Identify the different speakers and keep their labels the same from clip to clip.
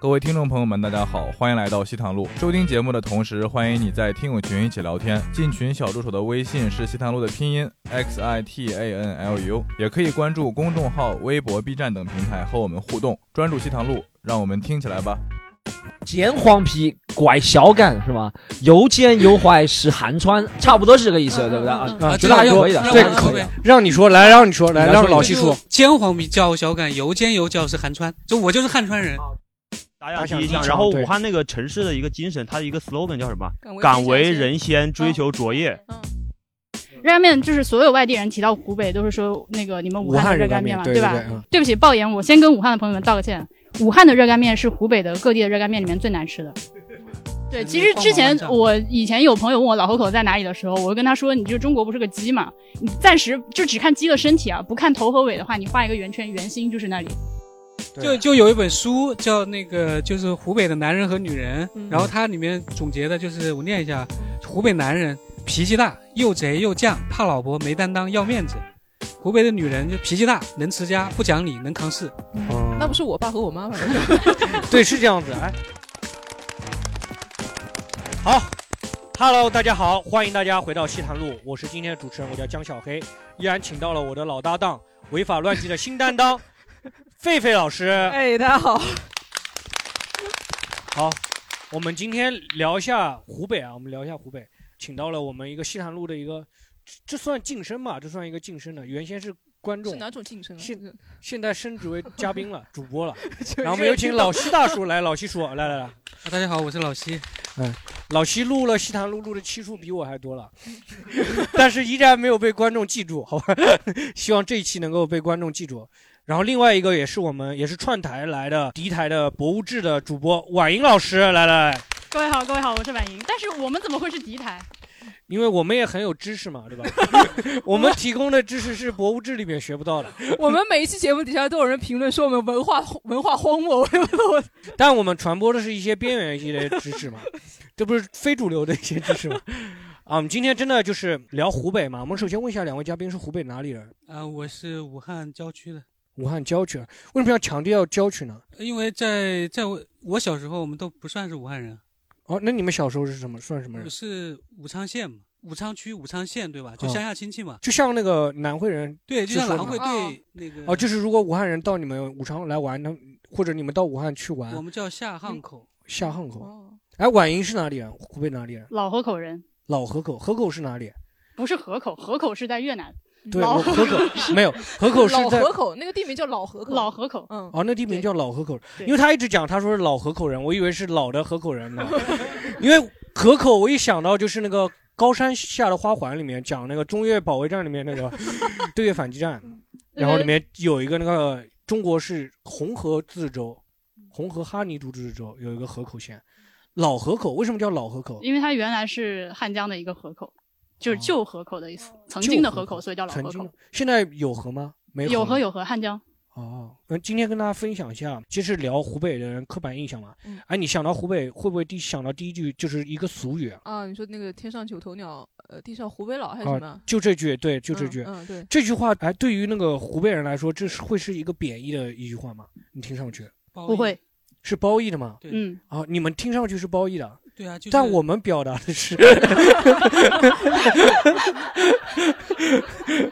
Speaker 1: 各位听众朋友们，大家好，欢迎来到西塘路。收听节目的同时，欢迎你在听友群一起聊天。进群小助手的微信是西塘路的拼音 x i t a n l u，也可以关注公众号、微博、B 站等平台和我们互动。专注西塘路，让我们听起来吧。
Speaker 2: 煎黄皮拐小杆是吧？又煎又怀是寒川，差不多是这个意思，对不对啊？啊觉得还可以的，
Speaker 3: 对
Speaker 2: 还可以的。
Speaker 3: 让你说来，让你说来，
Speaker 2: 你来
Speaker 3: 让
Speaker 2: 说
Speaker 3: 老西说
Speaker 4: 就。煎黄皮叫小杆，油煎油叫是寒川，就我就是汉川
Speaker 3: 啊
Speaker 4: 人。
Speaker 5: 打响
Speaker 3: 响
Speaker 5: 第一
Speaker 3: 第一
Speaker 5: 枪。
Speaker 3: 枪
Speaker 5: 然后
Speaker 3: 啊对
Speaker 5: 武汉那个城市的一个精神，它的一个 slogan 叫什么？
Speaker 6: 敢
Speaker 5: 敢
Speaker 6: 为人
Speaker 5: 为
Speaker 6: 嗯
Speaker 5: 人先，追求卓越。
Speaker 6: 热干面就是所有外地人提到湖北都是说那个你们武汉的热干面嘛，
Speaker 3: 对
Speaker 6: 吧？
Speaker 3: 对，嗯
Speaker 6: 对不起，爆言，我先跟武汉的朋友们道个歉。武汉的热干面是湖北的各地的热干面里面最难吃的。对，其实之前我以前有朋友问我老河口在哪里的时候，我就跟他说，你就中国不是个鸡嘛，你暂时就只看鸡的身体啊，不看头和尾的话，你画一个圆圈，圆心就是那里。
Speaker 4: 就就有一本书叫那个就是湖北的男人和女人，
Speaker 6: 嗯
Speaker 4: 然后它里面总结的就是我念一下，湖北男人脾气大，又贼又犟，怕老婆没担当，要面子；湖北的女人就脾气大，能持家，不讲理，能扛事。
Speaker 3: 嗯
Speaker 7: 那不是我爸和我妈吗？
Speaker 3: 对，是这样子。哎，好，Hello，大家好，欢迎大家回到西坛路，我是今天的主持人，我叫江小黑，依然请到了我的老搭档，违法乱纪的新担 当，狒狒老师。
Speaker 7: 哎，大家好，
Speaker 3: 好，我们今天聊一下湖北啊，我们聊一下湖北，请到了我们一个西坛路的一个，这这算晋升吧，这算一个晋升的，原先是 观
Speaker 7: 是
Speaker 3: 众，
Speaker 7: 哪种晋升啊？
Speaker 3: 现现在升职为嘉宾了，主播了。
Speaker 7: 就
Speaker 3: 然后我们有请老西大叔来，老西说，来来来。
Speaker 4: 啊大家好，我是老西。
Speaker 3: 老西录了西塘录录的期数比我还多了， 但是依然没有被观众记住，好吧？希望这一期能够被观众记住。然后另外一个也是我们也是串台来的敌台的博物志的主播婉莹老师，来来来，
Speaker 6: 各位好，各位好，我是婉莹。但是我们怎么会是敌台？
Speaker 3: 因为我们也很有知识嘛，对吧？ 我们提供的知识是博物志里面学不到的，
Speaker 7: 我们每一期节目底下都有人评论说我们 文化文化荒漠，我也不懂。
Speaker 3: 但我们传播的是一些边缘一些的知识嘛，这不是非主流的一些知识嘛？啊，我们今天真的就是聊湖北嘛。我们首先问一下两位嘉宾是湖北哪里人？
Speaker 4: 啊、我是武汉郊区的，
Speaker 3: 武汉郊区，为什么要强调郊区呢？
Speaker 4: 因为在在我我小时候，我们都不算是武汉人，
Speaker 3: 哦，那你们小时候是什么算什么人
Speaker 4: 我？是武昌县嘛，武昌区武昌县对吧？就
Speaker 3: 哦
Speaker 4: 乡下亲戚嘛。
Speaker 3: 就像那个南汇人
Speaker 4: 对，就像
Speaker 3: 是说
Speaker 4: 狼会
Speaker 7: 嘛
Speaker 4: 队那个
Speaker 3: 哦，就是如果武汉人到你们武昌来玩，那或者你们到武汉去
Speaker 4: 我
Speaker 3: 玩，
Speaker 4: 们叫下汉口，
Speaker 3: 下汉口。
Speaker 7: 哦
Speaker 3: 哎，婉莹是哪里人？湖北哪里人？
Speaker 6: 老河口人，
Speaker 3: 老河口，河口是哪里？
Speaker 6: 不是河口，河口是在越南。
Speaker 3: 对，
Speaker 6: 老
Speaker 3: 我河口没有，河口是
Speaker 7: 老
Speaker 3: 在
Speaker 7: 河口，那个地名叫老河口。
Speaker 6: 老河口，
Speaker 7: 嗯，
Speaker 3: 哦，那地名
Speaker 7: 对
Speaker 3: 叫老河口，
Speaker 6: 对
Speaker 3: 因为他一直讲他说是老河口人，我以为是老的河口人呢， 因为河口我一想到就是那个高山下的花环里面讲那个中越保卫战里面那个对越反击战，然后里面有一个那个中国是红河自治州，红河哈尼族自治州有一个河口县，老河口为什么叫老河口？
Speaker 6: 因为它原来是汉江的一个河口，就是
Speaker 3: 哦
Speaker 6: 旧河口的意思，曾经的河口，所以叫老河
Speaker 3: 曾经
Speaker 6: 口
Speaker 3: 的。现在有河吗？没
Speaker 6: 有
Speaker 3: 河
Speaker 6: 河
Speaker 3: 吗
Speaker 6: 有河，汉江。
Speaker 3: 哦，嗯，今天跟大家分享一下，其实聊湖北的人刻板印象嘛。
Speaker 7: 嗯
Speaker 3: 哎，你想到湖北，会不会第一想到第一句就是一个俗语啊？
Speaker 7: 啊，你说那个天上九头鸟，呃，地上湖北佬还是什么？
Speaker 3: 哦
Speaker 7: 啊
Speaker 3: 啊就这句，对，就这句。
Speaker 7: 嗯，嗯对，
Speaker 3: 这句话，哎，对于那个湖北人来说，这是会是一个贬义的一句话吗？你听上去
Speaker 4: 不
Speaker 6: 不会，
Speaker 3: 是褒义的吗？
Speaker 4: 对
Speaker 6: 嗯，
Speaker 3: 啊，你们听上去是褒义的，
Speaker 4: 对啊，就是
Speaker 3: 但我们表达 的是，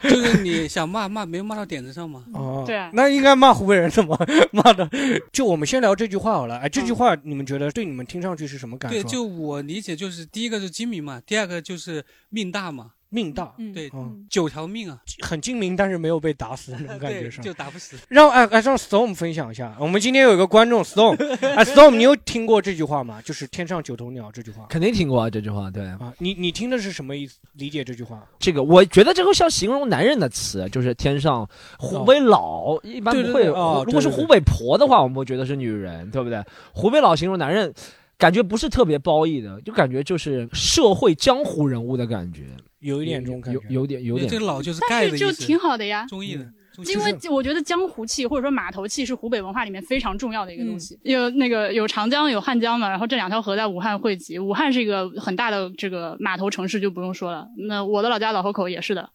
Speaker 4: 就是你想骂骂没骂到点子上嘛。
Speaker 3: 哦，
Speaker 6: 对啊
Speaker 3: 那应该骂湖北人的嘛， 骂的。就我们先聊这句话好了。哎，这句话你们觉得对你们听上去是什么感受
Speaker 4: 对，
Speaker 3: 啊？
Speaker 4: 就我理解，就是第一个是精明嘛，第二个就是命大嘛，
Speaker 3: 命大，
Speaker 7: 嗯
Speaker 4: 对
Speaker 3: 嗯，
Speaker 4: 九条命啊，
Speaker 3: 很精明，但是没有被打死的那种感 觉
Speaker 4: 对，
Speaker 3: 是吗？
Speaker 4: 就打不死。
Speaker 3: 让哎哎，让 Storm 分享一下。我们今天有一个观众 Storm，哎 Storm，你有听过这句话吗？就是“天上九头鸟”这句话
Speaker 2: 肯定听过啊这句话，对
Speaker 3: 啊？你你听的是什么意思？理解这句话？
Speaker 2: 这个，我觉得这个像形容男人的词，就是天上湖北佬一般
Speaker 3: 哦对
Speaker 2: 不
Speaker 3: 对
Speaker 2: 会
Speaker 3: 对哦，
Speaker 2: 如果是
Speaker 3: 对对对
Speaker 2: 湖北婆的话，我们会觉得是女人，对不对？湖北佬形容男人，感觉不是特别褒义的，就感觉就是社会江湖人物的感觉，
Speaker 3: 有一点这种感
Speaker 2: 有
Speaker 3: 觉。
Speaker 2: 有点有
Speaker 4: 这
Speaker 2: 点。
Speaker 4: 老就是
Speaker 6: 但
Speaker 4: 盖的
Speaker 6: 是
Speaker 4: 意
Speaker 6: 就
Speaker 4: 思，
Speaker 6: 挺好的呀。
Speaker 4: 中意的。中意
Speaker 6: 因
Speaker 4: 的
Speaker 6: 为我觉得江湖气或者说码头气是湖北文化里面非常重要的一个
Speaker 8: 嗯
Speaker 6: 东西，有那个有长江有汉江嘛，然后这两条河在武汉汇集，武汉是一个很大的这个码头城市就不用说了，那我的老家老河口也是的，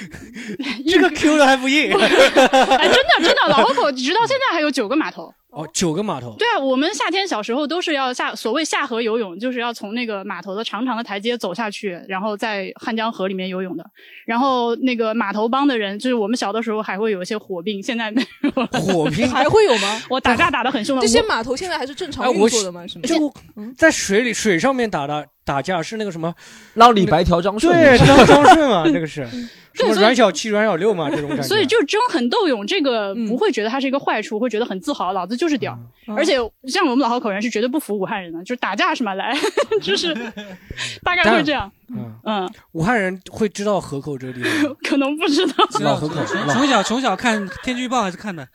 Speaker 3: 这个 Q 的还不硬，
Speaker 6: 哎真的真的老河口直到现在还有九个码头，
Speaker 3: 哦，九 个码头。
Speaker 9: 对啊，我们夏天小时候都是要下所谓下河游泳，就是要从那个码头的长长的台阶走下去，然后在汉江河里面游泳的。然后那个码头帮的人，就是我们小的时候还会有一些火并，现 在没有了。
Speaker 3: 火并
Speaker 7: 还会有吗？
Speaker 9: 我打架打得很凶的。
Speaker 7: 这些
Speaker 9: 我
Speaker 7: 码头现在还是正
Speaker 3: 哎
Speaker 7: 常
Speaker 3: 我
Speaker 7: 运
Speaker 3: 是
Speaker 7: 作的吗？是吗？
Speaker 3: 就在水里水上面打的打架是那个什么？
Speaker 2: 让李白调张顺。
Speaker 3: 对，张张 顺嘛，这个是什么
Speaker 9: 嗯所以
Speaker 3: 阮小七、阮小六嘛，这种感觉。
Speaker 9: 所以就争很斗勇，这个
Speaker 7: 嗯
Speaker 9: 不会觉得它是一个坏处，会觉得很自豪，老子就是屌。而且像我们老河口人是绝对不服武汉人的，就是打架是吗？来， 就是 大概会这样。
Speaker 3: 嗯，
Speaker 9: 嗯，
Speaker 3: 武汉人会知道河口这个地方吗，
Speaker 9: 可能不知道。
Speaker 4: 知
Speaker 3: 老
Speaker 4: 道
Speaker 3: 河口，
Speaker 4: 从
Speaker 3: 老
Speaker 4: 从小从小看天气预报还是看的，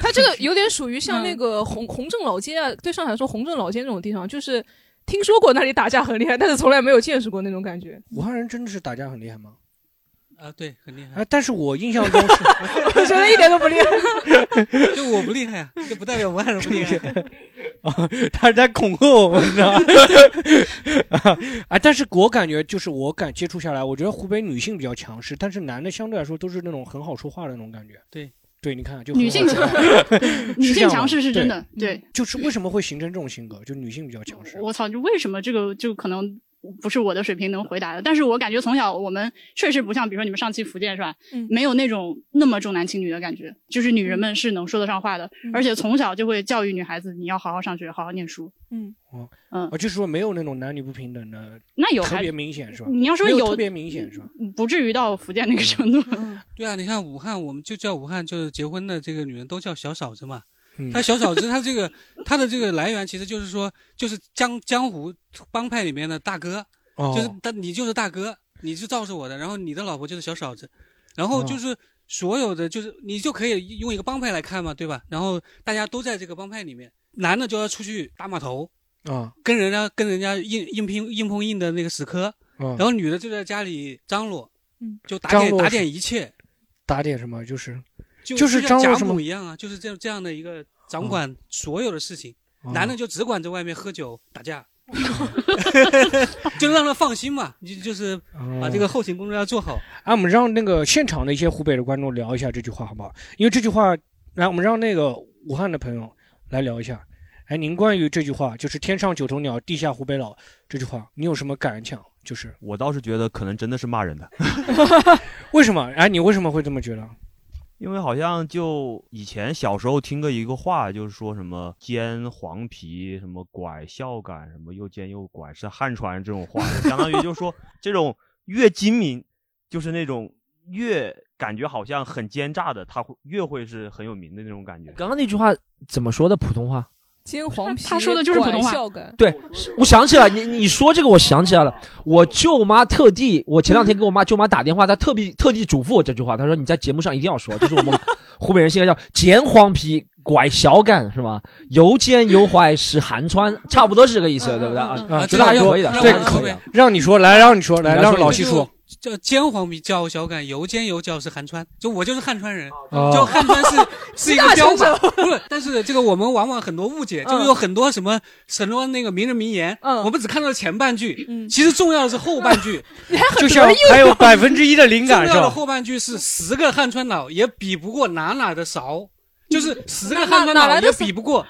Speaker 7: 它这个有点属于
Speaker 9: 嗯
Speaker 7: 像那个洪洪镇老街啊，对上海说洪镇老街那种地方，就是听说过那里打架很厉害，但是从来没有见识过那种感觉。
Speaker 3: 武汉人真的是打架很厉害吗？
Speaker 4: 啊，对，很厉害
Speaker 3: 啊，。但是我印象中 是，
Speaker 7: 我觉得一点都不厉害。
Speaker 4: 就我不厉害啊，这不代表武汉人不厉害。
Speaker 3: 哦他是在恐吓我们，你知道吗？ 啊，但是我感觉就是我感接触下来，我觉得湖北女性比较强势，但是男的相对来说都是那种很好说话的那种感觉。
Speaker 4: 对，
Speaker 3: 对，你看，就很
Speaker 9: 女
Speaker 3: 好
Speaker 9: 性
Speaker 3: 说话
Speaker 9: 强， 女性强势是真的。
Speaker 7: 对
Speaker 9: 对，
Speaker 3: 就是为什么会形成这种性格？就女性比较强势。
Speaker 9: 我操，就为什么这个就可能不是我的水平能回答的？但是我感觉从小我们确实不像，比如说你们上期福建是吧？
Speaker 7: 嗯
Speaker 9: 没有那种那么重男轻女的感觉，就是女人们是能说得上话的，
Speaker 7: 嗯
Speaker 9: 而且从小就会教育女孩子你要好好上学，好好念书。
Speaker 7: 嗯
Speaker 3: 啊，就是说没有那种男女不平等的，
Speaker 9: 那有
Speaker 3: 特
Speaker 9: 还
Speaker 3: 别明显是吧？
Speaker 9: 你要说
Speaker 3: 没有
Speaker 9: 有嗯
Speaker 3: 特别明显是吧？嗯
Speaker 9: 不至于到福建那个程 度。
Speaker 4: 对啊，你看武汉，我们就叫武汉，就是结婚的这个女人都叫小嫂子嘛。
Speaker 3: 嗯
Speaker 4: 她小嫂子，她这个她的这个来源其实就是说，就是江江湖帮派里面的大哥，
Speaker 3: 哦
Speaker 4: 就是大你就是大哥，你是罩着我的，然后你的老婆就是小嫂子，然后
Speaker 3: 哦
Speaker 4: 就是所有的就是你就可以用一个帮派来看嘛，对吧？然后大家都在这个帮派里面，男的就要出去打码头，
Speaker 3: 啊
Speaker 4: 跟人家跟人家硬硬拼硬碰硬的那个死磕，
Speaker 3: 啊
Speaker 4: 然，后女的就在家里张罗，
Speaker 7: 嗯
Speaker 4: 就打
Speaker 3: 张
Speaker 4: 点
Speaker 3: 罗
Speaker 4: 打
Speaker 3: 是
Speaker 4: 点一切，
Speaker 3: 打点什么就是
Speaker 4: 就
Speaker 3: 就
Speaker 4: 就是像
Speaker 3: 张罗
Speaker 4: 贾
Speaker 3: 什么
Speaker 4: 母一样啊，就是这样这样的一个掌
Speaker 3: 哦
Speaker 4: 管所有的事情，男的就只管在外面喝酒打架， 就让他放心嘛，你就是把
Speaker 3: 啊
Speaker 4: 这个后勤工作要做好。
Speaker 3: 啊，我们让那个现场的一些湖北的观众聊一下这句话好不好？因为这句话，来，我们让那个武汉的朋友来聊一下。哎，您关于这句话，就是“天上九头鸟，地下湖北佬”这句话，你有什么感想？就是
Speaker 5: 我倒是觉得可能真的是骂人的，
Speaker 3: 为什么？哎，你为什么会这么觉得？
Speaker 5: 因为好像就以前小时候听过一个话，就是说什么煎黄皮，什么拐孝感，什么又煎又拐，是汉传这种话，相当于就是 说这种越精明，就是那种越感觉好像很奸诈的，他会越会是很有名的那种感觉。
Speaker 2: 刚刚那句话怎么说的普通话？
Speaker 7: 金黄皮，
Speaker 9: 他说的就是普通话
Speaker 7: 拐孝感
Speaker 2: 我想起来，你你说这个，我想起来了。我舅妈特地，我前两天给我妈舅妈打电话，她特地特地嘱咐我这句话，她说你在节目上一定要说，就是我们湖北人现在叫“剪黄皮，拐小杆”是吗？由尖由怀使寒川，差不多是这个意思，对不对啊？
Speaker 4: 啊，
Speaker 2: 觉得还可以的，
Speaker 4: 让
Speaker 2: 这
Speaker 4: 我
Speaker 2: 个
Speaker 4: 来说
Speaker 2: 可以
Speaker 4: 呗
Speaker 2: 的。
Speaker 3: 让你说，来，让你说，来，
Speaker 2: 来
Speaker 3: 让
Speaker 2: 说
Speaker 3: 老
Speaker 2: 一
Speaker 3: 西
Speaker 4: 就
Speaker 3: 说。
Speaker 4: 叫煎黄皮叫小杆，油煎油角是韩川，就我就是汉川人，就
Speaker 3: 哦
Speaker 4: 汉川 是是一个标榜。不是，但是这个我们往往很多误解，
Speaker 3: 嗯
Speaker 4: 就是有很多什么很多那个名人名言，
Speaker 7: 嗯
Speaker 4: 我们只看到前半句，
Speaker 7: 嗯
Speaker 4: 其实重要的是后半句，
Speaker 3: 就像嗯还有百分之一的灵
Speaker 4: 重
Speaker 3: 感是
Speaker 4: 要的
Speaker 3: 吧？
Speaker 4: 后半句是十个汉川佬也比不过哪哪的勺，就是十个
Speaker 7: 嗯哪
Speaker 4: 汉川
Speaker 7: 哪哪
Speaker 4: 佬
Speaker 7: 来的
Speaker 4: 也
Speaker 7: 勺
Speaker 4: 比不过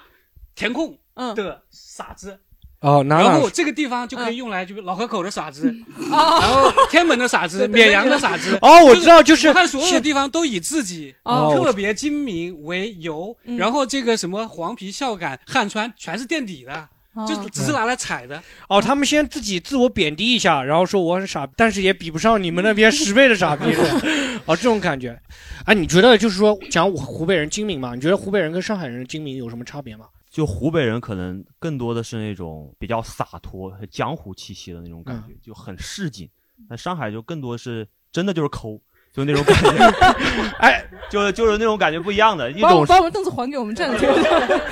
Speaker 4: 填空
Speaker 7: 嗯
Speaker 4: 的傻子。
Speaker 3: 哦，哪
Speaker 4: 然
Speaker 3: 哪
Speaker 4: 后这个地方就可以用
Speaker 7: 嗯
Speaker 4: 来就是老河口的傻子，
Speaker 7: 啊
Speaker 4: 然后天门的傻子，绵阳的傻子，
Speaker 3: 哦，我知道，就是
Speaker 4: 武汉所有的
Speaker 3: 现
Speaker 4: 地方都以自己
Speaker 3: 哦
Speaker 4: 特别精明为由，
Speaker 7: 嗯
Speaker 4: 然后这个什么黄皮孝感、汉川全是垫底的，
Speaker 7: 哦
Speaker 4: 就只是拿来踩的。
Speaker 3: 哦，他们先自己自我贬低一下，然后说我很傻，但是也比不上你们那边十倍的傻逼， 哦，这种感觉。哎，你觉得就是说讲我湖北人精明嘛？你觉得湖北人跟上海人的精明有什么差别吗？
Speaker 5: 就湖北人可能更多的是那种比较洒脱、和江湖气息的那种
Speaker 7: 嗯
Speaker 5: 感觉，就很市井；但上海就更多是真的就是抠，就那种感 觉，哎，就就是那种感觉不一样的一
Speaker 7: 把
Speaker 5: 种
Speaker 7: 我把我们凳子还给我们站着。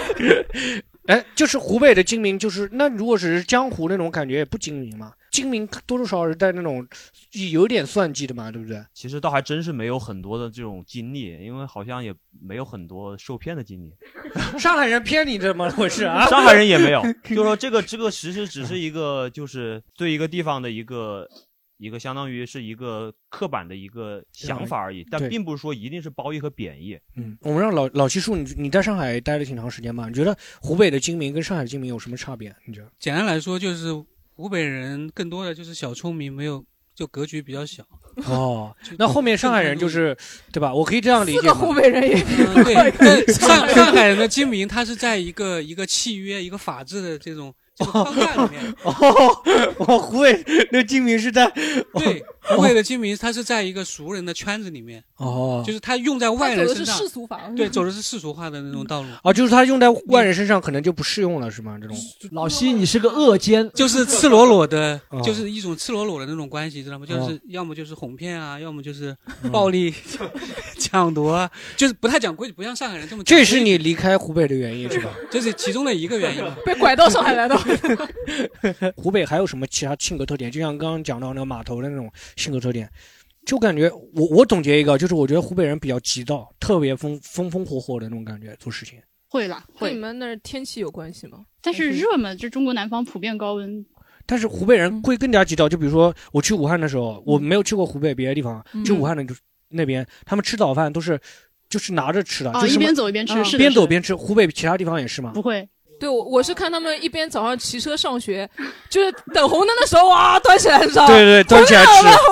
Speaker 3: 哎，就是湖北的精明，就是那如果只是江湖那种感觉，也不精明嘛。精明多多少少是带那种有点算计的嘛，对不对？
Speaker 5: 其实倒还真是没有很多的这种经历，因为好像也没有很多受骗的经历，
Speaker 3: 上海人骗你怎么回事啊？
Speaker 5: 上海 人也没有。就说这个这个其实只是一个就是对一个地方的一个一个相当于是一个刻板的一个想法而已，但
Speaker 3: 对
Speaker 5: 并不是说一定是褒义和贬义。
Speaker 3: 嗯，我们让老老七叔，你你在上海待了挺长时间吧？你觉得湖北的精明跟上海的精明有什么差别？你觉得？
Speaker 4: 简单来说，就是湖北人更多的就是小聪明，没有就格局比较小。
Speaker 3: 哦，那后面上海人就是，对吧？我可以这样理
Speaker 7: 四
Speaker 3: 解
Speaker 7: 个
Speaker 3: 吗。
Speaker 7: 湖北人也
Speaker 4: 嗯，对， 但上上海人的精明，他是在一个一个契约、一个法治的这种这个框架里面。
Speaker 3: 哦，我湖北那精明是在
Speaker 4: 对，湖北的精明，他是在一个熟人的圈子里面，
Speaker 3: 哦
Speaker 4: 就是他用在
Speaker 7: 他
Speaker 4: 外
Speaker 7: 走
Speaker 4: 人
Speaker 7: 的
Speaker 4: 身
Speaker 7: 是
Speaker 4: 上，
Speaker 7: 世俗法，
Speaker 4: 对，走的是世俗化的那种道路，
Speaker 3: 哦，就是他用在外人身上可能就不适用了，是吗？这种
Speaker 2: 老西，你是个恶奸，
Speaker 4: 就是赤裸裸的
Speaker 3: 哦，
Speaker 4: 就是一种赤裸裸的那种关系，知道吗？就
Speaker 3: 哦
Speaker 4: 是要么就是哄骗啊，要么就是
Speaker 3: 嗯
Speaker 4: 暴 力抢夺啊，就是不太讲规矩，不像上海人这么讲
Speaker 3: 这
Speaker 4: 规矩。
Speaker 3: 是你离开湖北的原因是吧？
Speaker 4: 这是其中的一个原因。
Speaker 7: 被拐到上海来的。
Speaker 3: 湖北还有什么其他性格特点？就像刚刚讲到那个码头的那种性格特点，就感觉我我总结一个，就是我觉得湖北人比较急躁，特别风风风火火的那种感觉做事情。
Speaker 9: 会啦
Speaker 7: 跟你
Speaker 9: 会，
Speaker 7: 们那儿天气有关系吗？
Speaker 9: 但是热嘛，就中国南方普遍高温，
Speaker 3: 但是湖北
Speaker 9: 嗯
Speaker 3: 人会更加急躁，就比如说我去武汉的时候，我没有去过湖北别的地方，
Speaker 7: 嗯
Speaker 3: 就武汉的就那边，他们吃早饭都是就是拿着吃的，
Speaker 9: 啊，
Speaker 3: 就
Speaker 9: 一
Speaker 3: 是
Speaker 9: 边走一边吃，
Speaker 7: 嗯
Speaker 9: 是的
Speaker 3: 边走
Speaker 9: 是的
Speaker 3: 边吃。湖北其他地方也是嘛？
Speaker 9: 不会，
Speaker 7: 对，我我是看他们一边早上骑车上学，就是等红灯的时候，哇，端起来，你知道吗？
Speaker 3: 对对，端起来吃。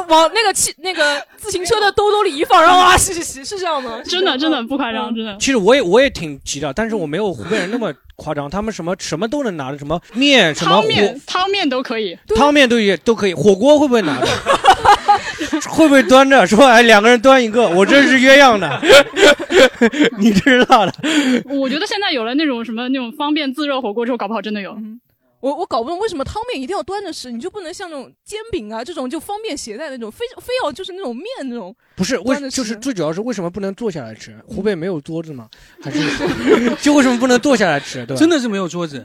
Speaker 7: 往那个汽那个自行车的兜兜里一放，然后
Speaker 3: 啊
Speaker 7: 哇，洗洗洗，是这样吗？ 嗯
Speaker 9: 真的真的不夸张，啊真的。
Speaker 3: 其实我也我也挺急的，但是
Speaker 9: 嗯
Speaker 3: 我没有湖北人那么夸张，他们什么什么都能拿着，什么面什么
Speaker 9: 汤
Speaker 3: 火
Speaker 9: 面汤面都可以，
Speaker 3: 汤面都也都可以，火锅会不会拿着？ 会不会端着说哎，两个人端一个，我这是鸳鸯的， 你知道的。
Speaker 9: 我觉得现在有了那种什么那种方便自热火锅之后，搞不好真的
Speaker 7: 嗯
Speaker 9: 有。
Speaker 7: 我我搞不懂为什么汤面一定要端着吃，你就不能像那种煎饼啊这种就方便携带那种，非非要就是那种面那种。
Speaker 3: 不是
Speaker 7: 端
Speaker 3: 为
Speaker 7: 着吃
Speaker 3: 就是最主要是为什么不能坐下来吃？湖北没有桌子吗？还是 就为什么不能坐下来吃？对吧？
Speaker 4: 真的是没有桌子，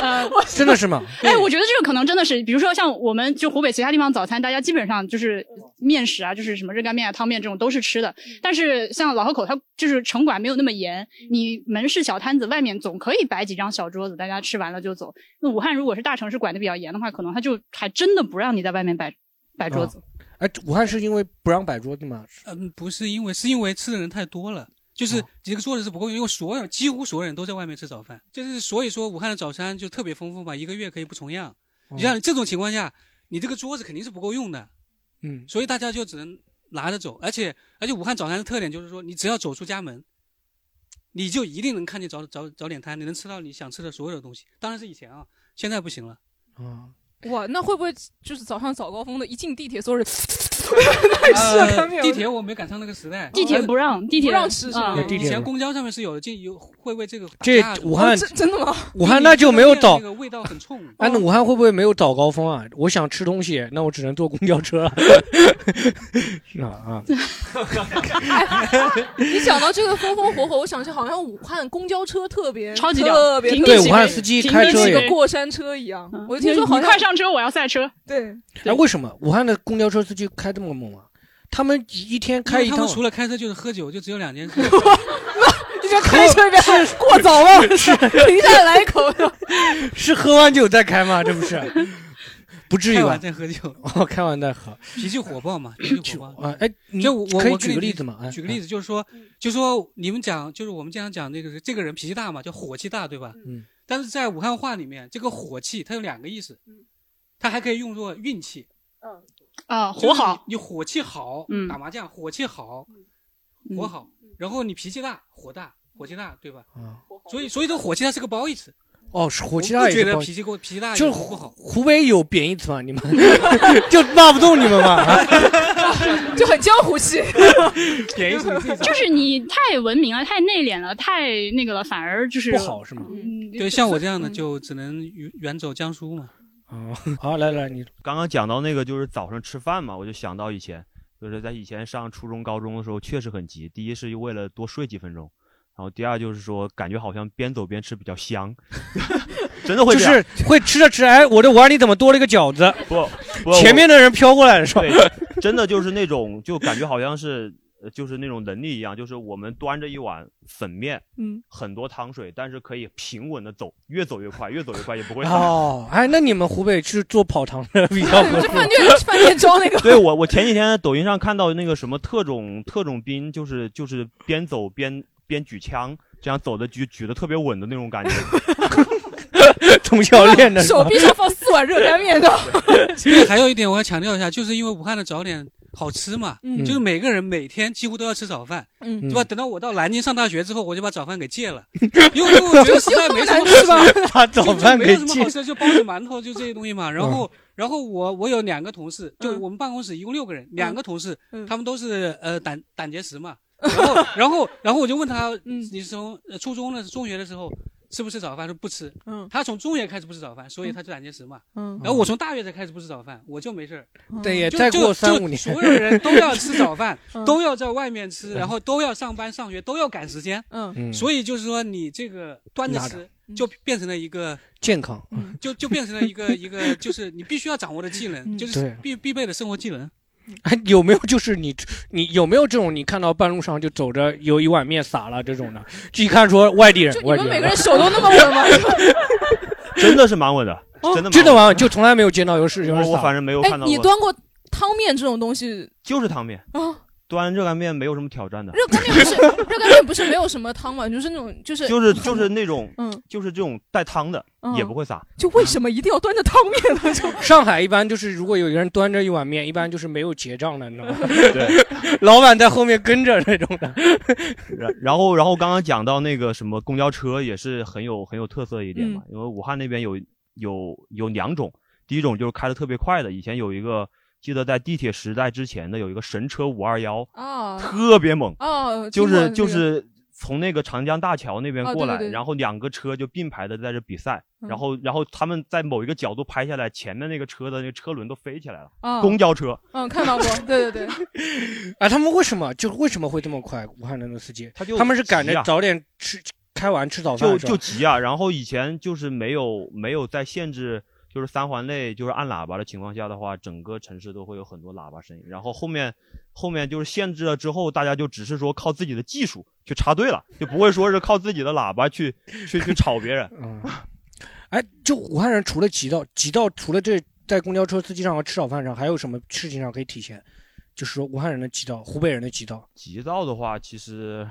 Speaker 9: 呃，
Speaker 3: 真的是吗？
Speaker 9: 哎，我觉得这个可能真的是，比如说像我们就湖北其他地方早餐，大家基本上就是面食啊，就是什么热干面啊、汤面这种都是吃的。但是像老河口，它就是城管没有那么严，你门市小摊子外面总可以摆几张小桌子，大家吃完了就走。那武汉如果是大城市管的比较严的话，可能他就还真的不让你在外面摆摆桌子。
Speaker 3: 哎，武汉是因为不让摆桌子吗？
Speaker 4: 嗯，不是因为，是因为吃的人太多了。就是
Speaker 3: 哦
Speaker 4: 这个桌子是不够用，因为所有几乎所有人都在外面吃早饭，就是所以说武汉的早餐就特别丰富嘛，一个月可以不重样。你
Speaker 3: 哦
Speaker 4: 像这种情况下，你这个桌子肯定是不够用的，
Speaker 3: 嗯，
Speaker 4: 所以大家就只能拿着走。而且而且武汉早餐的特点就是说，你只要走出家门，你就一定能看见早早早点摊，你能吃到你想吃的所有的东西。当然是以前啊，现在不行了。
Speaker 3: 啊，
Speaker 7: 哇，那会不会就是早上早高峰的一进地铁，所有人
Speaker 4: 呃
Speaker 7: 看没有
Speaker 4: 地铁我没赶上那个时代，
Speaker 9: 地铁
Speaker 4: 呃
Speaker 9: 不让，地铁
Speaker 7: 不让吃是吗
Speaker 9: 嗯
Speaker 3: 对地
Speaker 4: 以
Speaker 3: 铁
Speaker 4: 前公交上面是有的，就有会为这个打
Speaker 3: 这
Speaker 4: 架的
Speaker 3: 武汉
Speaker 7: 哦真真的吗？
Speaker 3: 武汉那就没有早
Speaker 4: 那。个味道很冲。
Speaker 7: 嗯
Speaker 4: 哦
Speaker 3: 哎，那武汉会不会没有早高峰啊？我想吃东西，那我只能坐公交车了。 是啊啊，
Speaker 7: 你讲到这个风风火火，我想起好像武汉公交车特别
Speaker 9: 超级屌
Speaker 7: 特别
Speaker 9: 平
Speaker 7: 特别
Speaker 9: 地
Speaker 3: 对
Speaker 9: 起
Speaker 3: 武汉
Speaker 9: 飞
Speaker 3: 司机
Speaker 9: 平
Speaker 3: 开
Speaker 9: 地
Speaker 3: 车
Speaker 9: 起
Speaker 7: 跟
Speaker 3: 也
Speaker 7: 个
Speaker 9: 飞
Speaker 7: 过山车一样。
Speaker 9: 嗯
Speaker 7: 我听说好
Speaker 9: 你
Speaker 7: 像
Speaker 9: 快上车，我要赛车。
Speaker 7: 对，
Speaker 3: 哎，为什么武汉的公交车司机开这么猛啊？他们一天开一
Speaker 4: 他
Speaker 3: 趟
Speaker 4: 们，除了开车就是喝酒，就只有两件事。
Speaker 7: 你就开车一边 过早了，停下来一 口。
Speaker 3: 是喝完酒再开吗？这不是，不至于
Speaker 4: 开
Speaker 3: 吧
Speaker 4: 完？再喝酒，
Speaker 3: 哦，开完再喝。
Speaker 4: 脾气火 爆嘛，脾气火爆。
Speaker 3: 啊，哎，你
Speaker 4: 就我
Speaker 3: 可以
Speaker 4: 我
Speaker 3: 举
Speaker 4: 跟
Speaker 3: 个
Speaker 4: 你
Speaker 3: 例子吗？哎
Speaker 4: 举个例
Speaker 3: 子，
Speaker 4: 子，就是说，
Speaker 9: 嗯
Speaker 4: 就说你们讲，就是我们经常讲那个这个人脾气大嘛，叫火气大，对吧？
Speaker 3: 嗯。
Speaker 4: 但是在武汉话里面，这个火气它有两个意思，
Speaker 9: 嗯
Speaker 4: 它还可以用作运气。
Speaker 9: 啊，
Speaker 4: 就是
Speaker 9: 活好。
Speaker 4: 你，你火气好，
Speaker 9: 嗯
Speaker 4: 打麻将火气好，火
Speaker 9: 嗯
Speaker 4: 好，然后你脾气大，火大，火气大，对吧？
Speaker 3: 啊
Speaker 4: 所以所以这火气它是个褒义词，
Speaker 3: 哦，是火
Speaker 4: 我
Speaker 3: 气大
Speaker 4: 不觉
Speaker 3: 也是
Speaker 4: 得
Speaker 3: 包。
Speaker 4: 脾气过脾气大
Speaker 3: 就
Speaker 4: 有
Speaker 3: 是
Speaker 4: 什么不
Speaker 3: 湖
Speaker 4: 好。
Speaker 3: 湖北有贬义词吗？你们 就骂不动你们吗？ 啊
Speaker 7: 就很江湖气。
Speaker 4: 贬义词你自己 找
Speaker 9: 就是你太文明了，太内敛了，太那个了，反而就是
Speaker 3: 不。好是吗？
Speaker 9: 嗯，
Speaker 4: 对，像我这样的
Speaker 7: 嗯
Speaker 4: 就只能远远走江苏嘛。
Speaker 3: 啊， 好，来来，你
Speaker 5: 刚刚讲到那个就是早上吃饭嘛，我就想到以前，就是在以前上初中、高中的时候确实很急。第一是为了多睡几分钟，然后第二就是说感觉好像边走边吃比较香， 真的会
Speaker 3: 就
Speaker 5: 这样。
Speaker 3: 是会吃着吃着，哎，我的碗里怎么多了一个饺子？
Speaker 5: 不不
Speaker 3: 前面的人飘过来了是吧？
Speaker 5: 对，真的就是那种就感觉好像是呃就是那种能力一样，就是我们端着一碗粉面，
Speaker 7: 嗯，。
Speaker 5: 很多汤水，但是可以平稳的走，越走越快，越走越快，也不会散。，
Speaker 3: 哦，哎，那你们湖北去做跑堂的比 较合适
Speaker 7: 饭店饭店招那个
Speaker 5: 对我，我前几天在抖音上看到那个什么特种特种兵，就是就是边走边边举枪，这样走的举举的特别稳的那种 感觉。
Speaker 3: 从小练的是吧
Speaker 7: 手臂上放四碗热干面的，
Speaker 4: 其实还有一点我要强调一下，就是因为武汉的早点好吃嘛，
Speaker 7: 嗯
Speaker 4: 就是每个人每天几乎都要吃早饭，
Speaker 7: 嗯
Speaker 4: 对吧？等到我到南京上大学之后，我就把早饭给戒了，因为因为我觉得实在没什么好
Speaker 7: 是吧？
Speaker 4: 吃，
Speaker 3: 把早
Speaker 4: 就就
Speaker 3: 饭
Speaker 4: 没
Speaker 3: 给
Speaker 4: 有什么
Speaker 3: 戒
Speaker 4: 好吃，的，就包子、馒头，就这些东西嘛。然后，然后我我有两个同事，就我们办公室一共六个人，两个同事
Speaker 7: 嗯
Speaker 4: 他们都是呃胆胆结石嘛。然后，然后，然后我就问他，
Speaker 7: 嗯
Speaker 4: 你是从呃初中的中学的时候吃不吃早饭？他说不吃。
Speaker 7: 嗯
Speaker 4: 他从中学开始不吃早饭，所以他就胆结石嘛。
Speaker 7: 嗯
Speaker 4: 然后我从大学才开始不吃早饭，我就没事儿。
Speaker 3: 对，也
Speaker 4: 就
Speaker 3: 再过
Speaker 4: 就
Speaker 3: 三
Speaker 4: 就
Speaker 3: 五年，
Speaker 4: 所有人都要吃早饭
Speaker 7: 嗯，
Speaker 4: 都要在外面吃，然后都要上班上学，都要赶时间。
Speaker 7: 嗯
Speaker 3: 嗯
Speaker 4: 所以就是说，你这个端着
Speaker 3: 拿着
Speaker 4: 吃，就变成了一个，
Speaker 3: 健康。
Speaker 7: 嗯
Speaker 4: 就就变成了一个一个，就是你必须要掌握的技能，
Speaker 7: 嗯
Speaker 4: 就是
Speaker 3: 对
Speaker 4: 必必备的生活技能。
Speaker 3: 哎，有没有就是你你有没有这种你看到半路上就走着有一碗面洒了这种的？就一看说外地人
Speaker 7: 就，你
Speaker 3: 外地
Speaker 7: 们每个
Speaker 3: 人
Speaker 7: 人，手都那么稳吗？
Speaker 5: 真的是啊蛮 稳的，真的
Speaker 3: 真的
Speaker 5: 蛮
Speaker 3: 吗？就从来没有见到有事有
Speaker 5: 稳的。
Speaker 3: 人
Speaker 5: 我我
Speaker 3: 洒
Speaker 5: 反。正没有
Speaker 7: 哎
Speaker 5: 看，到
Speaker 7: 你
Speaker 5: 过，
Speaker 7: 端过汤面这种东西
Speaker 5: 就是汤面，
Speaker 7: 啊？
Speaker 5: 端热干面没有什么挑战的，
Speaker 7: 热干面不是热干面不是没有什么汤嘛？就是那种就是
Speaker 5: 就是就是那种
Speaker 7: 嗯
Speaker 5: 就是这种带汤的
Speaker 7: 嗯，
Speaker 5: 也不会洒。
Speaker 7: 就为什么一定要端着汤 面呢？就
Speaker 3: 上海一般就是如果有一个人端着一碗面，一般就是没有结账的，你知道吗？
Speaker 5: 对，
Speaker 3: 老板在后面跟着那种的。
Speaker 5: 然然后然后刚刚讲到那个什么公交车也是很有很有特色一点嘛，
Speaker 7: 嗯
Speaker 5: 因为武汉那边有有有两种，第一种就是开的特别快的，以前有一个记得在地铁时代之前的有一个神车五二幺，
Speaker 7: 啊
Speaker 5: 特别猛，
Speaker 7: 哦，
Speaker 5: 就
Speaker 7: 听过
Speaker 5: 是
Speaker 7: 这
Speaker 5: 就
Speaker 7: 个
Speaker 5: 是从那个长江大桥那边
Speaker 7: 哦
Speaker 5: 过
Speaker 7: 对
Speaker 5: 来，
Speaker 7: 对对
Speaker 5: 然后两个车就并排的在这比赛，
Speaker 7: 嗯
Speaker 5: 然后然后他们在某一个角度拍下来，前面那个车的那个车轮都飞起来了，
Speaker 7: 啊，
Speaker 5: 公交车，
Speaker 7: 嗯看到过，对对对，
Speaker 3: 啊，他们为什么就是为什么会这么快？武汉的那司机，
Speaker 5: 他就
Speaker 3: 他们是赶
Speaker 5: 急
Speaker 3: 着
Speaker 5: 啊
Speaker 3: 早点吃开完吃早饭
Speaker 5: 就是
Speaker 3: 吧
Speaker 5: 就急啊！然后以前就是没有没有在限制，就是三环内就是按喇叭的情况下的话，整个城市都会有很多喇叭声音。然后后面后面就是限制了之后，大家就只是说靠自己的技术去插队了，就不会说是靠自己的喇叭去去去吵别人。
Speaker 3: 嗯，哎，就武汉人除了急到急到，除了这在公交车司机上和吃早饭上，还有什么事情上可以体现？就是说武汉人的急到，湖北人的急到，
Speaker 5: 急躁的话，其实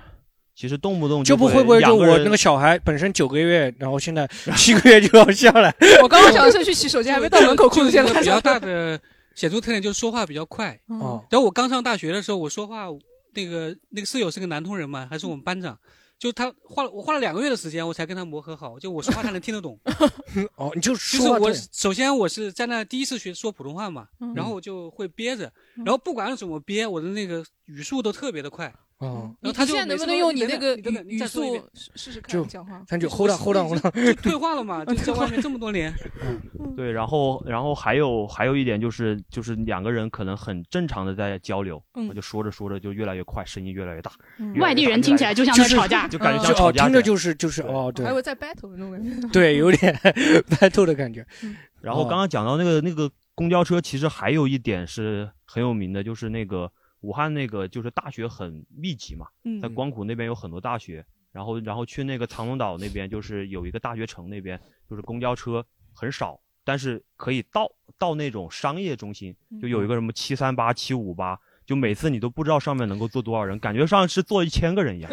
Speaker 5: 其实动不动
Speaker 3: 就不会不会
Speaker 5: 两
Speaker 3: 就我
Speaker 5: 人
Speaker 3: 那个小孩本身九个月，然后现在七个月就要下来，
Speaker 7: 我刚刚想的是去洗手间，还没到门口，裤子
Speaker 4: 就
Speaker 7: 先
Speaker 4: 一个
Speaker 7: 拉
Speaker 4: 比较
Speaker 7: 上。
Speaker 4: 大的显著特点就是说话比较快。
Speaker 7: 哦
Speaker 3: 哦，
Speaker 4: 然后我刚上大学的时候，我说话那个那个室友是个南通人嘛，还是我们班长，就他花了我花了两个月的时间，我才跟他磨合好，就我说话他能听得 懂。
Speaker 3: 哦，你就
Speaker 4: 就
Speaker 3: 说
Speaker 4: 是
Speaker 3: 话
Speaker 4: 我
Speaker 3: 对
Speaker 4: 首先我是在那第一次学说普通话嘛，
Speaker 7: 嗯
Speaker 4: 然后我就会憋着，
Speaker 7: 嗯
Speaker 4: 然后不管怎么憋，我的那个语速都特别的快。
Speaker 3: 哦，
Speaker 7: 嗯你
Speaker 4: 然后他
Speaker 7: 你
Speaker 4: 就
Speaker 7: 现在
Speaker 4: 每
Speaker 7: 能不
Speaker 4: 次
Speaker 7: 能
Speaker 4: 都
Speaker 7: 用
Speaker 4: 你
Speaker 7: 你
Speaker 4: 等
Speaker 7: 那
Speaker 4: 等
Speaker 7: 个
Speaker 4: 你等等
Speaker 7: 语
Speaker 4: 你再说一
Speaker 7: 速
Speaker 4: 遍
Speaker 7: 试试
Speaker 3: 就
Speaker 7: 看讲话？
Speaker 3: 他就 hold on hold on hold on，
Speaker 4: 就退化了嘛，就在外面这么多年，
Speaker 5: 对，然后然后还有还有一点就是就是两个人可能很正常的在交流，
Speaker 7: 嗯
Speaker 5: 就说着说着就越来越快，声音越来越大，
Speaker 7: 嗯
Speaker 5: 外地人听起来
Speaker 6: 就像
Speaker 3: 就是
Speaker 6: 架，
Speaker 5: 就感觉
Speaker 7: 嗯
Speaker 5: 像
Speaker 3: 就
Speaker 5: 吵
Speaker 3: 哦，
Speaker 5: 架
Speaker 3: 听
Speaker 5: 起
Speaker 3: 着
Speaker 5: 来。
Speaker 3: 就是 就是哦，对
Speaker 7: 还有在 battle 的那种感觉。
Speaker 3: 对，有点 battle 的感觉，
Speaker 5: 然后
Speaker 3: 哦
Speaker 5: 刚刚讲到那个那个公交车，其实还有一点是很有名的，就是那个武汉那个就是大学很密集嘛，
Speaker 7: 嗯
Speaker 5: 在光谷那边有很多大学，然后然后去那个藏龙岛那边，就是有一个大学城那边，就是公交车很少，但是可以到到那种商业中心，
Speaker 7: 嗯
Speaker 5: 就有一个什么七三八、七五八。就每次你都不知道上面能够坐多少人，感觉上是坐一千个人一样。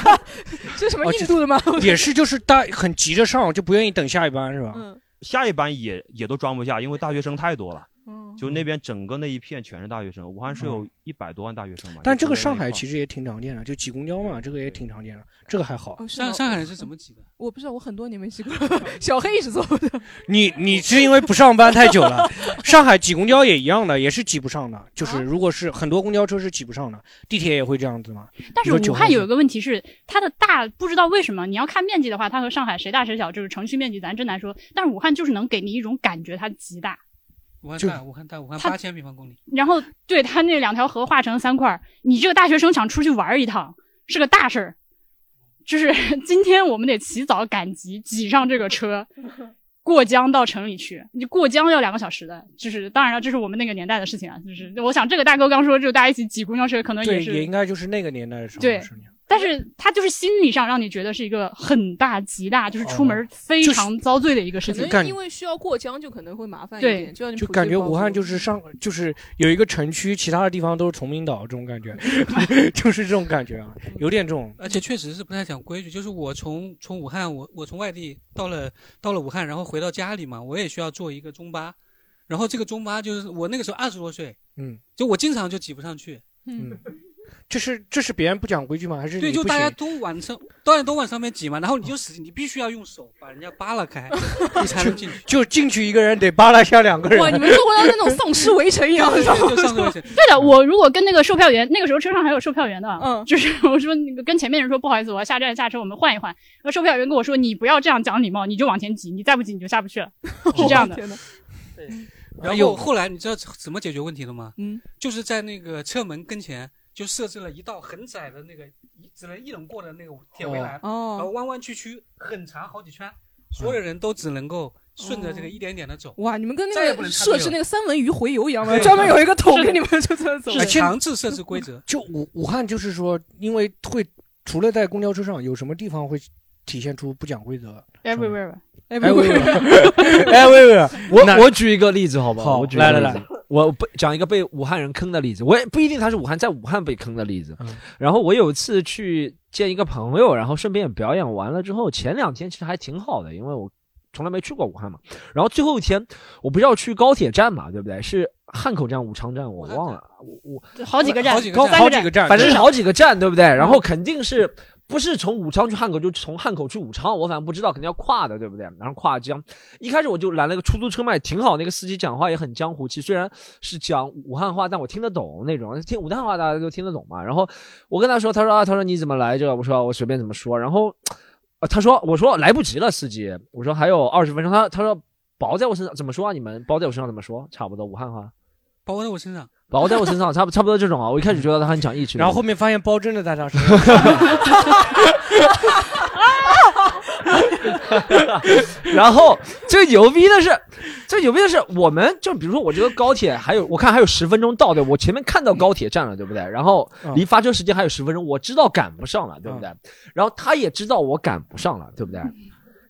Speaker 7: 这是什么
Speaker 3: 哦
Speaker 7: 印度的吗？
Speaker 3: 也是就是大很急着上，就不愿意等下一班是吧？
Speaker 7: 嗯
Speaker 5: 下一班也也都装不下，因为大学生太多了。
Speaker 7: 嗯，
Speaker 5: 就那边整个那一片全是大学生，武汉是有一百多万大学生嘛。
Speaker 3: 嗯但这
Speaker 5: 就
Speaker 3: 个
Speaker 5: 住在
Speaker 3: 上
Speaker 5: 那一
Speaker 3: 海
Speaker 5: 块儿
Speaker 3: 其实也挺常见的，就挤公交嘛，这个也挺常见的，这个还好。
Speaker 7: 哦是吗
Speaker 4: 上上海人是怎么挤的？
Speaker 7: 我不知道，我很多年 没去过。 小黑一直做的，
Speaker 3: 你你是因为不上班太久了，上海挤公交也一样的，也是挤不上的。就是
Speaker 7: 啊
Speaker 3: 如果是很多公交车是挤不上的，地铁也会这样子嘛。
Speaker 6: 但是
Speaker 3: 你说九
Speaker 6: 武汉
Speaker 3: 号
Speaker 6: 有一个问题是，它的大不知道为什么，你要看面积的话，它和上海谁大谁小，就是城区面积咱真难说。但是武汉就是能给你一种感觉，它极大。
Speaker 4: 武汉
Speaker 3: 就
Speaker 4: 大，武汉大，武汉
Speaker 6: 他
Speaker 4: 八千平方公里，
Speaker 6: 然后对它那两条河划成三块儿，你这个大学生想出去玩一趟是个大事 儿，就是今天我们得起早赶集挤上这个车，过江到城里去，你过江要两个小时的，就是当然了，这是我们那个年代的事情啊，就是我想这个大哥刚说，就大家一起挤公交车，可能也
Speaker 3: 对，
Speaker 6: 是
Speaker 3: 也应该就是那个年代的时候。
Speaker 6: 对，但是他就是心理上让你觉得是一个很大极大，就是出门非常遭罪的一个事情。
Speaker 3: 可能
Speaker 7: 因为需要过江就可能会麻烦一
Speaker 6: 对
Speaker 7: 点，就要你
Speaker 3: 就
Speaker 7: 普及
Speaker 3: 感觉
Speaker 7: 包
Speaker 3: 武汉
Speaker 7: 覆
Speaker 3: 就是上就是有一个城区，其他的地方都是崇明岛这种感 觉，就是这种感觉啊，有点这种。
Speaker 4: 而且确实是不太讲规矩，就是我从从武汉，我我从外地到了到了武汉，然后回到家里嘛，我也需要做一个中巴，然后这个中巴就是我那个时候二十多岁，
Speaker 3: 嗯，
Speaker 4: 就我经常就挤不上去，
Speaker 3: 嗯，这是这是别人不讲规矩吗？还是你
Speaker 4: 对，就
Speaker 3: 不
Speaker 4: 大家
Speaker 3: 行
Speaker 4: 都往上，当然都往上面挤嘛，然后你就使劲，你必须要用手把人家扒拉 开，你才能进去。
Speaker 3: 就进去一个人得扒拉下两个人。
Speaker 7: 哇，你们生活当中那种丧尸围城 一样，你知道吗？
Speaker 4: 就上这个去，
Speaker 6: 对的，我如果跟那个售票员，那个时候车上还有售票员的，
Speaker 7: 嗯
Speaker 6: 就是我说那个跟前面人说不好意思，我要下站下车，我们换一换。然后售票员跟我说，你不要这样讲礼貌，你就往前挤，你再不挤你就下不去了，是这样的。
Speaker 7: 天哪
Speaker 4: 然后后来你知道怎么解决问题的吗？
Speaker 7: 哎嗯，
Speaker 4: 就是在那个车门跟前就设置了一道很窄的那个只能一人过的那个铁围栏，然后
Speaker 7: 哦，
Speaker 4: 弯弯曲曲很长好几圈，所有人都只能够顺着这个一点点的走，
Speaker 7: 哦哇，你们跟
Speaker 4: 再也
Speaker 7: 那
Speaker 4: 不
Speaker 7: 个
Speaker 4: 能插
Speaker 7: 设
Speaker 4: 队
Speaker 7: 置
Speaker 4: 了
Speaker 7: 那个三文鱼回游一样的，
Speaker 4: 对
Speaker 7: 专门有一个桶
Speaker 6: 是的
Speaker 7: 给你们就在那走
Speaker 6: 是。
Speaker 2: 哎
Speaker 6: 的
Speaker 4: 强制设置规则。
Speaker 3: 就武武汉就是说，因为会除了在公交车上，有什么地方会体现出不讲规则？
Speaker 6: everywhere 吧
Speaker 7: 哎，不
Speaker 3: 哎喂
Speaker 7: 不
Speaker 3: 喂， 哎喂喂，
Speaker 2: 我
Speaker 3: 那
Speaker 2: 我举一个例子好吧？
Speaker 3: 好
Speaker 2: 我举一个
Speaker 3: 来
Speaker 2: 例
Speaker 3: 来
Speaker 2: 子，我不讲一个被武汉人坑的例子，我也不一定他是武汉，在武汉被坑的例子。
Speaker 3: 嗯
Speaker 2: 然后我有一次去见一个朋友，然后顺便也表演完了之后，前两天其实还挺好的，因为我从来没去过武汉嘛。然后最后一天，我不是要去高铁站嘛，对不对？是汉口站、武昌站，我忘了，我我
Speaker 6: 好几个站，
Speaker 4: 好几个
Speaker 6: 三
Speaker 4: 站
Speaker 3: 好
Speaker 6: 站
Speaker 3: 几个站，
Speaker 2: 反正是好几个站，对不对？然后肯定是不是从武昌去汉口，就从汉口去武昌，我反正不知道，肯定要跨的，对不对？然后跨江，一开始我就拦了个出租车嘛，也挺好，那个司机讲话也很江湖气，虽然是讲武汉话，但我听得懂那种，听武汉话大家都听得懂嘛。然后我跟他说，他说啊，他说你怎么来这？我说我随便怎么说。然后、呃他说我说来不及了，司机，我说还有二十分钟，他他说包在我身上怎么说啊？你们包在我身上怎么说？差不多武汉话。
Speaker 4: 包括在我身上，
Speaker 2: 包在我身上，差不差不多这种啊。我一开始觉得他很讲义气的，
Speaker 3: 然后后面发现包真的在他身上。
Speaker 2: 然后最牛逼的是，最牛逼的是，我们就比如说，我这个高铁还有，我看还有十分钟到的，我前面看到高铁站了，对不对？然后
Speaker 3: 嗯
Speaker 2: 离发车时间还有十分钟，我知道赶不上了，对不对？然后他也知道我赶不上了，对不对？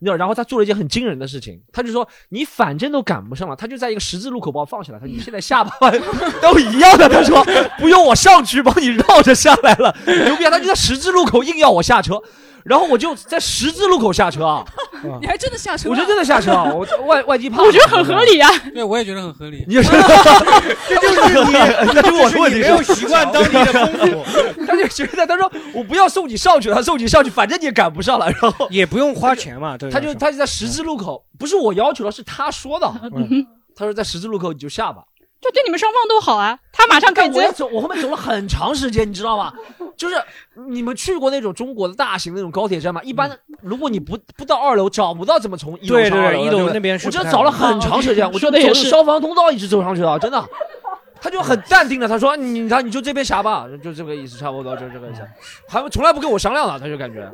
Speaker 2: 你知道，然后他做了一件很惊人的事情，他就说：“你反正都赶不上了。”他就在一个十字路口把我放下来，他说：“你现在下巴都一样的。”他说：“不用我上去，帮你绕着下来了。”牛逼啊！他就在十字路口硬要我下车，然后我就在十字路口下车啊。
Speaker 7: 你还真的下车了？
Speaker 2: 我是真的下车啊！ 我外外地怕，
Speaker 6: 我觉得很合。理啊。
Speaker 4: 对我也觉得很合理。
Speaker 2: 你就是，这就是 你，这是我的问题。
Speaker 3: 没有习惯当地的风俗，
Speaker 2: 他就觉得他说我不要送你上去了，送你上去，反正你也赶不上了。然后
Speaker 3: 也不用花钱嘛，对吧。
Speaker 2: 他就他就在十字路口，不是我要求的，是他说的。 他说在十字路口你就下 吧。
Speaker 6: 这嗯对你们双方都好啊，他马上可以
Speaker 2: 但我
Speaker 6: 接
Speaker 2: 要。走，我后面走了很长时间，你知道吗？就是你们去过那种中国的大型那种高铁站吗？一般
Speaker 6: 嗯
Speaker 2: 如果你不不到二楼，找不到怎么从一楼
Speaker 3: 对
Speaker 2: 上
Speaker 3: 对
Speaker 2: 二
Speaker 3: 对
Speaker 2: 楼
Speaker 3: 一
Speaker 2: 的
Speaker 3: 楼
Speaker 2: 对
Speaker 3: 那边是
Speaker 2: 我
Speaker 3: 不
Speaker 2: 这
Speaker 3: 太
Speaker 2: 找了
Speaker 3: 好
Speaker 2: 很长时 间，我
Speaker 6: 说
Speaker 2: 就
Speaker 6: 得也
Speaker 2: 走
Speaker 6: 是
Speaker 2: 消防通道一直走上去的，啊真的。他就很淡定的，他说：“你他你就这边下吧，就这个意思，差不多就这个意思。”还从来不跟我商量的，他就感觉，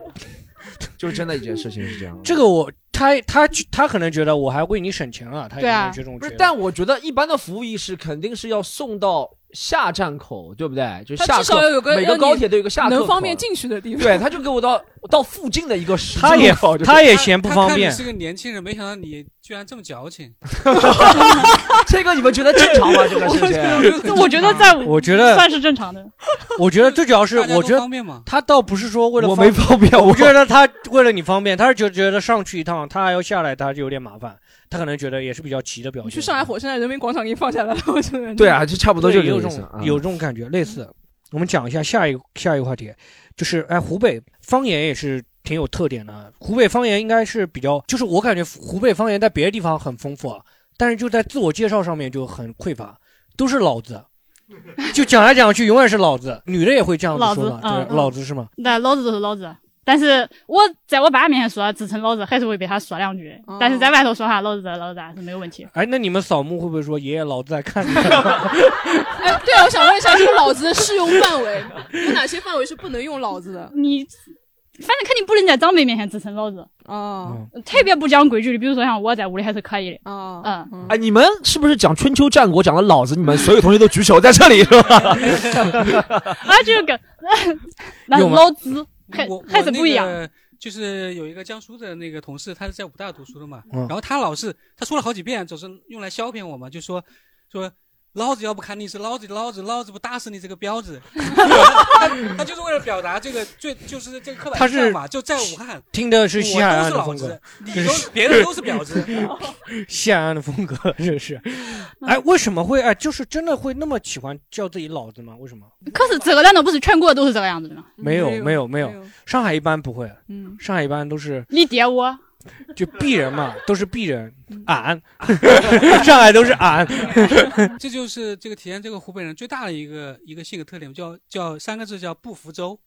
Speaker 2: 就是真的一件事情是这样的。
Speaker 3: 这个我他他他可能觉得我还为你省钱啊，他也
Speaker 6: 对
Speaker 3: 可
Speaker 6: 啊
Speaker 3: 能这种
Speaker 2: 不
Speaker 3: 觉
Speaker 2: 是
Speaker 3: 得。，
Speaker 2: 但我觉得 一般的服务意识肯定是要送到下站口，对不对？就
Speaker 7: 他
Speaker 2: 下
Speaker 7: 至少要
Speaker 2: 客，
Speaker 7: 有个
Speaker 2: 每
Speaker 7: 让
Speaker 2: 个
Speaker 7: 你
Speaker 2: 高铁都有个下客口
Speaker 7: 能方便进去的地方。
Speaker 2: 对，他就给我到到附近的一个十字
Speaker 3: 他也
Speaker 2: 路口，就
Speaker 3: 他也
Speaker 4: 他
Speaker 3: 嫌不
Speaker 4: 他
Speaker 3: 方
Speaker 4: 看你
Speaker 3: 便，
Speaker 4: 是个年轻人，没想到你居然这么矫情。
Speaker 2: 这个你们觉得正常吗？这个事情？
Speaker 6: 我觉得在我
Speaker 3: 我觉得
Speaker 6: 算是正常的。
Speaker 3: 我觉得最主要是
Speaker 4: 大家，都
Speaker 3: 我觉得
Speaker 4: 方便嘛，
Speaker 3: 他倒不是说为了
Speaker 2: 我
Speaker 3: 方
Speaker 2: 没方便，
Speaker 3: 我
Speaker 2: 我
Speaker 3: 觉得他为了你方便，他是觉觉得上去一趟，他还要下来，他就有点麻烦，他可能觉得也是比较急的表
Speaker 7: 我
Speaker 3: 现。
Speaker 7: 去上海火车站人民广场给你放下来了，我真的。
Speaker 2: 对，啊，就差不多
Speaker 3: 对
Speaker 2: 就这
Speaker 3: 有
Speaker 2: 个
Speaker 3: 这
Speaker 2: 意思啊
Speaker 3: 种。有这种感觉类似。我们讲一下下一个下一个话题，就是哎，湖北方言也是挺有特点的。啊湖北方言应该是比较，就是我感觉湖北方言在别的地方很丰富啊，但是就在自我介绍上面就很匮乏，都是老子，就讲来讲去永远是老子。女的也会这样子说
Speaker 6: 老
Speaker 3: 嘛，
Speaker 6: 子嗯
Speaker 3: 对，老子是吗？
Speaker 6: 那老子就是老子，但是我在我爸面前说自称老子，还是会被他说两句。
Speaker 7: 哦
Speaker 6: 但是在外头说哈老子老子啊是没有问题。
Speaker 3: 哎，那你们扫墓会不会说爷爷老子在看你？
Speaker 7: 哎，对啊，我想问一下，这个“老子”的适用范围有哪些范围是不能用“老子”的？
Speaker 6: 你反正肯定不能在长辈面前自称老子，
Speaker 7: 哦
Speaker 6: 特别不讲规矩的，比如说像我在屋里还是可以的。
Speaker 7: 哦，
Speaker 6: 嗯，
Speaker 2: 哎，你们是不是讲春秋战国讲了老子？你们所有同学都举手在这里是吧？
Speaker 6: 啊，这 个那
Speaker 3: 有吗
Speaker 6: 老子还
Speaker 4: 嗯我
Speaker 6: 还是不一。
Speaker 4: 我
Speaker 6: 样。
Speaker 4: 那个就是有一个江苏的那个同事，他是在武大读书的嘛，
Speaker 3: 嗯
Speaker 4: 然后他老是他说了好几遍，总是用来消遣我嘛，就说说老子要不砍你是老子老子老子不打死你这个彪子， 他他就是为了表达这个最就是这个刻板印象嘛，就在武汉，
Speaker 3: 听的
Speaker 4: 我
Speaker 3: 是西海岸的
Speaker 4: 都
Speaker 3: 风
Speaker 4: 是老
Speaker 3: 格
Speaker 4: 子，，你都是别人都是婊 子，
Speaker 3: 西海岸的风格，这是。哎，为什么会哎，就是真的会那么喜欢叫自己老子吗？为什么？
Speaker 6: 可是这个难道不是全国都是这个样子的吗？
Speaker 3: 没有没有没有
Speaker 7: 有，
Speaker 3: 上海一般不会，
Speaker 7: 嗯，
Speaker 3: 上海一般都是
Speaker 6: 你爹我，
Speaker 3: 就鄙人嘛，都是鄙人，俺， 上海都是俺。
Speaker 4: 这就是这个体现这个湖北人最大的一个一个性格特点，叫叫三个字叫不服周，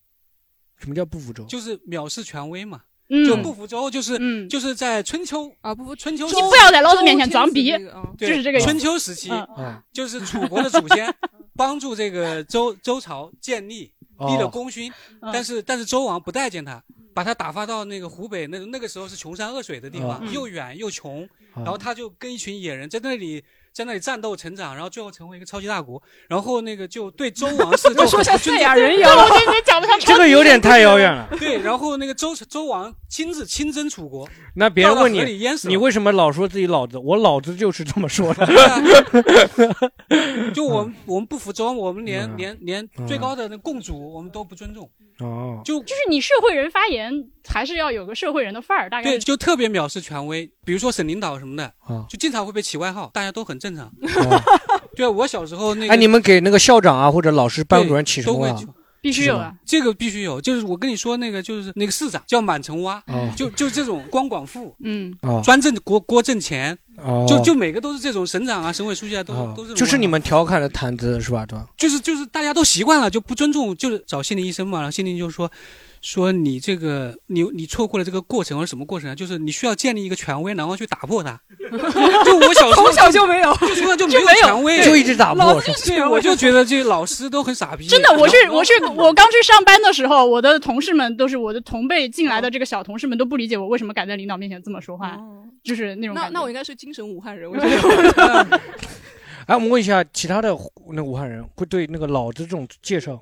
Speaker 3: 什么叫不服周？
Speaker 4: 就是藐视权威嘛，就
Speaker 6: 嗯
Speaker 4: 不服周就是
Speaker 6: 嗯，
Speaker 4: 就是在春秋
Speaker 7: 啊不不，
Speaker 4: 春秋时
Speaker 7: 周
Speaker 4: 期
Speaker 6: 不要在老子面前装逼
Speaker 7: 周天子这个啊
Speaker 4: 对
Speaker 6: 就是这个意思
Speaker 4: 春秋时期，
Speaker 6: 嗯
Speaker 3: 啊，
Speaker 4: 就是楚国的祖 先帮助这个周周朝建立，立了
Speaker 3: 哦，
Speaker 4: 功勋，
Speaker 6: 嗯
Speaker 4: 但是但是周王不待见他，把他打发到那个湖北那那个时候是穷山恶水的地方，
Speaker 6: 嗯
Speaker 4: 又远又穷，
Speaker 3: 然
Speaker 4: 然后他就跟一群野人在那里。在那里战斗成长，然后最后成为一个超级大国，然后那个就对周 王室就
Speaker 7: 要说像赛亚人一
Speaker 6: 这
Speaker 7: 样
Speaker 6: 我真是讲不上
Speaker 3: 这个有点太遥远了。
Speaker 4: 对，然后那个周周王亲自亲征楚国，
Speaker 3: 那别人
Speaker 4: 掉到
Speaker 3: 问
Speaker 4: 河
Speaker 3: 你，
Speaker 4: 里淹死
Speaker 3: 你
Speaker 4: 了
Speaker 3: 为什么老说自己老子？我老子就是这么说 的。
Speaker 4: 就我们我们不服周，我们连
Speaker 3: 嗯
Speaker 4: 连连
Speaker 3: 嗯
Speaker 4: 最高的那共主我们都不尊重，
Speaker 3: 哦，
Speaker 4: 就
Speaker 6: 就是你社会人发言还是要有个社会人的范儿，大概
Speaker 4: 对，
Speaker 6: 是
Speaker 4: 就特别藐视权威，比如说省领导什么的
Speaker 3: 啊，
Speaker 4: 就经常会被起外号，大家都很正常。
Speaker 3: 哦
Speaker 4: 对啊，我小时候那个，
Speaker 3: 哎，你们给那个校长啊或者老师、班
Speaker 4: 对
Speaker 3: 主任起什
Speaker 4: 都
Speaker 3: 么
Speaker 4: 会
Speaker 3: 啊？
Speaker 6: 必须有啊。
Speaker 4: 这个必须有，就是我跟你说那个，就是那个市长叫满城挖，
Speaker 3: 哦
Speaker 4: 就就这种光广富、
Speaker 7: 嗯，
Speaker 3: 哦
Speaker 4: 专政国郭挣钱，
Speaker 3: 哦，
Speaker 4: 就就每个都是这种省长啊、省委书记啊，都
Speaker 3: 哦
Speaker 4: 都是这种
Speaker 3: 就是你
Speaker 4: 外
Speaker 3: 们调侃的谈资是吧？对吧
Speaker 4: 号，？就是就是大家都习惯了，就不尊重，就是找心理医生嘛，然后心理就说。说你这个，你你错过了这个过程，是什么过程啊？就是你需要建立一个权威，然后去打破它。 就我小时候
Speaker 7: 从小就没有，
Speaker 4: 就从小就没
Speaker 7: 就
Speaker 4: 有
Speaker 7: 没有
Speaker 4: 权威，
Speaker 3: 就一直打破
Speaker 7: 老子
Speaker 3: 是吧
Speaker 7: 就是
Speaker 4: 对，我就觉得这老师都很傻逼。
Speaker 6: 真的，我去
Speaker 4: 然后
Speaker 6: 我去我刚去上班的时候，我的同事们都是我的同辈进来的这个小同事们都不理解我为什么敢在领导面前这么说话，
Speaker 7: 哦
Speaker 6: 就是那种
Speaker 7: 那
Speaker 6: 感觉
Speaker 7: 那我应该是精神武汉人，我觉得
Speaker 3: 哎，我们问一下其他的那武汉人会对那个老子这种介绍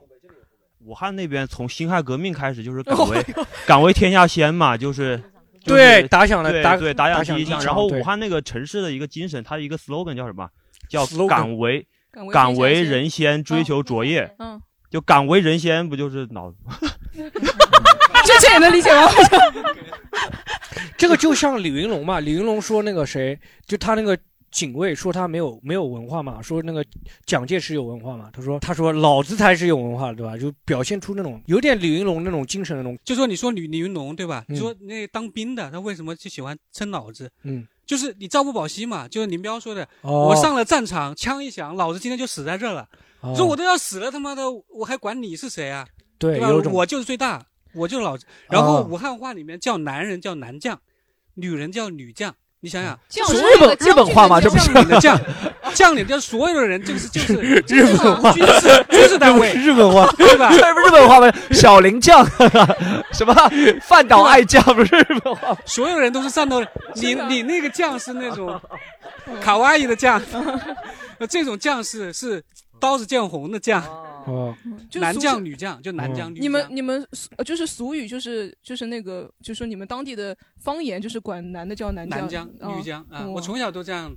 Speaker 5: 武汉那边从辛亥革命开始 就是敢为敢为天下先嘛，就是
Speaker 3: 对，打响了
Speaker 5: 对
Speaker 3: 打
Speaker 5: 对打
Speaker 3: 打
Speaker 5: 响第一
Speaker 3: 响
Speaker 5: 枪。然后
Speaker 3: 对
Speaker 5: 武汉那个城市的一个精神，它的一个 slogan 叫什么？叫
Speaker 3: Slogan
Speaker 5: 敢为
Speaker 7: 敢为
Speaker 5: 敢为
Speaker 7: 天下先，
Speaker 5: 人先，追求卓越。
Speaker 7: 嗯，
Speaker 5: 就敢为人先，不就是脑
Speaker 7: 这这也能理解吗？
Speaker 3: 这个就像李云龙嘛，李云龙说那个谁，就他那个警卫说他没有没有文化嘛，说那个蒋介石有文化嘛，他说他说老子才是有文化的，对吧？就表现出那种有点李云龙那种精神的那种，
Speaker 4: 就说你说李李云龙对吧？
Speaker 3: 嗯
Speaker 4: 你说那当兵的他为什么就喜欢称老子？
Speaker 3: 嗯，
Speaker 4: 就是你照顾保息嘛，就是林彪说的，
Speaker 3: 哦
Speaker 4: 我上了战场，枪一响，老子今天就死在这儿了。
Speaker 3: 哦
Speaker 4: 说我都要死了，他妈的我还管你是谁啊？
Speaker 3: 对
Speaker 4: 吧
Speaker 3: 有一？种
Speaker 4: 我就是最大，我就是老子。然后
Speaker 3: 哦
Speaker 4: 武汉话里面叫男人叫男将，女人叫女将。你想想，
Speaker 7: 这
Speaker 2: 是日本日本话吗？这不是
Speaker 4: 将领的将，将领叫所有的人，这个是这个是
Speaker 3: 日本话，
Speaker 4: 军事军事单位，
Speaker 3: 日本话，
Speaker 4: 对吧？
Speaker 2: 这不是日本话吗？小林酱， 什么饭岛爱酱不是日本话吗？
Speaker 4: 所有人都是战斗人，你
Speaker 7: 是的
Speaker 4: 你那个将是那种卡哇伊的将， 呃这种将是是刀子见红的将，
Speaker 3: 哦，
Speaker 7: 就
Speaker 4: 男
Speaker 7: 俗
Speaker 4: 将女将就
Speaker 2: 嗯
Speaker 4: 男将女将。
Speaker 7: 你们你们俗呃就是俗语，就是就是那个，就说你们当地的方言，就是管男的叫男
Speaker 4: 男将
Speaker 7: 哦
Speaker 4: 女将啊，
Speaker 7: 哇
Speaker 4: 我从小都这样，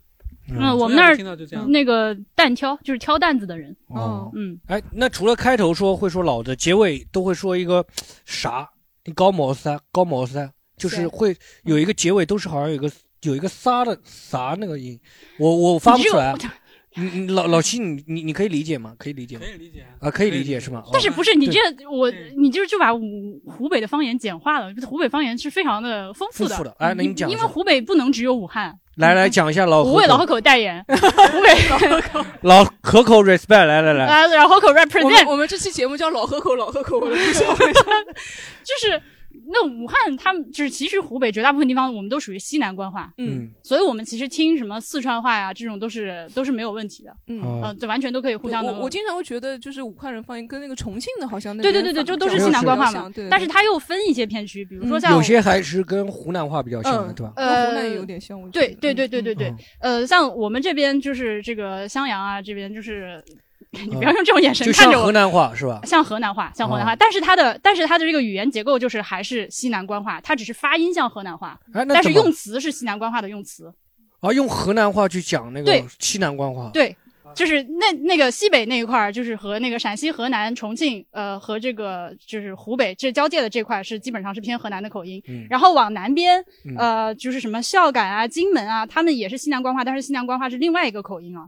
Speaker 6: 嗯，我
Speaker 4: 从
Speaker 6: 们
Speaker 4: 小
Speaker 6: 那儿
Speaker 4: 听到就这样。
Speaker 6: 那个担挑就是挑担子的人，
Speaker 3: 哦，
Speaker 6: 嗯，
Speaker 3: 哎，那除了开头说会说老子，结尾都会说一个啥？你高某三，高某三，就是
Speaker 7: 是
Speaker 3: 会有一个结尾，都是好像有一个有一个撒的撒那个音，我我发不
Speaker 6: 你这
Speaker 3: 出来啊
Speaker 6: 个。
Speaker 3: 你你老老七，你你你可以理解吗？可以理解吗
Speaker 4: 可？以理解啊，
Speaker 3: 啊，可以
Speaker 4: 可以
Speaker 3: 理解
Speaker 4: 理解
Speaker 3: 是吗？
Speaker 4: 但
Speaker 6: 但是不是你
Speaker 3: 对
Speaker 6: 这我
Speaker 4: 对
Speaker 6: 你就是就把湖湖北的方言简化了，湖北方言是非常的丰富的。
Speaker 3: 丰富的哎那你讲一
Speaker 6: 因为
Speaker 3: 下哦
Speaker 6: 湖北不能只有武汉，
Speaker 3: 来来讲一下老
Speaker 6: 我为
Speaker 3: 河
Speaker 6: 老
Speaker 3: 口
Speaker 6: 河口代言，湖北老河口
Speaker 3: 老河口 respect，来来来，
Speaker 6: 啊，老河口
Speaker 7: 我们
Speaker 6: represent，
Speaker 7: 我们这期节目叫老河口，老河口，我的印象
Speaker 6: 就是那武汉他们就是，其实湖北绝大部分地方我们都属于西南官话，
Speaker 7: 嗯，
Speaker 6: 所以我们其实听什么四川话呀，这种都是都是没有问题的，
Speaker 7: 嗯
Speaker 6: 嗯、
Speaker 3: 哦
Speaker 6: 对，完全都可以互相能
Speaker 7: 我我经常会觉得，就是武汉人方言跟那个重庆的好像那
Speaker 6: 对
Speaker 7: 边
Speaker 6: 对对
Speaker 7: 反，
Speaker 6: 对，就都是
Speaker 7: 讲
Speaker 6: 西南
Speaker 7: 法
Speaker 6: 官
Speaker 7: 比较
Speaker 6: 话
Speaker 7: 像
Speaker 6: 嘛
Speaker 7: 对，，
Speaker 6: 但是它又分一些片区，比如说
Speaker 7: 嗯
Speaker 6: 像
Speaker 3: 有
Speaker 6: 我
Speaker 3: 些还是跟湖南话比较像的，
Speaker 7: 嗯
Speaker 3: 对吧？
Speaker 7: 跟湖南
Speaker 6: 呃
Speaker 7: 有点像，我觉
Speaker 6: 对
Speaker 7: 得
Speaker 6: 对对对对，对，
Speaker 3: 嗯
Speaker 6: 呃，像我们这边就是这个襄阳啊，这边就是， 你不要用这种眼神
Speaker 3: 嗯就
Speaker 6: 看
Speaker 3: 像
Speaker 6: 着
Speaker 3: 河
Speaker 6: 我。
Speaker 3: 南话哦是吧？
Speaker 6: 像河南话，像河南话，但是它的但是它的这个语言结构就是还是西南官话，它只是发音像河南话，
Speaker 3: 哎，那
Speaker 6: 但是
Speaker 3: 怎么
Speaker 6: 用词是西南官话的用词。
Speaker 3: 啊用河南话去讲那个
Speaker 6: 对
Speaker 3: 西南官话，
Speaker 6: 对，就是那那个西北那一块儿，就是和那个陕西、河南、重庆，呃，和这个就是湖北这交界的这块儿是基本上是偏河南的口音。
Speaker 3: 嗯
Speaker 6: 然后往南边
Speaker 3: 嗯，
Speaker 6: 呃，就是什么孝感啊、荆门啊，他们也是西南官话，但是西南官话是另外一个口音啊。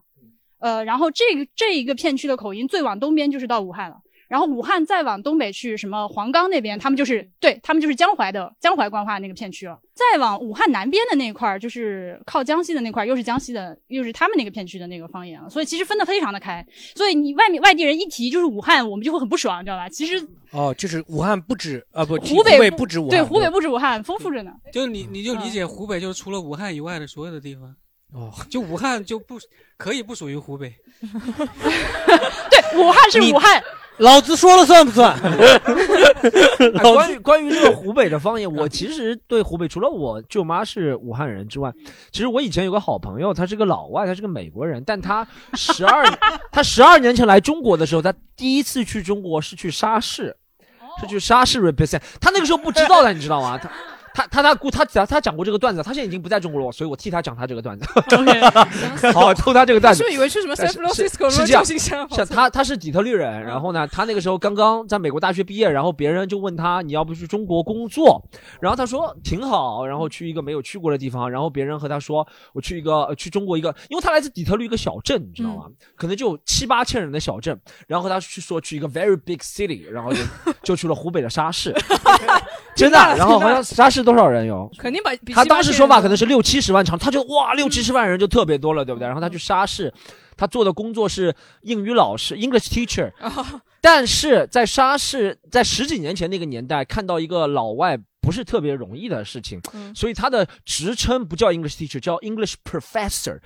Speaker 6: 呃，然后这个这一个片区的口音最往东边就是到武汉了。然后武汉再往东北去，什么黄冈那边，他们就是对他们就是江淮的江淮官话那个片区了。再往武汉南边的那一块儿，就是靠江西的那块儿，又是江西的，又是他们那个片区的那个方言了。所以其实分得非常的开。所以你外面外地人一提就是武汉，我们就会很不爽，你知道吧？其实
Speaker 3: 哦，就是武汉不止啊，不，
Speaker 6: 湖
Speaker 3: 北
Speaker 6: 北
Speaker 3: 不止武汉，
Speaker 6: 对湖北不止武汉，丰富着呢。
Speaker 4: 就是你你就理解湖北就是除了武汉以外的所有的地方，
Speaker 3: 哦，
Speaker 4: 就武汉就不可以不属于湖北。
Speaker 6: 对，武汉是
Speaker 3: 你
Speaker 6: 武汉，
Speaker 3: 老子说了算 不算？
Speaker 2: 哎关于关于这个湖北的方言，我其实对湖北，除了我舅妈是武汉人之外，其实我以前有个好朋友，他是个老外，他是个美国人，但他十 二他十二年前来中国的时候，他第一次去中国是去沙市，是去沙市 represent，他那个时候不知道的，你知道吗？他。他他他姑他他他讲过这个段子，他现在已经不在中国了，所以我替他讲他这个段子， 好偷他这个段
Speaker 7: 是
Speaker 2: 子
Speaker 7: 不。是以为去什么 San
Speaker 2: 是是
Speaker 7: Francisco
Speaker 2: 是
Speaker 7: 什么
Speaker 2: 这样
Speaker 7: 旧金山？
Speaker 2: 像他，他是底特律人，然后呢，他那个时候刚刚在美国大学毕业，然后别人就问他你要不去中国工作，然后他说挺好，然后去一个没有去过的地方，然后别人和他说我去一个呃去中国一个，因为他来自底特律一个小镇，你知道吗？
Speaker 7: 嗯
Speaker 2: 可能就七八千人的小镇，然后和他去说去一个 very big city，然后就就去了湖北的沙 市，真的，啊然后好像沙市多少人有？
Speaker 7: 肯定把比
Speaker 2: 他
Speaker 7: 西班
Speaker 2: 当时
Speaker 7: 牙
Speaker 2: 说法
Speaker 7: 人嗯
Speaker 2: 可 能是六七十万场，他就哇六七十万人就特别多了，对不对？然后他去沙市，他做的工作是英语老师 （English teacher），但
Speaker 7: 啊 哦
Speaker 2: 是在沙市，在十几年前那个年代，看到一个老外不是特别容易的事情，
Speaker 7: 嗯
Speaker 2: 所以他的职称不叫 English teacher，叫 English professor，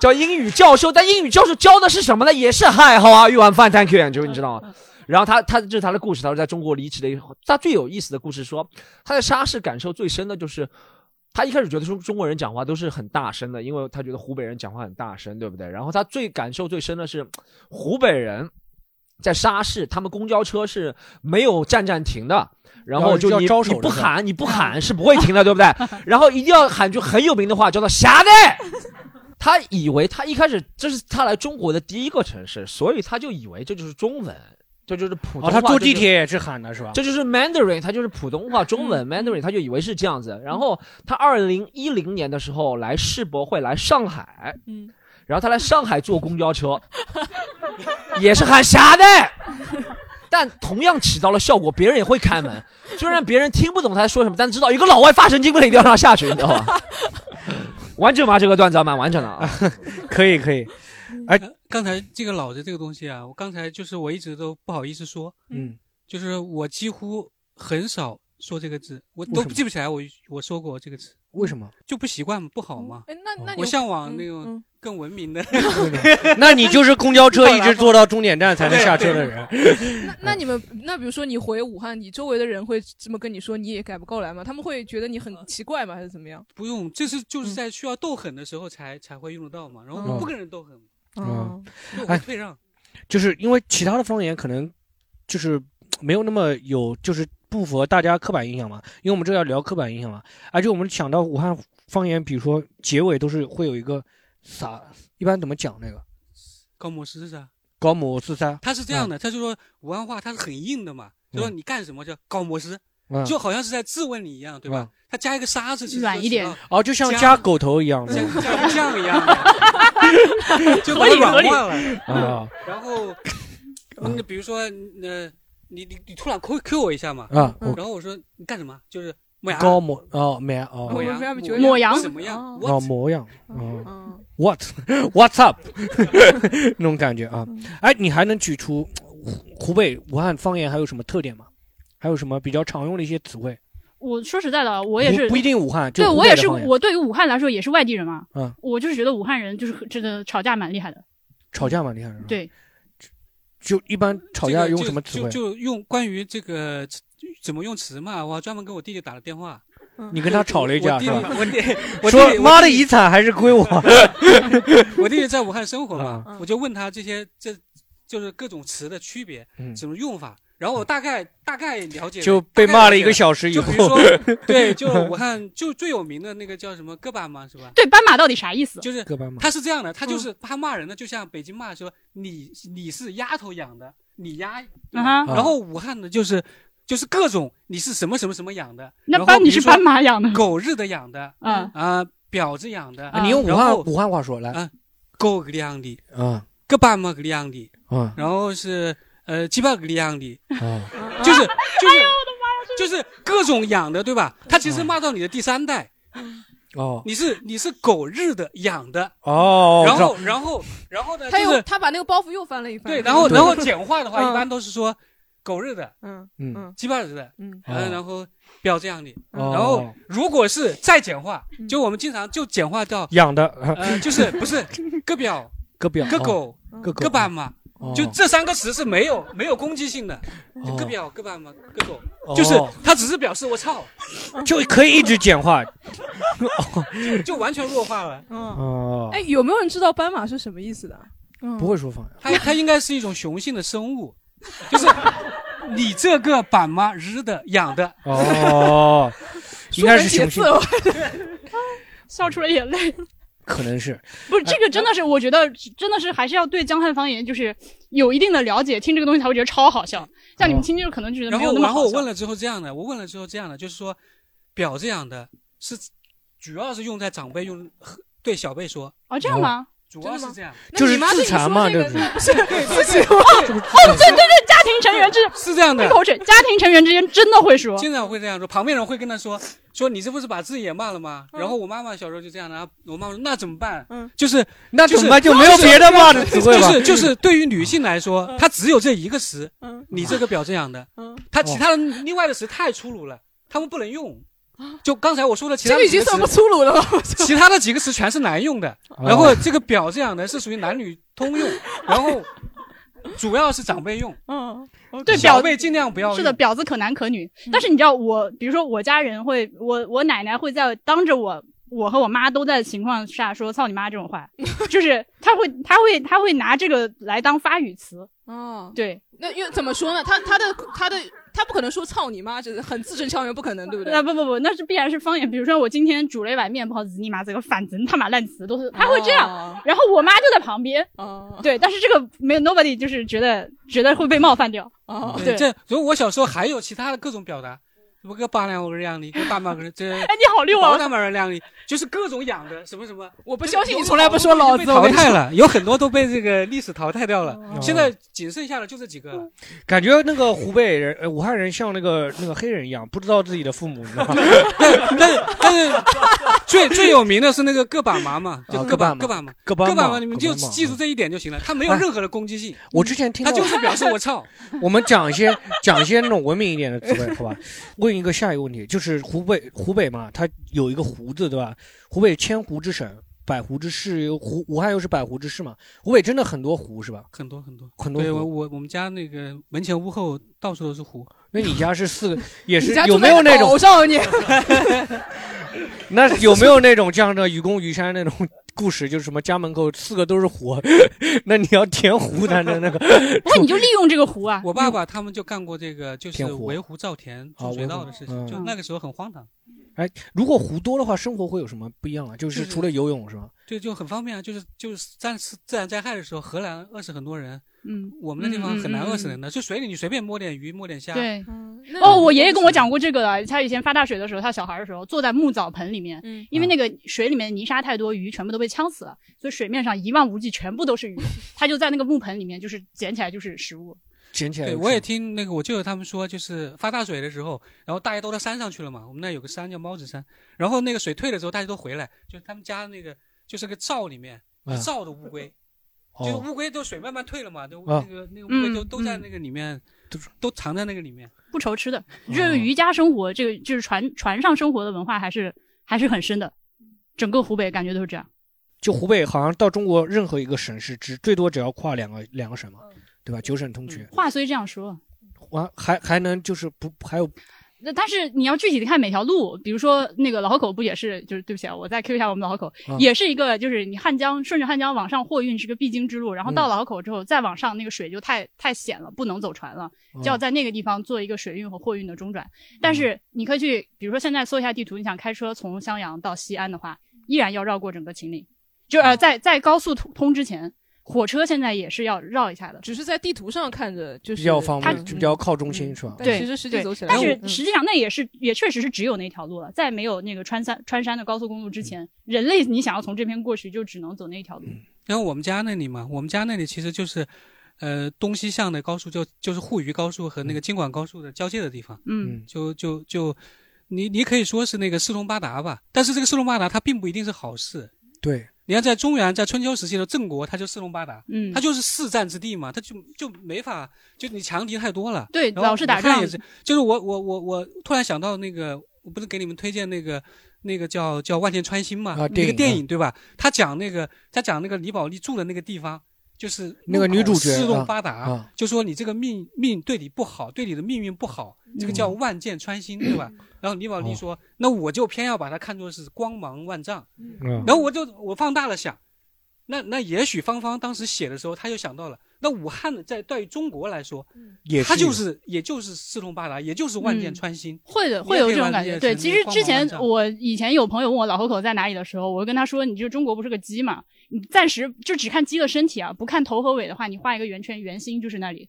Speaker 2: 叫英语教授。但英语教授教的是什么呢？也是啊 Hi how are you I'm fine thank you，and you，你知道吗？然后他他这是他的故事，他说在中国离奇的一，他最有意思的故事说，他在沙市感受最深的就是，他一开始觉得中中国人讲话都是很大声的，因为他觉得湖北人讲话很大声，对不对？然后他最感受最深的是，湖北人在沙市，他们公交车是没有站站停的。然后就
Speaker 3: 要
Speaker 2: 你
Speaker 3: 要招手
Speaker 2: 你
Speaker 3: 的
Speaker 2: 不
Speaker 3: 是吧
Speaker 2: 喊你不喊是不会停的，对不对？然后一定要喊句很有名的话，叫做“霞代”。他以为他一开始这是他来中国的第一个城市，所以他就以为这就是中文，这就是普通话。
Speaker 3: 哦，他坐
Speaker 2: 这
Speaker 3: 地
Speaker 2: 就是
Speaker 3: 铁也是喊的是吧？嗯
Speaker 2: 这就是 Mandarin，它就是普通话中文 Mandarin，他就以为是这样子。然后他二零一零年的时候来世博会来上海，
Speaker 7: 嗯
Speaker 2: 然后他来上海坐公交 车，也是喊啥的，但同样起到了效果，别人也会开门，虽然别人听不懂他在说什么，但知道有个老外发神经病了，一定要让他下去，你知道吗？ 完整吗？这个段子啊蛮完整的啊。
Speaker 3: 可以可以，
Speaker 4: 嗯
Speaker 3: 哎
Speaker 4: 刚才这个老子这个东西啊，我刚才就是我一直都不好意思说，
Speaker 3: 嗯，
Speaker 4: 就是我几乎很少说这个字，我
Speaker 3: 为
Speaker 4: 都
Speaker 3: 什么
Speaker 4: 记不起来我我说过这个词，
Speaker 3: 为什么？
Speaker 4: 就不习惯嘛，不好嘛。
Speaker 7: 哎，那那你
Speaker 4: 我
Speaker 7: 有
Speaker 4: 向往
Speaker 7: 嗯
Speaker 4: 嗯那种
Speaker 7: 嗯
Speaker 4: 更文明的，
Speaker 3: 那你就是公交车一直坐到终点站才能下车的人。
Speaker 7: 那那你们那比如说你回武汉，你周围的人会这么跟你说，你也改不过来吗？他们会觉得你很奇怪吗？还是怎么样？
Speaker 4: 不用，这是就是在需要斗狠的时候才才会用得到嘛。然后
Speaker 7: 嗯
Speaker 4: 我不跟人斗狠，
Speaker 3: 嗯
Speaker 7: 嗯，
Speaker 4: 就我
Speaker 3: 哎
Speaker 4: 退让。
Speaker 3: 就是因为其他的方言可能就是没有那么有，就是不符合大家刻板印象嘛。因为我们这要聊刻板印象嘛，而且我们想到武汉方言，比如说结尾都是会有一个“啥”，一般怎么讲那个
Speaker 4: 高摩斯是啥？
Speaker 3: “高某四三
Speaker 4: 他是这样的，他就说武汉话他是很硬的嘛，就说你干什么叫高摩斯，”，
Speaker 3: 嗯
Speaker 4: 就好像是在质问你一样，对吧？他加一个沙字，其实
Speaker 6: 软一点
Speaker 4: 就知
Speaker 3: 哦，就像
Speaker 4: 加
Speaker 3: 加狗头一 样
Speaker 4: 道，像
Speaker 3: 的
Speaker 4: 像个酱一样 的，就把它软化了。
Speaker 3: 啊
Speaker 4: 然后，嗯，比如说，呃，你你你突然 Q Q 我一下嘛，
Speaker 3: 啊，
Speaker 7: 嗯
Speaker 3: 我
Speaker 4: 然后我说你干什么？就是抹牙，
Speaker 3: 高某哦没哦
Speaker 4: 抹牙
Speaker 7: 我们，
Speaker 4: 我
Speaker 6: 抹牙
Speaker 4: 我怎么样？
Speaker 7: 哦
Speaker 3: 哦
Speaker 4: 我
Speaker 3: 模样哦
Speaker 7: 嗯，
Speaker 3: What What's up 那种感觉啊
Speaker 7: 嗯。
Speaker 3: 哎，你还能举出湖湖北武汉方言还有什么特点吗？还有什么比较常用的一些词汇？
Speaker 6: 我说实在的，我也是
Speaker 3: 不不一定武汉就
Speaker 6: 对
Speaker 3: 湖
Speaker 6: 我
Speaker 3: 北
Speaker 6: 也
Speaker 3: 的
Speaker 6: 是，
Speaker 3: 方言
Speaker 6: 我对于武汉来说也是外地人嘛。
Speaker 3: 嗯
Speaker 6: 我就是觉得武汉人就是真的吵架蛮厉害的。
Speaker 3: 吵架嘛，你看是吧？
Speaker 6: 对，
Speaker 3: 就一般吵
Speaker 4: 这
Speaker 3: 架
Speaker 4: 个
Speaker 3: 用
Speaker 4: 就
Speaker 3: 什么词汇？啊
Speaker 4: 就就用关于这个怎么用词嘛，我还专门跟我弟弟打了电话。
Speaker 3: 你跟他吵了一架
Speaker 4: 我弟
Speaker 3: 是
Speaker 4: 弟
Speaker 3: 吧？
Speaker 4: 我弟我弟
Speaker 3: 说
Speaker 4: 弟
Speaker 3: 妈的遗产还是归我。
Speaker 4: 我弟弟在武汉生活嘛，
Speaker 7: 嗯
Speaker 4: 我就问他这些这就是各种词的区别
Speaker 3: 嗯，
Speaker 4: 怎么用法。然后我大概大概了解，
Speaker 3: 就被
Speaker 4: 大概
Speaker 3: 骂了一
Speaker 4: 解
Speaker 3: 个小时以
Speaker 4: 就
Speaker 3: 后
Speaker 4: 比如，说，对，就武 汉就最有名的那个叫什么哥巴嘛，是吧？
Speaker 6: 对，斑马到底啥意思？嗯
Speaker 4: 就是
Speaker 3: 各班嘛，
Speaker 4: 他是这样的，他就是他骂人呢，就像北京骂说你你是丫头养的，你丫。对
Speaker 6: 嗯
Speaker 4: 吧
Speaker 6: 哼，
Speaker 3: 啊
Speaker 4: 然后武汉的就是就是各种你是什么什么什么养的，
Speaker 6: 那
Speaker 4: 然后
Speaker 6: 斑
Speaker 4: 比
Speaker 6: 你
Speaker 4: 如
Speaker 6: 是
Speaker 4: 说
Speaker 6: 斑马养的，
Speaker 4: 狗日的养的
Speaker 6: 嗯，
Speaker 4: 啊，婊子养的
Speaker 6: 啊
Speaker 3: 你用武
Speaker 4: 然
Speaker 3: 汉
Speaker 4: 后
Speaker 3: 武汉话说来
Speaker 4: 啊狗个样的，
Speaker 3: 啊
Speaker 4: 哥巴嘛个样的，
Speaker 3: 啊
Speaker 4: 然后是呃鸡巴个样 的，
Speaker 3: 啊！
Speaker 4: 就是
Speaker 6: 哎
Speaker 4: 就是就是各种养的，对吧？他其实骂到你的第三代，
Speaker 3: 哦
Speaker 4: 你是你是狗日的养的，
Speaker 3: 哦，
Speaker 4: 然
Speaker 3: 我
Speaker 4: 后然后然后呢，
Speaker 7: 他
Speaker 4: 就
Speaker 7: 又
Speaker 4: 是
Speaker 7: 他把那个包袱又翻了一翻。
Speaker 4: 对，然后
Speaker 3: 对
Speaker 4: 然后简化的话，
Speaker 7: 嗯
Speaker 4: 一般都是说狗日的、
Speaker 7: 嗯
Speaker 3: 知道嗯
Speaker 7: 嗯
Speaker 4: 鸡巴日的，
Speaker 7: 嗯
Speaker 3: 哦
Speaker 4: 嗯，然后婊子养的。
Speaker 3: 哦
Speaker 4: 然后如果是再简化，
Speaker 7: 嗯
Speaker 4: 就我们经常就简化到
Speaker 3: 养的
Speaker 4: 呃，就是不 是哥婊、
Speaker 3: 各表哦
Speaker 4: 哥狗、
Speaker 7: 嗯
Speaker 3: 各
Speaker 4: 哥爸嘛，就这三个词是没有没有攻击性的，就
Speaker 3: 哦
Speaker 4: 哥婊、哥爸嘛、哥狗，就是他只是表示我操，
Speaker 3: 就可以一直简化
Speaker 4: 就完全弱化了。
Speaker 7: 嗯。
Speaker 3: 哦
Speaker 7: 哎，，有没有人知道斑马是什么意思的？嗯
Speaker 3: 不会说方言
Speaker 4: 它它应该是一种雄性的生物，就是你这个板妈日的养的，哎
Speaker 3: 哦，应该是雄性，
Speaker 7: 说文
Speaker 4: 哦
Speaker 7: 解字
Speaker 6: 笑出了眼泪。
Speaker 3: 可能是
Speaker 6: 不是这个，真的是我觉得真的是还是要对江汉方言就是有一定的了解，听这个东西才会觉得超好笑。像你
Speaker 3: 哦
Speaker 6: 们听就可能觉得
Speaker 4: 然
Speaker 6: 没有
Speaker 4: 后
Speaker 6: 那么
Speaker 4: 然
Speaker 6: 好
Speaker 4: 后我
Speaker 6: 笑
Speaker 4: 问。了之后这样的，我问了之后这样的，就是说表这样的是主要是用在长辈用对小辈说，
Speaker 6: 哦，这样吗？
Speaker 4: 主要
Speaker 7: 真的
Speaker 4: 是
Speaker 7: 吗
Speaker 4: 这样，
Speaker 7: 那
Speaker 3: 就是
Speaker 7: 你妈
Speaker 3: 自
Speaker 7: 对你
Speaker 3: 残
Speaker 7: 说
Speaker 3: 嘛
Speaker 7: 这
Speaker 3: 这
Speaker 7: 个
Speaker 3: 不
Speaker 7: 不是不是不是
Speaker 6: 哦，对对对，家庭成员之
Speaker 4: 是这样的
Speaker 6: 吞。口水，家庭成员之间真的会说。
Speaker 4: 经常会这样说，旁边人会跟他说：“说你这不是把自己也骂了吗？”
Speaker 6: 嗯
Speaker 4: 然后我妈妈小时候就这样的，然后我妈妈说：“那怎么办？”
Speaker 7: 嗯
Speaker 4: 就是
Speaker 3: 那
Speaker 4: 就
Speaker 3: 怎
Speaker 4: 是
Speaker 3: 么办？就没有别的骂的词汇
Speaker 4: 就
Speaker 3: 吗？
Speaker 4: 是就是对于女性来说，
Speaker 6: 嗯
Speaker 4: 她只有这一个词，
Speaker 7: 嗯
Speaker 4: 你这个表这样的，
Speaker 7: 嗯，
Speaker 3: 哦
Speaker 4: 她其他的另外的词太粗鲁了，他们不能 用。 就刚才我说的其
Speaker 7: 这
Speaker 4: 他
Speaker 7: 个
Speaker 4: 的
Speaker 7: 已
Speaker 4: 几
Speaker 7: 经
Speaker 4: 个
Speaker 7: 算不
Speaker 4: 词，
Speaker 7: 粗鲁了吧？
Speaker 4: 其他的几个词全是难用的。
Speaker 3: 哦
Speaker 4: 然后这个表这样的是属于男女通用，然后主要是长辈用，
Speaker 7: 嗯，
Speaker 6: 对
Speaker 4: 小
Speaker 6: 表
Speaker 4: 辈尽量不要用。嗯
Speaker 6: 是的，，婊子可男可女。但是你知道我，比如说我家人会，我我奶奶会在当着我。我和我妈都在的情况下说“操你妈”这种 话，就是她会，她会，她会拿这个来当发语词。
Speaker 7: 哦，
Speaker 6: 对，
Speaker 7: 那又怎么说呢？他他的他的他不可能说操你妈，就是很字正腔圆，不可能，对不对？
Speaker 6: 啊不不不，那是必然是方言。比如说我今天煮了一碗面包，日你妈这个反正他妈烂词都是，她会这样。
Speaker 7: 样。
Speaker 6: 然后我妈就在旁边，
Speaker 7: 哦
Speaker 6: 对，但是这个没有 nobody 就是觉得觉得会被冒犯掉。
Speaker 7: 哦，
Speaker 4: 对，
Speaker 6: 对
Speaker 4: 这如果我小时候还有其他的各种表达，什么个八两我个样的，个大马个这。
Speaker 6: 哎，你好溜
Speaker 4: 老
Speaker 6: 啊！
Speaker 4: 大马人样的，就是各种养的什么什么，
Speaker 7: 我不相信你从来不说老子，我
Speaker 4: 淘
Speaker 7: 跟你
Speaker 4: 汰
Speaker 7: 说。
Speaker 4: 了，有很多都被这个历史淘汰掉了，
Speaker 3: 哦
Speaker 4: 现在仅剩下的就这几个
Speaker 7: 嗯
Speaker 4: 了。
Speaker 3: 感觉那个湖北人、呃武汉人像那个那个黑人一样，不知道自己的父母，你知道吗？
Speaker 4: 但是但是最最有名的是那个个把麻嘛，就
Speaker 3: 啊
Speaker 4: 个把
Speaker 3: 个
Speaker 4: 个把麻，
Speaker 3: 各
Speaker 4: 个
Speaker 3: 帮
Speaker 4: 把
Speaker 3: 嘛，
Speaker 4: 麻，你们就
Speaker 3: 各帮嘛嗯
Speaker 4: 记住。这一点就行了，它没有任何的攻击性，
Speaker 3: 哎我之前听
Speaker 4: 它
Speaker 3: 到，
Speaker 4: 就是表示我 操，
Speaker 3: 我们讲一些讲一些那种文明一点的词汇，好吧？问一个下一个问题，就是湖北湖北嘛，它有一个湖字，对吧？湖北千湖之省，百湖之市，湖武汉又是百湖之市嘛。湖北真的很多湖是吧？
Speaker 4: 很多很多。
Speaker 3: 很多
Speaker 4: 对我
Speaker 3: 湖。
Speaker 4: 我我们家那个门前屋后到处都是湖，
Speaker 3: 那你家 是四个，也是
Speaker 7: 你家
Speaker 3: 有
Speaker 7: 住
Speaker 3: 没
Speaker 7: 在
Speaker 3: 有那
Speaker 7: 岛
Speaker 3: 种？
Speaker 7: 上 你？
Speaker 3: 那有没有那种像那愚公移山那种故事？就是什么家门口四个都是湖， 那你要填湖才能那个。
Speaker 6: 不过你就利用这个湖啊，
Speaker 4: 我爸爸他们就干过这个，就是
Speaker 3: 填湖
Speaker 4: 围湖造田、
Speaker 3: 啊
Speaker 4: 筑水
Speaker 3: 围
Speaker 4: 稻
Speaker 3: 湖
Speaker 4: 的事
Speaker 3: 嗯
Speaker 4: 情，就那个时候很荒唐。
Speaker 3: 哎如果湖多的话，生活会有什么不一样啊？就是
Speaker 4: 就是
Speaker 3: 除了游泳是吧？
Speaker 4: 对，就很方便啊，就是就是在自然灾害的时候，荷兰饿死很多人，
Speaker 6: 嗯，
Speaker 4: 我们那地方
Speaker 6: 嗯
Speaker 4: 很难
Speaker 6: 嗯
Speaker 4: 饿死人的，就水里你随便摸点鱼，摸点虾，
Speaker 6: 对。哦，
Speaker 7: 哦，
Speaker 6: 我爷爷跟我讲过这个的，他以前发大水的时候，他小孩的时候坐在木澡盆里面，
Speaker 7: 嗯，
Speaker 6: 因为那个水里面泥沙太多，鱼全部都被呛死了，所以水面上一望无际，全部都是鱼。他就在那个木盆里面，就是捡起来就是食物。
Speaker 3: 捡起来。
Speaker 4: 对，我也听那个我舅舅他们说，就是发大水的时候，然后大家都到山上去了嘛。我们那有个山叫猫子山，然后那个水退了之后，大家都回来，就是他们家那个就是个灶里面
Speaker 3: 啊
Speaker 4: 灶的乌龟，就是
Speaker 3: 哦
Speaker 4: 乌龟都水慢慢退了嘛，就
Speaker 3: 啊
Speaker 4: 那个那个乌龟就
Speaker 6: 嗯
Speaker 4: 都在那个里面，都都藏在那个里面。
Speaker 6: 不愁吃的。这个渔家生活，这个就是船船上生活的文化，还是还是很深的。整个湖北感觉都是这样。
Speaker 4: 嗯
Speaker 3: 就湖北好像到中国任何一个省市，只最多只要跨两个两个省嘛，
Speaker 4: 嗯
Speaker 3: 对吧？九省通衢，
Speaker 6: 话虽这样说，啊
Speaker 3: 完还还能就是不还有
Speaker 6: 那但是你要具体的看每条路，比如说那个老河口不也是，就是对不起啊，我再 Q 一下我们老河口，
Speaker 3: 嗯
Speaker 6: 也是一个就是你汉江顺着汉江往上货运是个必经之路，然后到
Speaker 3: 嗯
Speaker 6: 老河口之后再往上，那个水就太太险了，不能走船了，就要
Speaker 3: 嗯
Speaker 6: 在那个地方做一个水运和货运的中转。但是你可以去，比如说现在搜一下地图，你想开车从襄阳到西安的话，依然要绕过整个秦岭，就
Speaker 3: 嗯
Speaker 6: 呃在在高速通通之前，火车现在也是要绕一下的。
Speaker 7: 只是在地图上看着就是
Speaker 3: 比较方
Speaker 7: 它
Speaker 3: 便，就比较靠中心是吧？
Speaker 6: 嗯
Speaker 7: 但
Speaker 6: 对，
Speaker 7: 其实实际
Speaker 6: 对
Speaker 7: 走起来
Speaker 6: 但
Speaker 7: 路
Speaker 6: 是
Speaker 7: 嗯
Speaker 6: 实际上那也是也确实是只有那条路了，在没有那个穿山穿山的高速公路之
Speaker 4: 嗯
Speaker 6: 前，人类你想要从这边过去，就只能走那一条路。
Speaker 4: 然后我们家那里嘛，我们家那里其实就是，呃，东西向的高速就就是沪渝高速和那个京广高速的交界的地方，
Speaker 6: 嗯，
Speaker 4: 就就就，你你可以说是那个四通八达吧，但是这个四通八达它并不一定是好事。
Speaker 3: 对，
Speaker 4: 你看，在中原，在春秋时期的郑国，它就四通八达，
Speaker 6: 嗯
Speaker 4: 它就是四战之地嘛，它就就没法，就你强敌太多了。
Speaker 6: 对，
Speaker 4: 然后
Speaker 6: 老是打
Speaker 4: 武汉
Speaker 6: 仗
Speaker 4: 也，是，就是我我我我突然想到那个，我不是给你们推荐那个那个叫叫《万箭穿心》嘛，
Speaker 3: 啊
Speaker 4: 那
Speaker 3: 电
Speaker 4: 个
Speaker 3: 影
Speaker 4: 电
Speaker 3: 啊
Speaker 4: 影对吧？他讲那个他讲那个李宝莉住的那个地方，就是
Speaker 3: 那个
Speaker 4: 路
Speaker 3: 女
Speaker 4: 口
Speaker 3: 主角
Speaker 4: 四通
Speaker 3: 啊
Speaker 4: 八达，
Speaker 3: 啊
Speaker 4: 就说你这个命命对你不好，对你的命运不好，
Speaker 3: 嗯
Speaker 4: 这个叫万箭穿心，对吧？然后李宝莉
Speaker 3: 哦
Speaker 4: 说，那我就偏要把它看作是光芒万丈。
Speaker 3: 嗯
Speaker 4: 然后我就我放大了想，那那也许芳芳当时写的时候，她就想到了，那武汉在对于中国来说，
Speaker 3: 也
Speaker 4: 它就
Speaker 3: 有
Speaker 4: 是也就是四通八达，也就是万箭
Speaker 6: 嗯
Speaker 4: 穿心。
Speaker 6: 会的，
Speaker 4: 你
Speaker 6: 会
Speaker 4: 也
Speaker 6: 有
Speaker 4: 可以
Speaker 6: 这种
Speaker 4: 玩
Speaker 6: 感
Speaker 4: 这
Speaker 6: 觉。对，
Speaker 4: 些神
Speaker 6: 其
Speaker 4: 秘
Speaker 6: 实
Speaker 4: 光
Speaker 6: 之
Speaker 4: 芒
Speaker 6: 前
Speaker 4: 万丈
Speaker 6: 我以前有朋友问我老河口在哪里的时候，我就跟他说，你就中国不是个鸡嘛，你暂时就只看鸡的身体啊，不看头和尾的话，你画一个圆圈，圆心就是那里，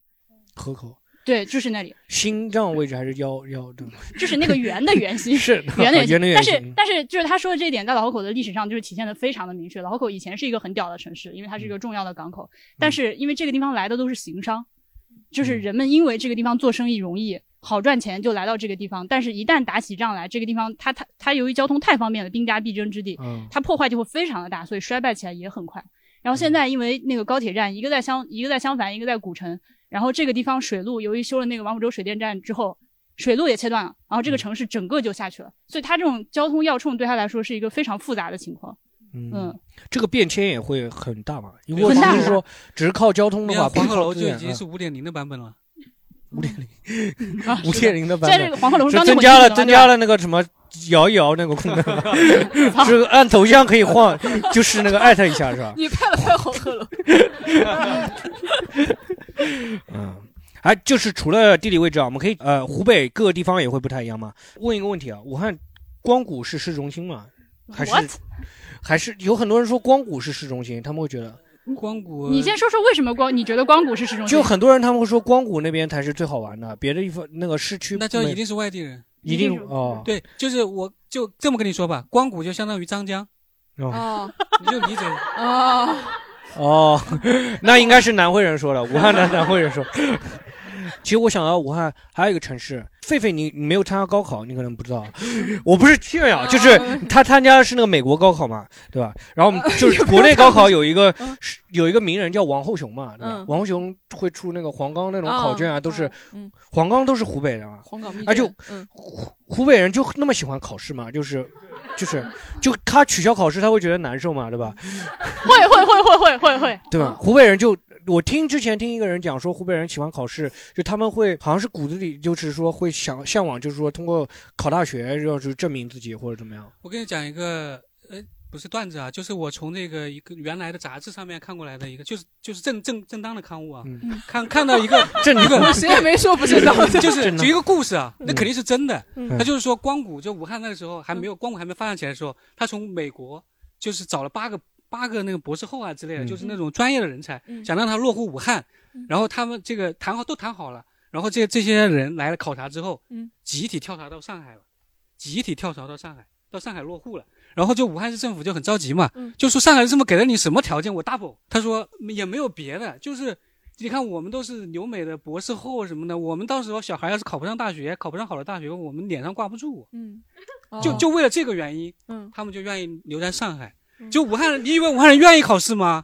Speaker 3: 河口
Speaker 6: 对，就是那里，
Speaker 3: 心脏位置还是腰腰的，。
Speaker 6: 就是那个圆的圆心
Speaker 3: 是
Speaker 6: 圆的
Speaker 3: 圆的
Speaker 6: 但
Speaker 3: 圆
Speaker 6: 是
Speaker 3: 形，
Speaker 6: 但是就是他说的这一点，在老河口的历史上就是体现的非常的明确。老河口以前是一个很屌的城市，因为它是一个重要的港口，
Speaker 3: 嗯
Speaker 6: 但是因为这个地方来的都是行商，
Speaker 3: 嗯
Speaker 6: 就是人们因为这个地方做生意容易。好赚钱就来到这个地方，但是一旦打起仗来，这个地方它它它由于交通太方便了，兵家必争之地，
Speaker 3: 嗯
Speaker 6: 它破坏就会非常的大，所以衰败起来也很快。然后现在因为那个高铁站，一个在襄一个在襄樊，一个在古城，然后这个地方水路由于修了那个王府洲水电站之后，水路也切断了，然后这个城市整个就下去了。所以它这种交通要冲对他来说是一个非常复杂的情况。
Speaker 3: 嗯，
Speaker 6: 嗯，
Speaker 3: 这个变迁也会很大嘛，因为
Speaker 4: 很
Speaker 3: 我
Speaker 6: 大
Speaker 3: 只是说只是靠交通
Speaker 4: 你
Speaker 3: 的
Speaker 4: 看
Speaker 3: 话，不
Speaker 4: 黄
Speaker 3: 是
Speaker 4: 鹤
Speaker 3: 靠
Speaker 4: 楼
Speaker 3: 资
Speaker 4: 就已
Speaker 3: 源
Speaker 4: 经
Speaker 3: 啊
Speaker 4: 是五点零的版本了，
Speaker 6: 啊
Speaker 3: 五
Speaker 6: 是的
Speaker 3: 点零的版
Speaker 6: 现在这
Speaker 3: 本
Speaker 6: 个黄鹤楼是
Speaker 3: 是
Speaker 6: 刚
Speaker 3: 增加
Speaker 6: 进去
Speaker 3: 了
Speaker 6: 的嘛
Speaker 3: 增加，了那个什么摇一摇那个功能，
Speaker 6: 对 吧
Speaker 3: 是按头像可以晃，就是那个艾特一下是
Speaker 4: 啊
Speaker 3: 吧？
Speaker 7: 你拍了拍 黄鹤楼，
Speaker 3: 嗯，哎，就是除了地理位置啊，我们可以呃，湖北各个地方也会不太一样嘛。问一个问题啊，武汉光谷是市中心吗？还是
Speaker 6: What？
Speaker 3: 还是有很多人说光谷是市中心，他们会觉得，
Speaker 4: 光谷。
Speaker 6: 嗯你先说说为什么光？你觉得光谷是市中心？
Speaker 3: 就很多人他们会说光谷那边才是最好玩的，别的地方那个市区
Speaker 4: 那就
Speaker 3: 没
Speaker 4: 一定是外地人，
Speaker 3: 一
Speaker 6: 一定
Speaker 3: 定
Speaker 6: 是
Speaker 3: 哦，
Speaker 4: 对，就是我就这么跟你说吧，光谷就相当于张江，
Speaker 3: 哦
Speaker 7: 哦
Speaker 4: 你就理解
Speaker 7: 哦，
Speaker 3: 哦，那应该是南汇人说的，武汉南南汇 人说。其实我想到武汉还有一个城市，狒狒你你没有参加高考，你可能不知道。我不是炫
Speaker 7: 哦
Speaker 3: 耀，就是他参加的是那个美国高考嘛，对吧？然后我们
Speaker 7: 哦
Speaker 3: 就是国内高考有一个
Speaker 7: 嗯
Speaker 3: 是有一个名人叫王后雄嘛，对吧
Speaker 7: 嗯
Speaker 3: 王后雄会出那个黄冈那种考卷啊，都是
Speaker 7: 嗯
Speaker 3: 黄冈都是湖北的嘛，
Speaker 7: 黄冈密
Speaker 3: 啊就
Speaker 7: 卷嗯
Speaker 3: 湖湖北人就那么喜欢考试嘛，就是就是就他取消考试他会觉得难受嘛，对吧？
Speaker 6: 会会会会会会会，
Speaker 3: 对吧？湖北人就我听之前听一个人讲说，湖北人喜欢考试，就他们会好像是骨子里就是说会想向往，就是说通过考大学要去证明自己或者怎么样。
Speaker 4: 我跟你讲一个，呃，不是段子啊，就是我从那个一个原来的杂志上面看过来的一个，就是就是正正正当的刊物啊，
Speaker 3: 嗯
Speaker 4: 看看到一 个
Speaker 3: 这你
Speaker 4: 一个
Speaker 7: 我谁也没说不知道的，
Speaker 4: 就是
Speaker 3: 真的
Speaker 4: 就一个故事啊，那
Speaker 3: 嗯
Speaker 4: 肯定是真的。
Speaker 7: 嗯
Speaker 4: 他就是说，光谷就武汉那个时候还没有光谷还没发展起来的时候，他从美国就是找了八个八个那个博士后啊之类的，
Speaker 3: 嗯
Speaker 4: 就是那种专业的人才，
Speaker 7: 嗯
Speaker 4: 想让他落户武汉。然后他们这个谈好都谈好了，然后这这些人来了考察之后
Speaker 7: 嗯，
Speaker 4: 集体跳槽到上海了，集体跳槽到上海，到上海落户了。然后就武汉市政府就很着急嘛，
Speaker 7: 嗯
Speaker 4: 就说上海市政府给了你什么条件，我 double。他说也没有别的，就是你看我们都是留美的博士后什么的，我们到时候小孩要是考不上大学，考不上好的大学，我们脸上挂不住。
Speaker 7: 嗯，
Speaker 4: 就
Speaker 7: 哦
Speaker 4: 就为了这个原因，
Speaker 7: 嗯
Speaker 4: 他们就愿意留在上海
Speaker 7: 嗯。
Speaker 4: 就武汉人，你以为武汉人愿意考试吗？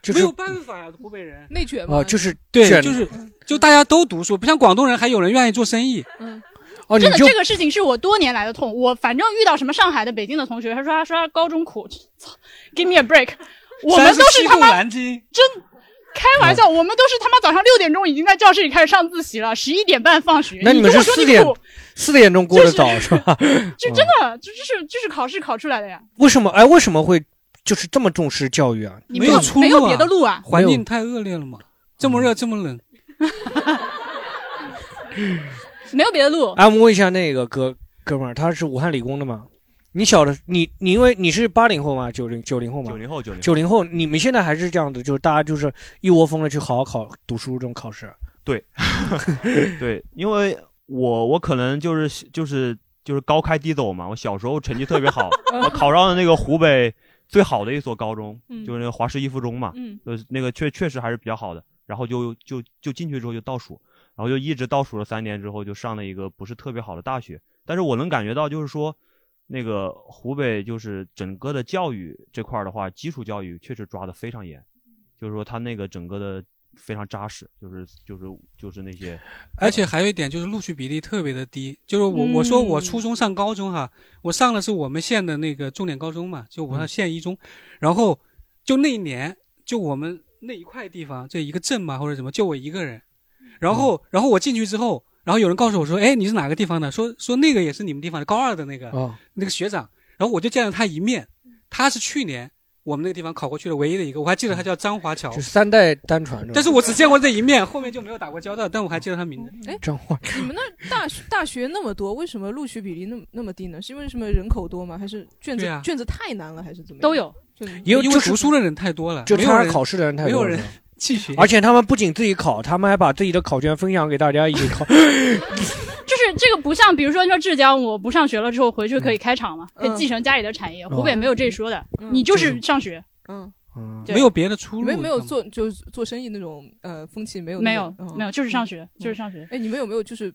Speaker 3: 就是
Speaker 4: 没有办法，湖北人
Speaker 7: 内卷
Speaker 3: 啊，就是
Speaker 4: 对，
Speaker 3: 卷
Speaker 4: 就是就大家都读书，不像广东人还有人愿意做生意。
Speaker 7: 嗯，
Speaker 3: 哦，你
Speaker 6: 真的，
Speaker 3: 就
Speaker 6: 这个事情是我多年来的痛。我反正遇到什么上海的、北京的同学，他说他说他高中苦，操，give me a break。我 们都是
Speaker 4: 37
Speaker 6: 他
Speaker 4: 度
Speaker 6: 妈
Speaker 4: 南京，
Speaker 6: 真开玩
Speaker 3: 嗯
Speaker 6: 笑，我们都是他妈早上六点钟已经在教室里开始上自习了，十一点半放学。
Speaker 3: 那你
Speaker 6: 你
Speaker 3: 们
Speaker 6: 跟
Speaker 3: 是
Speaker 6: 我说
Speaker 3: 四
Speaker 6: 你
Speaker 3: 点
Speaker 6: 苦，
Speaker 3: 四点钟过得早
Speaker 6: 就是
Speaker 3: 吧？嗯
Speaker 6: 就真的，这这是这是考试考出来的呀。
Speaker 3: 为什么？哎，为什么会就是这么重视教育啊？
Speaker 6: 你
Speaker 4: 没
Speaker 6: 没有
Speaker 4: 有出
Speaker 6: 没
Speaker 4: 路
Speaker 6: 有
Speaker 4: 啊
Speaker 6: 别的路啊？
Speaker 4: 环境太恶劣了嘛，这么热这么冷，
Speaker 6: 没有别的路。
Speaker 3: 哎，我们问一下那个哥哥们儿，他是武汉理工的吗？你小的你你因为你是八零后吗？九零九零后吗
Speaker 5: 九？零后九零
Speaker 3: 九零后，你们现在还是这样的，就是大家就是一窝蜂的去好好考读书这种考试。啊
Speaker 5: 对，因为我我可能就是就是就是高开低走嘛。我小时候成绩特别好， 我考上了那个湖北最好的一所高中，
Speaker 7: 嗯
Speaker 5: 就是那个华师一附中嘛，
Speaker 7: 嗯
Speaker 5: 就是那个确确实还是比较好的。然后就就就进去之后就倒数，然后就一直倒数了三年之后，就上了一个不是特别好的大学。但是我能感觉到，就是说，那个湖北就是整个的教育这块儿的话，基础教育确实抓得非常严，就是说他那个整个的非常扎实，就是就是就是那些。
Speaker 4: 而且还有一点就是录取比例特别的低。就是我
Speaker 6: 嗯
Speaker 4: 我说我初中上高中哈，我上的是我们县的那个重点高中嘛，就
Speaker 3: 嗯
Speaker 4: 武汉县一中，然后就那一年就我们那一块地方这一个镇嘛或者什么，就我一个人，
Speaker 3: 嗯
Speaker 4: 然后然后我进去之后。然后有人告诉我说：“哎，你是哪个地方的？说说那个也是你们地方的，高二的那个。”
Speaker 3: 啊，
Speaker 4: 那个学长，然后我就见了他一面，
Speaker 3: 嗯
Speaker 4: 他是去年我们那个地方考过去的唯一的一个，我还记得他叫张华侨
Speaker 3: 嗯就，三代单传这种。
Speaker 4: 但是我只见过这一面，后面就没有打过交道，但我还记得他名字。
Speaker 7: 哎，
Speaker 3: 嗯张华
Speaker 7: 你们那大学大学那么多，为什么录取比例那么那么低呢？是因为什么人口多吗？还是卷子、
Speaker 4: 对啊
Speaker 7: 卷子太难了，还是怎么样？
Speaker 6: 都有，
Speaker 7: 就是
Speaker 3: 也有
Speaker 4: 因
Speaker 3: 就
Speaker 4: 为
Speaker 3: 是
Speaker 4: 读书的人太多了，
Speaker 3: 就
Speaker 4: 没
Speaker 3: 参
Speaker 4: 有
Speaker 3: 加
Speaker 4: 人
Speaker 3: 考试的人太
Speaker 4: 没有
Speaker 3: 多了
Speaker 4: 人。继续。
Speaker 3: 而且他们不仅自己考，他们还把自己的考卷分享给大家一起 考。
Speaker 6: 就是这个不像，比如说你说浙江，我不上学了之后回去可以开厂嘛，可
Speaker 7: 嗯
Speaker 6: 以继承家里的产业。
Speaker 3: 嗯
Speaker 6: 湖北没有这一说的，
Speaker 7: 嗯
Speaker 6: 你就
Speaker 3: 就是
Speaker 6: 上学。
Speaker 7: 嗯，
Speaker 3: 嗯，
Speaker 6: 对
Speaker 4: 没有别的出
Speaker 7: 你
Speaker 4: 路，
Speaker 7: 们有没有
Speaker 4: 你知道吗
Speaker 7: 做就是做生意那种呃风气没有
Speaker 6: 没
Speaker 7: 那
Speaker 6: 有
Speaker 7: 种嗯
Speaker 6: 没有，就是上学，就是上学。
Speaker 7: 哎，你们有没有就是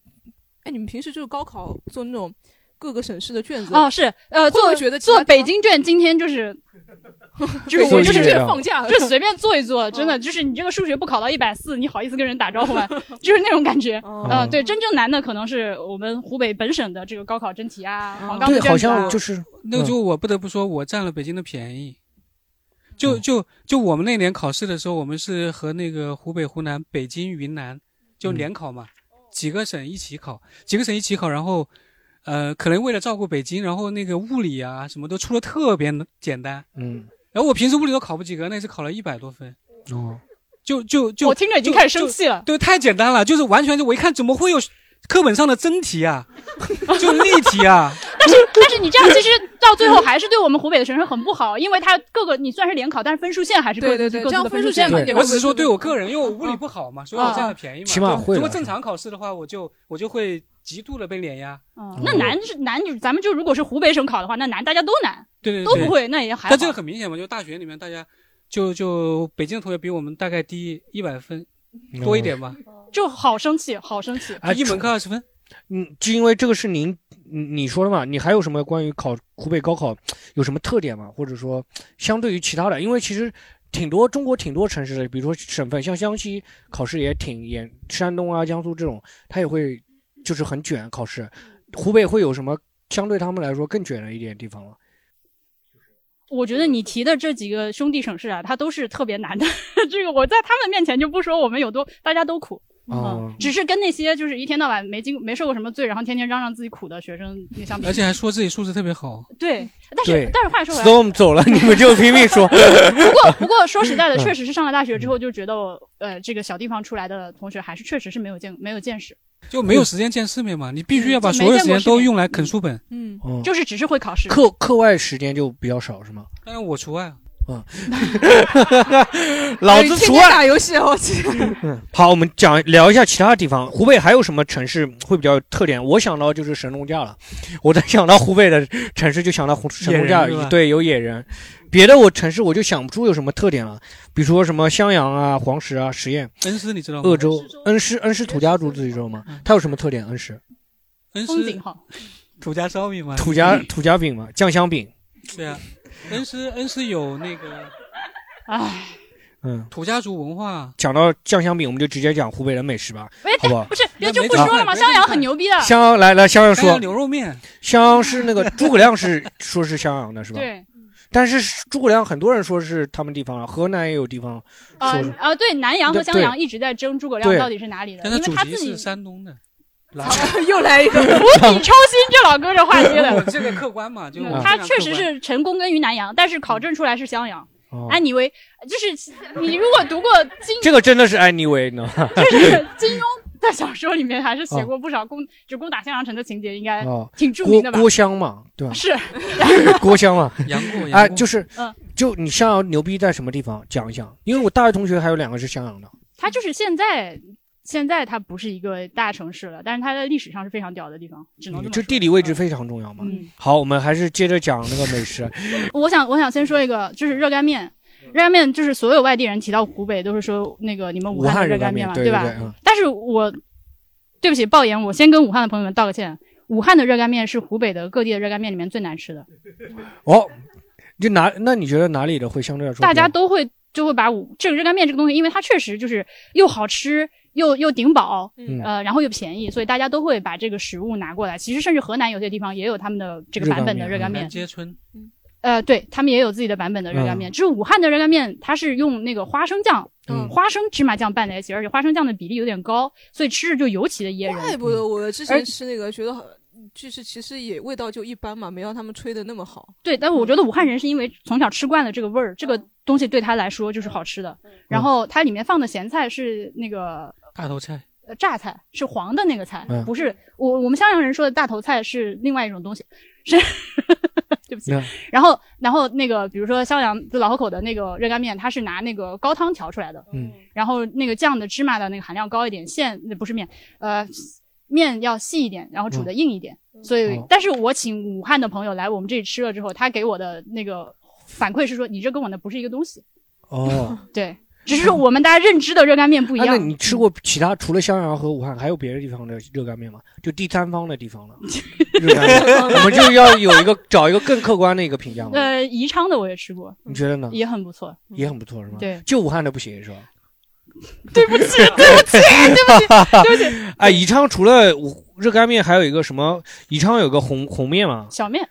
Speaker 7: 哎，你们平时就是高考做那种各个省市的卷子
Speaker 6: 哦，是呃，
Speaker 7: 会不
Speaker 6: 做
Speaker 7: 会觉得其他
Speaker 6: 做
Speaker 7: 地
Speaker 6: 北
Speaker 7: 方
Speaker 6: 京卷，今天就是
Speaker 7: 就是
Speaker 3: 做
Speaker 7: 我
Speaker 3: 音
Speaker 7: 就是
Speaker 3: 乐
Speaker 7: 这
Speaker 3: 啊
Speaker 7: 个放假了，
Speaker 6: 就随便做一
Speaker 7: 嗯
Speaker 6: 做，真的就是你这个数学不考到一百四，你好意思跟人打招呼 吗？就是那种感觉。
Speaker 7: 嗯
Speaker 6: 嗯，对，真正难的可能是我们湖北本省的这个高考真题啊，
Speaker 7: 嗯
Speaker 6: 黄冈
Speaker 3: 对
Speaker 6: 的，
Speaker 3: 好
Speaker 6: 卷子啊
Speaker 3: 像就是
Speaker 4: 那就我不得不说，我占了北京的便宜。就
Speaker 3: 嗯
Speaker 4: 就就我们那年考试的时候，我们是和那个湖北、湖南、北京、云南就
Speaker 3: 嗯
Speaker 4: 联考嘛，几个省一起考，几个省一起考，然后，呃，可能为了照顾北京，然后那个物理啊什么都出的特别简单，
Speaker 3: 嗯
Speaker 4: 然后我平时物理都考不及格，那次考了一百多分，
Speaker 3: 哦，
Speaker 4: 就就就
Speaker 6: 我听着已经开始生气了。
Speaker 4: 对，太简单了，就是完全就我一看怎么会有课本上的真题啊，就例题 啊，
Speaker 6: 但是但是你这样其实到最后还是对我们湖北的学生很不好，因为他各个你虽然是联考，但是分数线还是各自
Speaker 7: 对对
Speaker 6: 各
Speaker 7: 对，这
Speaker 6: 自
Speaker 7: 样
Speaker 6: 的分
Speaker 7: 分
Speaker 6: 数
Speaker 7: 数
Speaker 6: 线
Speaker 7: 线
Speaker 6: 嘛
Speaker 7: 嘛，
Speaker 3: 对
Speaker 7: 也
Speaker 4: 我
Speaker 7: 会
Speaker 4: 只是说
Speaker 7: 不会
Speaker 4: 对我个人，因为我物理不好嘛，所以我占了便宜嘛。
Speaker 3: 起码
Speaker 4: 就
Speaker 3: 会了
Speaker 4: 如果正常考试的话，我就我就会极度的被碾压。
Speaker 6: 嗯，那难是难，就是咱们就如果是湖北省考的话，那难大家都难，
Speaker 4: 对对对，
Speaker 6: 都不。会，那也还好。
Speaker 4: 但这个很明显嘛，就大学里面大家。就就北京的同学比我们大概低一百分多一点吧，
Speaker 6: 就好生气，好生气。
Speaker 3: 啊，
Speaker 4: 一门
Speaker 3: 除
Speaker 4: 课二十分。
Speaker 3: 嗯，就因为这个是您你你说的嘛，你还有什么关于考湖北高考有什么特点吗？或者说相对于其他的，因为其实挺多中国挺多城市的，比如说省份，像湘西考试也挺严，山东啊、江苏这种，它也会就是很卷考试。湖北会有什么相对他们来说更卷的一点地方吗？
Speaker 6: 我觉得你提的这几个兄弟省市啊，它都是特别难的。 这个我在他们面前就不说我们有多，大家都苦。
Speaker 3: 哦
Speaker 6: 嗯，只是跟那些就是一天到晚没经没受过什么罪，然后天天嚷嚷自己苦的学生相比
Speaker 4: 而，且还说自己素质特别好，
Speaker 6: 对。但
Speaker 3: 对
Speaker 6: 是但是话说回来，
Speaker 3: storm 走了，你们就拼命 说。
Speaker 6: 不过不过说实在的，
Speaker 3: 嗯
Speaker 6: 确实是上了大学之后就觉得我，呃，这个小地方出来的同学还是确实是没有见没有见识，
Speaker 4: 就没有时间见世面嘛。你必须要把
Speaker 6: 嗯就
Speaker 4: 所
Speaker 6: 没
Speaker 4: 有
Speaker 6: 见
Speaker 4: 时
Speaker 6: 过
Speaker 4: 间
Speaker 6: 世
Speaker 4: 都
Speaker 6: 面
Speaker 4: 用来啃书本，
Speaker 7: 嗯，
Speaker 3: 嗯，
Speaker 6: 就是只是会考试。
Speaker 3: 课课外时间就比较少 是吗？
Speaker 4: 当然我除外。啊
Speaker 3: 哦老
Speaker 7: 哎
Speaker 3: 子
Speaker 7: 天
Speaker 3: 除
Speaker 7: 天
Speaker 3: 外。
Speaker 7: 打游戏，哦我去，
Speaker 3: 好，我们讲聊一下其他地方，湖北还有什么城市会比较有特点？我想到就是神农架了，我在想到湖北的城市就想到红神农
Speaker 4: 野
Speaker 3: 架
Speaker 4: 人是吧，
Speaker 3: 对，有野人。别的我城市我就想不出有什么特点了，比如说什么襄阳啊、黄石啊、十堰、
Speaker 4: 恩师你知道吗
Speaker 3: 鄂？州、恩施、恩施土家族自己知道吗？它有什么特点？恩施
Speaker 4: 恩
Speaker 6: 风景
Speaker 4: 师
Speaker 6: 好，
Speaker 4: 土家烧饼嘛，
Speaker 3: 土家土家饼嘛，酱香饼。
Speaker 4: 对啊，恩师恩师有那个
Speaker 6: 唉，
Speaker 3: 嗯，
Speaker 4: 土家族文化，
Speaker 3: 讲到酱香饼，我们就直接讲湖北的美食吧，
Speaker 6: 喂，
Speaker 3: 好不好
Speaker 6: 哎不？是，别
Speaker 4: 那
Speaker 6: 就
Speaker 4: 没
Speaker 6: 不
Speaker 4: 办
Speaker 6: 说
Speaker 4: 法
Speaker 6: 了嘛，
Speaker 4: 没
Speaker 6: 襄
Speaker 4: 办
Speaker 6: 阳
Speaker 4: 法
Speaker 6: 很牛逼的，
Speaker 3: 襄阳来来，襄阳
Speaker 4: 还有
Speaker 3: 说，
Speaker 4: 牛肉面，
Speaker 3: 襄阳是那个诸葛亮是说是襄阳的是吧？
Speaker 6: 对，
Speaker 3: 但是诸葛亮很多人说是他们地方啊，河南也有地方
Speaker 6: 呃
Speaker 3: 说是
Speaker 6: 呃，对，南阳和
Speaker 3: 对
Speaker 6: 襄阳一直在争诸葛亮
Speaker 3: 对
Speaker 6: 到底是哪里的，
Speaker 4: 但
Speaker 6: 因为
Speaker 4: 主
Speaker 6: 他
Speaker 4: 题
Speaker 6: 自
Speaker 4: 是
Speaker 6: 己
Speaker 4: 山 东的。
Speaker 7: 又来 一个，
Speaker 6: 釜底抽薪，这老哥这话接的。
Speaker 4: 哦这个 客观嘛，就
Speaker 3: 嗯
Speaker 6: 他确实是成功跟于南阳，但是考证出来是襄阳。哎
Speaker 3: 哦，
Speaker 6: 安妮薇，就是你如果读过金，
Speaker 3: 这个真的是安妮薇呢？
Speaker 6: 就是金庸的小说里面，还是
Speaker 3: 嗯
Speaker 6: 写过不少攻，就攻打襄阳城的情节，应该
Speaker 3: 哦，
Speaker 6: 挺著
Speaker 3: 郭
Speaker 6: 名的吧？
Speaker 3: 郭襄嘛，对吧？
Speaker 6: 是，
Speaker 3: 郭襄嘛，
Speaker 4: 杨过，
Speaker 3: 哎，
Speaker 4: 杨过
Speaker 3: 就是
Speaker 6: 嗯，
Speaker 3: 就你襄阳牛逼在什么地方？讲一讲，因为我大学同学还有两个是襄阳的，
Speaker 6: 它就是现在。现在它不是一个大城市了，但是它在历史上是非常屌的地方，只能这么
Speaker 3: 就
Speaker 6: 说。
Speaker 3: 地理位置非常重要嘛。
Speaker 6: 嗯，
Speaker 3: 好，我们还是接着讲那个美食，
Speaker 6: 我想我想先说一个，就是热干面。
Speaker 3: 嗯
Speaker 6: 热干面就是所有外地人提到湖北都是说那个你们
Speaker 3: 武
Speaker 6: 武汉
Speaker 3: 汉
Speaker 6: 的
Speaker 3: 热
Speaker 6: 热
Speaker 3: 干
Speaker 6: 干
Speaker 3: 面
Speaker 6: 嘛，
Speaker 3: 对
Speaker 6: 吧
Speaker 3: 对对嗯？
Speaker 6: 但是我对不起，爆言，我先跟武汉的朋友们道个歉。武汉的热干面是湖北的各地的热干面里面最难吃的，
Speaker 3: 哦，就哪？那你觉得哪里的会相对来说比较？
Speaker 6: 大家都会就会把武这个热干面这个东西，因为它确实就是又好吃又又顶饱，
Speaker 3: 嗯
Speaker 6: 呃，然后又便宜，所以大家都会把这个食物拿过来。其实甚至河南有些地方也有他们的这个
Speaker 3: 热
Speaker 6: 版
Speaker 3: 干
Speaker 6: 本的
Speaker 3: 面
Speaker 6: 热干
Speaker 3: 嗯
Speaker 6: 面
Speaker 4: 南，街村，
Speaker 6: 呃，对他们也有自己的版本的热干面，只是武汉的热干面它是用那个花生酱、
Speaker 3: 嗯
Speaker 6: 花生芝麻酱拌在一起，而且花生酱的比例有点高，所以吃着就尤其的噎
Speaker 7: 怪
Speaker 6: 人。嗯
Speaker 7: 不得我之
Speaker 6: 而
Speaker 7: 前吃那个觉得好，就是其实也味道就一般嘛，没让他们吹的那么好。
Speaker 6: 对，但
Speaker 7: 嗯
Speaker 6: 我觉得武汉人是因为从小吃惯了这个味儿，这个东西对他来说就是好吃的。
Speaker 7: 嗯
Speaker 6: 然后它里面放的咸菜是那个
Speaker 4: 大头菜，
Speaker 6: 呃榨菜，是黄的那个菜，
Speaker 3: 嗯
Speaker 6: 不是我我们襄阳人说的大头菜是另外一种东西，是。 对不起
Speaker 3: 嗯，
Speaker 6: 然后，然后那个，比如说襄阳就老河口的那个热干面，它是拿那个高汤调出来的，
Speaker 3: 嗯，
Speaker 6: 然后那个酱的芝麻的那个含量高一点，馅那不是面，呃，面要细一点，然后煮的硬一点。所以
Speaker 3: 嗯哦，
Speaker 6: 但是我请武汉的朋友来我们这里吃了之后，他给我的那个反馈是说，你这跟我那不是一个东西。
Speaker 3: 哦，
Speaker 6: 对，只是我们大家认知的热干面不一
Speaker 3: 哎，
Speaker 6: 样。嗯
Speaker 3: 那你吃过其他除了襄阳和武汉，还有别的地方的热干面吗？就第三方的地 方了，热干面，我们就要有一个找一个更客观的一个评价 嘛。
Speaker 6: 呃，宜昌的我也吃过，
Speaker 3: 你觉得
Speaker 4: 嗯
Speaker 3: 呢？
Speaker 6: 也很不错。
Speaker 3: 也很不错是吗？
Speaker 6: 对，
Speaker 3: 就武汉的不行是吧？
Speaker 6: 对不起，对不起，
Speaker 3: 哎，宜昌除了武热干面，还有一个什么？宜昌有个红红面嘛，
Speaker 6: 小面。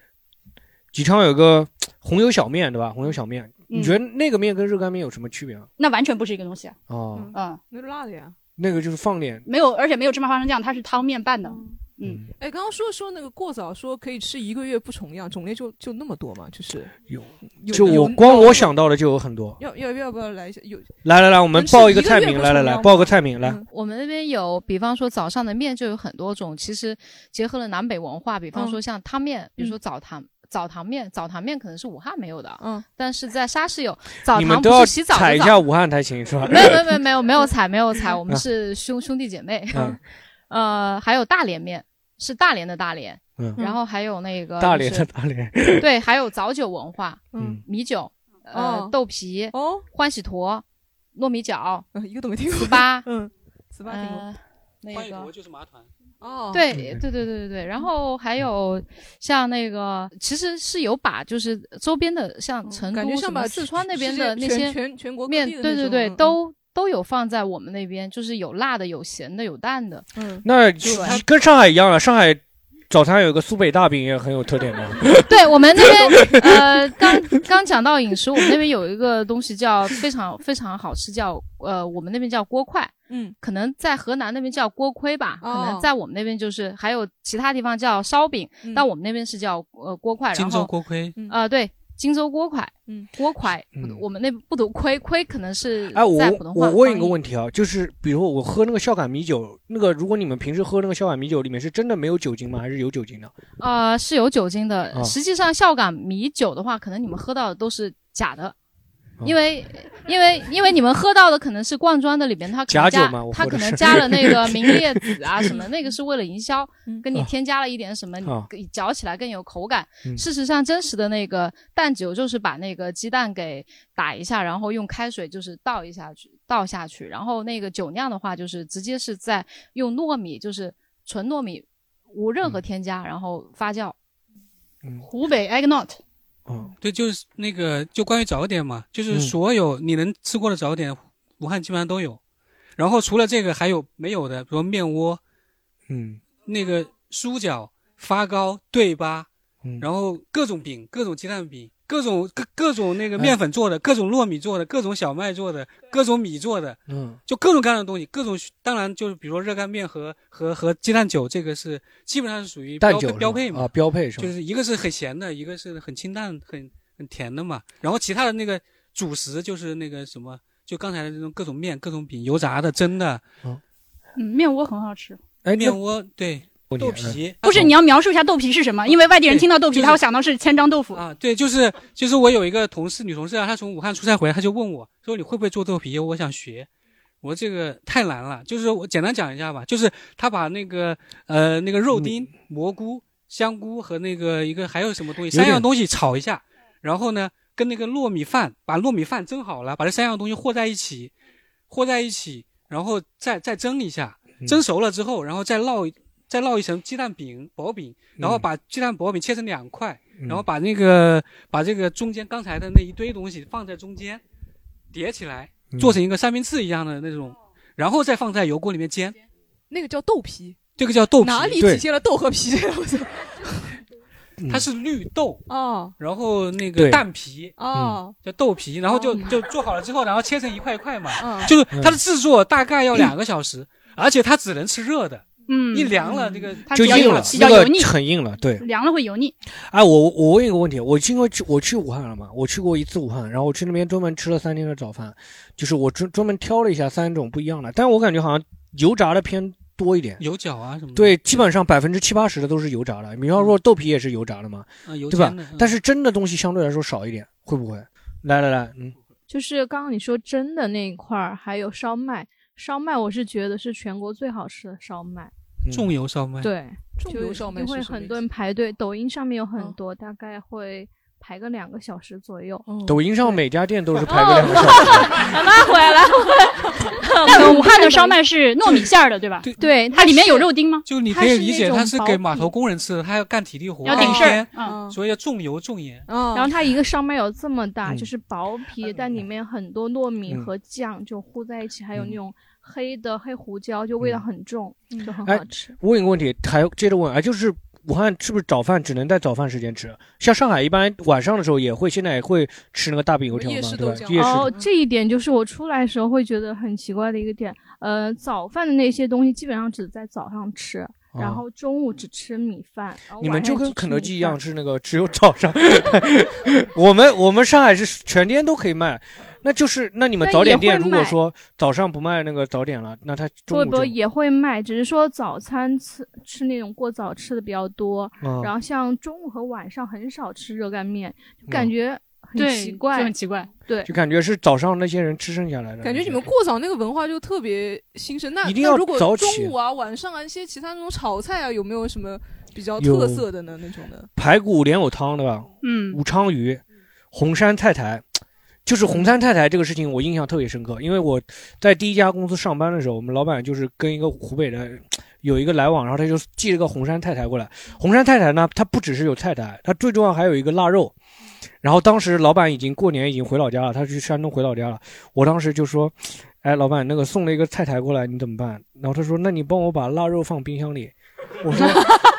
Speaker 3: 宜昌有个红油小面对吧？红油小面，
Speaker 6: 嗯
Speaker 3: 你觉得那个面跟热干面有什么区别啊？
Speaker 6: 那完全不是一个东西啊！
Speaker 3: 哦，
Speaker 7: 嗯
Speaker 6: 嗯，
Speaker 7: 那是辣的呀。
Speaker 3: 那个就是放点，
Speaker 6: 没有，而且没有芝麻花生酱，它是汤面拌的。
Speaker 3: 嗯
Speaker 6: 嗯，
Speaker 7: 哎，刚刚说说那个过早说可以吃一个月不重样，种类就就那么多嘛，就是
Speaker 3: 有
Speaker 7: 有
Speaker 3: 就
Speaker 7: 有
Speaker 3: 我光我想到的就有很多。
Speaker 7: 要要要不要来一下？有
Speaker 3: 来来来，我们
Speaker 8: 能吃
Speaker 3: 报一个
Speaker 8: 一个
Speaker 3: 菜
Speaker 8: 月
Speaker 3: 名，
Speaker 8: 不
Speaker 3: 来来
Speaker 8: 重
Speaker 3: 来，
Speaker 8: 样
Speaker 3: 报个菜名来。
Speaker 7: 嗯
Speaker 8: 我们那边有，比方说早上的面就有很多种，其实结合了南北文化，比方
Speaker 7: 嗯
Speaker 8: 说像汤面，比如说澡堂。澡堂面，澡堂面可能是武汉没有的，
Speaker 7: 嗯，
Speaker 8: 但是在沙市有。澡
Speaker 3: 你们
Speaker 8: 堂
Speaker 3: 都
Speaker 8: 不
Speaker 3: 要
Speaker 8: 是洗澡
Speaker 3: 踩
Speaker 8: 的
Speaker 3: 一
Speaker 8: 澡，
Speaker 3: 下武汉才行是吧？
Speaker 8: 没 有没有没有没有没有
Speaker 7: 嗯
Speaker 8: 踩没有踩，我们
Speaker 3: 啊
Speaker 8: 是兄兄弟姐妹。
Speaker 3: 嗯
Speaker 8: 呃，还有大连面，是大连的大连，
Speaker 3: 嗯
Speaker 8: 然后还有那个
Speaker 3: 大连
Speaker 8: 就
Speaker 3: 的
Speaker 8: 是
Speaker 3: 大 连，
Speaker 8: 对，还有早酒文化，
Speaker 3: 嗯
Speaker 7: 嗯，
Speaker 8: 米酒，呃，
Speaker 7: 哦
Speaker 8: 豆皮、
Speaker 7: 哦，
Speaker 8: 欢喜坨、糯米饺、
Speaker 7: 呃一个都没听过
Speaker 8: 糍。粑，
Speaker 7: 嗯，糍粑听过。
Speaker 8: 呃，那
Speaker 4: 欢迎
Speaker 8: 个
Speaker 4: 国就是麻团，嗯
Speaker 7: 哦，
Speaker 8: 对
Speaker 3: 对
Speaker 8: 对对对对对，然后还有像那个，其实是有把就是周边的像
Speaker 7: 嗯
Speaker 8: 成
Speaker 7: 感觉
Speaker 8: 都、
Speaker 7: 像
Speaker 8: 什么
Speaker 7: 把
Speaker 8: 四川那边
Speaker 7: 世界
Speaker 8: 的那
Speaker 7: 全
Speaker 8: 些
Speaker 7: 全全国各
Speaker 8: 面
Speaker 7: 地，的
Speaker 8: 对
Speaker 7: 那
Speaker 8: 对
Speaker 7: 种
Speaker 8: 对，
Speaker 7: 嗯
Speaker 8: 都都有放在我们那边，就是有辣的、有咸的、有淡的。
Speaker 7: 嗯
Speaker 3: 那
Speaker 8: 对
Speaker 3: 跟上海一样了，啊上海。早餐有个苏北大饼也很有特点的，
Speaker 8: 对我们那边呃，刚刚讲到饮食，我们那边有一个东西叫非常非常好吃，叫呃，我们那边叫锅块，
Speaker 7: 嗯
Speaker 8: 可能在河南那边叫锅盔吧，可
Speaker 7: 哦
Speaker 8: 能在我们那边就是还有其他地方叫烧饼，
Speaker 7: 嗯，
Speaker 8: 但我们那边是叫呃锅块，
Speaker 4: 荆
Speaker 8: 然
Speaker 4: 州
Speaker 8: 后。
Speaker 4: 锅盔，
Speaker 6: 嗯
Speaker 8: 啊，对，荆州锅块，
Speaker 7: 嗯，
Speaker 8: 锅块，不
Speaker 3: 嗯
Speaker 8: 我们那不读亏，亏可能是
Speaker 3: 哎，我
Speaker 8: 在普通话
Speaker 3: 我
Speaker 8: 翻译。
Speaker 3: 问一个问题啊，就是比如我喝那个孝感米酒，那个如果你们平时喝那个孝感米酒，里面是真的没有酒精吗？还是有酒精的？
Speaker 8: 呃，是有酒精的。
Speaker 3: 哦
Speaker 8: 实际上，孝感米酒的话，可能你们喝到的都是假的。
Speaker 3: 哦
Speaker 8: 因为，因为，因为你们喝到的可能是罐装的，里边它可
Speaker 3: 假
Speaker 8: 能
Speaker 3: 酒
Speaker 8: 加
Speaker 3: 嘛我，
Speaker 8: 它
Speaker 3: 喝的
Speaker 8: 可能
Speaker 3: 是
Speaker 8: 加了 那个明列子啊什么，那个是为了营销
Speaker 7: 嗯，
Speaker 8: 跟你
Speaker 3: 哦
Speaker 8: 添加了一点什么，你
Speaker 3: 哦
Speaker 8: 给嚼起来更有口感
Speaker 3: 嗯。
Speaker 8: 事实上，真实的那个蛋酒就是把那个鸡蛋给打一下，然后用开水就是倒一下去，倒下去，然后那个酒酿的话，就是直接是在用糯米，就是纯糯米，无任何添加，然后发酵。
Speaker 3: 嗯，
Speaker 6: 湖北 egg not，
Speaker 3: 嗯，
Speaker 4: 对，就是那个，就关于早点嘛，就是
Speaker 3: 嗯
Speaker 4: 所有你能吃过的早点，武汉基本上都有。然后除了这个，还有没有的，比如面窝，
Speaker 3: 嗯，
Speaker 4: 那个酥饺、发糕、对吧？
Speaker 3: 嗯
Speaker 4: 然后各种饼，各种鸡蛋饼，各种各各种
Speaker 3: 哎
Speaker 4: 那个面粉做的，各种糯米做的，各种小麦做的，各种米做的，
Speaker 3: 嗯，
Speaker 4: 就各种各样的东西，各种当然就是比如说热干面和和和鸡蛋酒，这个是基本上是属于
Speaker 3: 蛋
Speaker 4: 标配
Speaker 3: 酒是
Speaker 4: 标
Speaker 3: 吧
Speaker 4: 配嘛
Speaker 3: 啊标配是吧
Speaker 4: 就是一个是很咸的，一个是很清淡很很甜的嘛，然后其他的那个主食就是那个什么，就刚才的那种各种面、各种饼，油炸的、蒸的，
Speaker 6: 嗯，面窝很好吃。
Speaker 3: 哎，
Speaker 4: 面窝对，
Speaker 3: 豆
Speaker 4: 豆皮
Speaker 6: 不是，你要描述一下豆皮是什么，因为外地人
Speaker 4: 对
Speaker 6: 听到豆皮，
Speaker 4: 就是
Speaker 6: 他会想到是千张豆腐。
Speaker 4: 啊，对，就是就是我有一个同事，女同事啊，她从武汉出差回来，她就问我说你会不会做豆皮？我想学。我说这个太难了，就是我简单讲一下吧，就是她把那个呃那个
Speaker 3: 嗯
Speaker 4: 肉丁、蘑菇、香菇和那个一个还有什么东西
Speaker 3: 有
Speaker 4: 三样
Speaker 3: 点
Speaker 4: 东西炒一下，然后呢跟那个糯米饭把糯米饭蒸好了，把这三样东西和在一起，和在一起，然后再再蒸一下，
Speaker 3: 嗯
Speaker 4: 蒸熟了之后，然后再烙一再烙一层鸡蛋饼薄饼，然后
Speaker 3: 嗯
Speaker 4: 把鸡蛋薄饼切成两块，
Speaker 3: 嗯
Speaker 4: 然后把那个把这个中间刚才的那一堆东西放在中间，叠起来
Speaker 3: 嗯
Speaker 4: 做成一个三明治一样的那种，然后再放在油锅里面煎，
Speaker 7: 那个叫豆皮，
Speaker 4: 这个叫豆皮，
Speaker 7: 哪里
Speaker 3: 对
Speaker 7: 体现了豆和皮这个东西？
Speaker 4: 它是绿豆，
Speaker 7: 哦
Speaker 4: 然后那
Speaker 3: 对
Speaker 4: 个蛋皮嗯
Speaker 7: 哦，
Speaker 4: 叫豆皮，然后就
Speaker 7: 哦
Speaker 4: 就做好了之后，然后切成一块一块嘛，
Speaker 7: 嗯，
Speaker 4: 就是它的制作大概要
Speaker 3: 嗯
Speaker 4: 两个小时，而且它只能吃热的，
Speaker 6: 嗯，
Speaker 4: 一凉了这个
Speaker 6: 它
Speaker 3: 就
Speaker 6: 比较
Speaker 3: 硬
Speaker 6: 油
Speaker 3: 了，
Speaker 6: 比
Speaker 3: 那
Speaker 6: 较油腻
Speaker 3: 个，很硬了，对。
Speaker 6: 凉了会油腻。
Speaker 3: 哎，我我问一个问题，我因为去我去武汉了嘛，我去过一次武汉，然后我去那边专门吃了三天的早饭，就是我专专门挑了一下三种不一样的，但是我感觉好像油炸的偏多一点。
Speaker 4: 油饺啊什么的，
Speaker 3: 对，基本上百分之七八十的都是油炸的，比方说豆皮也是油炸的嘛，
Speaker 4: 嗯，油
Speaker 3: 对吧
Speaker 4: 煎的，嗯？
Speaker 3: 但是真的东西相对来说少一点，会不会？来来来，
Speaker 4: 哦
Speaker 3: 嗯，
Speaker 10: 就是刚刚你说蒸的那一块儿，还有烧麦，烧麦我是觉得是全国最好吃的烧麦，
Speaker 3: 嗯
Speaker 4: 重油烧麦，
Speaker 10: 对，
Speaker 7: 重
Speaker 10: 就
Speaker 7: 油烧麦
Speaker 10: 因为
Speaker 7: 是什么
Speaker 10: 很
Speaker 7: 意
Speaker 10: 多
Speaker 7: 思
Speaker 10: 人排队，抖音上面有很
Speaker 7: 嗯
Speaker 10: 多，大概会排个两个小时左右。
Speaker 3: 抖音上每家店都
Speaker 4: 哦
Speaker 3: 是排个两个小时。
Speaker 10: 妈妈回来了，
Speaker 6: 但武汉的烧麦是糯米馅儿的，对吧？
Speaker 4: 对
Speaker 10: 对，
Speaker 6: 它里面有
Speaker 10: 是
Speaker 6: 肉丁吗？
Speaker 4: 就你
Speaker 10: 它
Speaker 4: 可以
Speaker 10: 是
Speaker 4: 理
Speaker 10: 那
Speaker 4: 解它
Speaker 10: 种
Speaker 4: 是
Speaker 10: 薄
Speaker 4: 给码
Speaker 10: 饼
Speaker 4: 头工人吃的，他要干体力活，
Speaker 6: 要
Speaker 4: 干
Speaker 6: 顶
Speaker 4: 一
Speaker 6: 事儿
Speaker 4: 天，，
Speaker 6: 嗯，
Speaker 7: 嗯
Speaker 4: 所以要重油重盐。
Speaker 7: 嗯，
Speaker 10: 然后它一个烧麦有这么大，
Speaker 3: 嗯
Speaker 10: 就是薄皮，但里面很多糯米
Speaker 3: 嗯
Speaker 10: 和酱就糊在一起，还有
Speaker 3: 嗯
Speaker 10: 那种黑的黑胡椒，就味道很重，就很
Speaker 3: 哎
Speaker 10: 好吃。
Speaker 3: 问一个问题，还接着问，哎，就是武汉是不是早饭只能在早饭时间吃？像上海一般晚上的时候也会，现在也会吃那个大饼油条
Speaker 7: 夜
Speaker 3: 嘛，
Speaker 7: 市
Speaker 3: 对吧
Speaker 7: 豆？浆
Speaker 3: 夜市
Speaker 10: 哦
Speaker 3: 的，
Speaker 10: 这一点就是我出来的时候会觉得很奇怪的一个点。呃，早饭的那些东西基本上只在早上吃，然后中午只吃米饭。然后
Speaker 3: 哦你
Speaker 10: 晚
Speaker 3: 们就
Speaker 10: 上
Speaker 3: 跟
Speaker 10: 只吃
Speaker 3: 肯德
Speaker 10: 米
Speaker 3: 基一样，
Speaker 10: 饭，
Speaker 3: 是那个只有早上。 我们我们上海是全天都可以卖，那就是那你们
Speaker 10: 但
Speaker 3: 早点
Speaker 10: 也会
Speaker 3: 店如果
Speaker 10: 卖
Speaker 3: 说早上不卖那个早点了，那他中
Speaker 10: 不
Speaker 3: 午
Speaker 10: 不
Speaker 3: 就
Speaker 10: 也会卖，只是说早餐吃吃那种过早吃的比较多，
Speaker 3: 嗯
Speaker 10: 然后像中午和晚上很少吃热干面，就感
Speaker 3: 嗯
Speaker 10: 觉很
Speaker 6: 对，
Speaker 10: 奇怪。
Speaker 6: 就很奇怪。
Speaker 10: 对
Speaker 3: 就感觉是早上那些人吃剩下来的。
Speaker 7: 感觉你们过早那个文化就特别兴盛。那
Speaker 3: 一定
Speaker 7: 那
Speaker 3: 要
Speaker 7: 如果
Speaker 3: 早
Speaker 7: 中
Speaker 3: 起
Speaker 7: 午啊、晚上啊一些其他那种炒菜啊，有没有什么比较
Speaker 3: 有
Speaker 7: 特色的呢？那种的
Speaker 3: 排骨莲藕汤对吧？
Speaker 6: 嗯，
Speaker 3: 武昌鱼、红山菜苔，就是红山菜苔这个事情，我印象特别深刻，因为我在第一家公司上班的时候，我们老板就是跟一个湖北的有一个来往，然后他就寄了个红山菜苔过来。红山菜苔呢，它不只是有菜苔，它最重要还有一个腊肉。然后当时老板已经过年已经回老家了，他去山东回老家了。我当时就说：“哎，老板，那个送了一个菜苔过来，你怎么办？”然后他说：“那你帮我把腊肉放冰箱里。”我说：“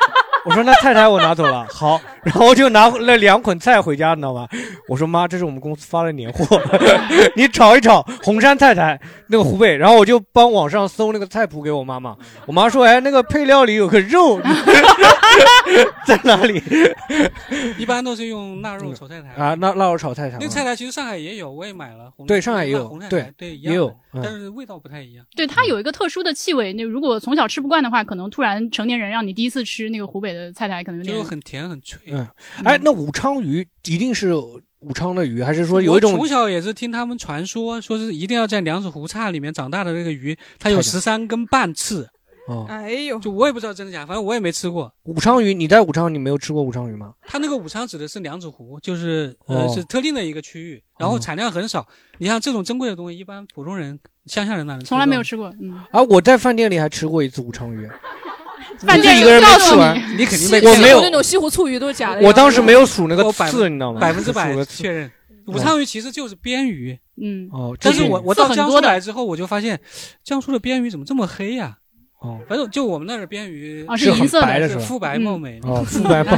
Speaker 3: 我说那菜苔我拿走 了，好。”然后我就拿了两捆菜回家，你知道吧？我说：“妈，这是我们公司发的年货， 你炒一炒红山菜苔，那个湖北。”然后我就帮网上搜那个菜谱给我妈妈，我妈说：“哎，那个配料里有个肉，你 在哪里
Speaker 4: 一般都是用腊肉
Speaker 3: 嗯
Speaker 4: 炒菜苔
Speaker 3: 啊？”那腊肉炒菜苔吗，
Speaker 4: 那个菜苔其实上海也有，我也买了。红
Speaker 3: 对上海也有
Speaker 4: 红菜
Speaker 3: 对
Speaker 4: 苔对一样
Speaker 3: 也有
Speaker 4: 的，
Speaker 3: 嗯
Speaker 4: 但是味道不太一样。
Speaker 6: 对，它有一个特殊的气味。那如果从小吃不惯的话，可能突然成年人让你第一次吃那个湖北的菜苔，可能有
Speaker 4: 就是
Speaker 6: 点
Speaker 4: 很甜很脆。
Speaker 3: 嗯哎，那武昌鱼一定是武昌的鱼，还是说有一
Speaker 4: 我
Speaker 3: 种
Speaker 4: 从小也是听他们传说，说是一定要在两指湖叉里面长大的那个鱼，它有
Speaker 3: 太假
Speaker 4: 十三根半刺，
Speaker 3: 哦，
Speaker 7: 哎呦，
Speaker 4: 就我也不知道真的假，反正我也没吃过。
Speaker 3: 武昌鱼？你在武昌你没有吃过武昌鱼吗？
Speaker 4: 它那个武昌指的是两指湖，就是呃、
Speaker 3: 哦
Speaker 4: 是特定的一个区域，然后
Speaker 3: 哦
Speaker 4: 产量很少。你像这种珍贵的东西，一般普通人乡下人哪能
Speaker 6: 从来没有
Speaker 4: 吃
Speaker 6: 吃过。嗯，
Speaker 3: 啊，我在饭店里还吃过一次武昌鱼，你就一个人没吃完，
Speaker 4: 你 肯定被
Speaker 3: 我没有
Speaker 7: 那种西湖醋鱼都是假的。
Speaker 3: 我当时没有数那
Speaker 4: 我
Speaker 3: 个
Speaker 4: 百
Speaker 3: 字，你知道吗？
Speaker 4: 百分之
Speaker 3: 数
Speaker 4: 百
Speaker 3: 个字嗯
Speaker 4: 确认，武昌鱼其实就是鳊鱼。
Speaker 6: 嗯，
Speaker 3: 哦，
Speaker 4: 但是
Speaker 3: 这
Speaker 4: 我我
Speaker 6: 字
Speaker 4: 到
Speaker 6: 很
Speaker 4: 江苏
Speaker 6: 多的
Speaker 4: 来之后，我就发现江苏的鳊鱼怎么这么黑呀？
Speaker 3: 哦，
Speaker 4: 反正就我们那儿的鳊鱼
Speaker 6: 啊
Speaker 3: 是
Speaker 6: 银
Speaker 3: 很
Speaker 6: 色
Speaker 3: 白的
Speaker 6: 的，
Speaker 3: 是吧
Speaker 4: 肤白貌美。
Speaker 3: 哦，肤白貌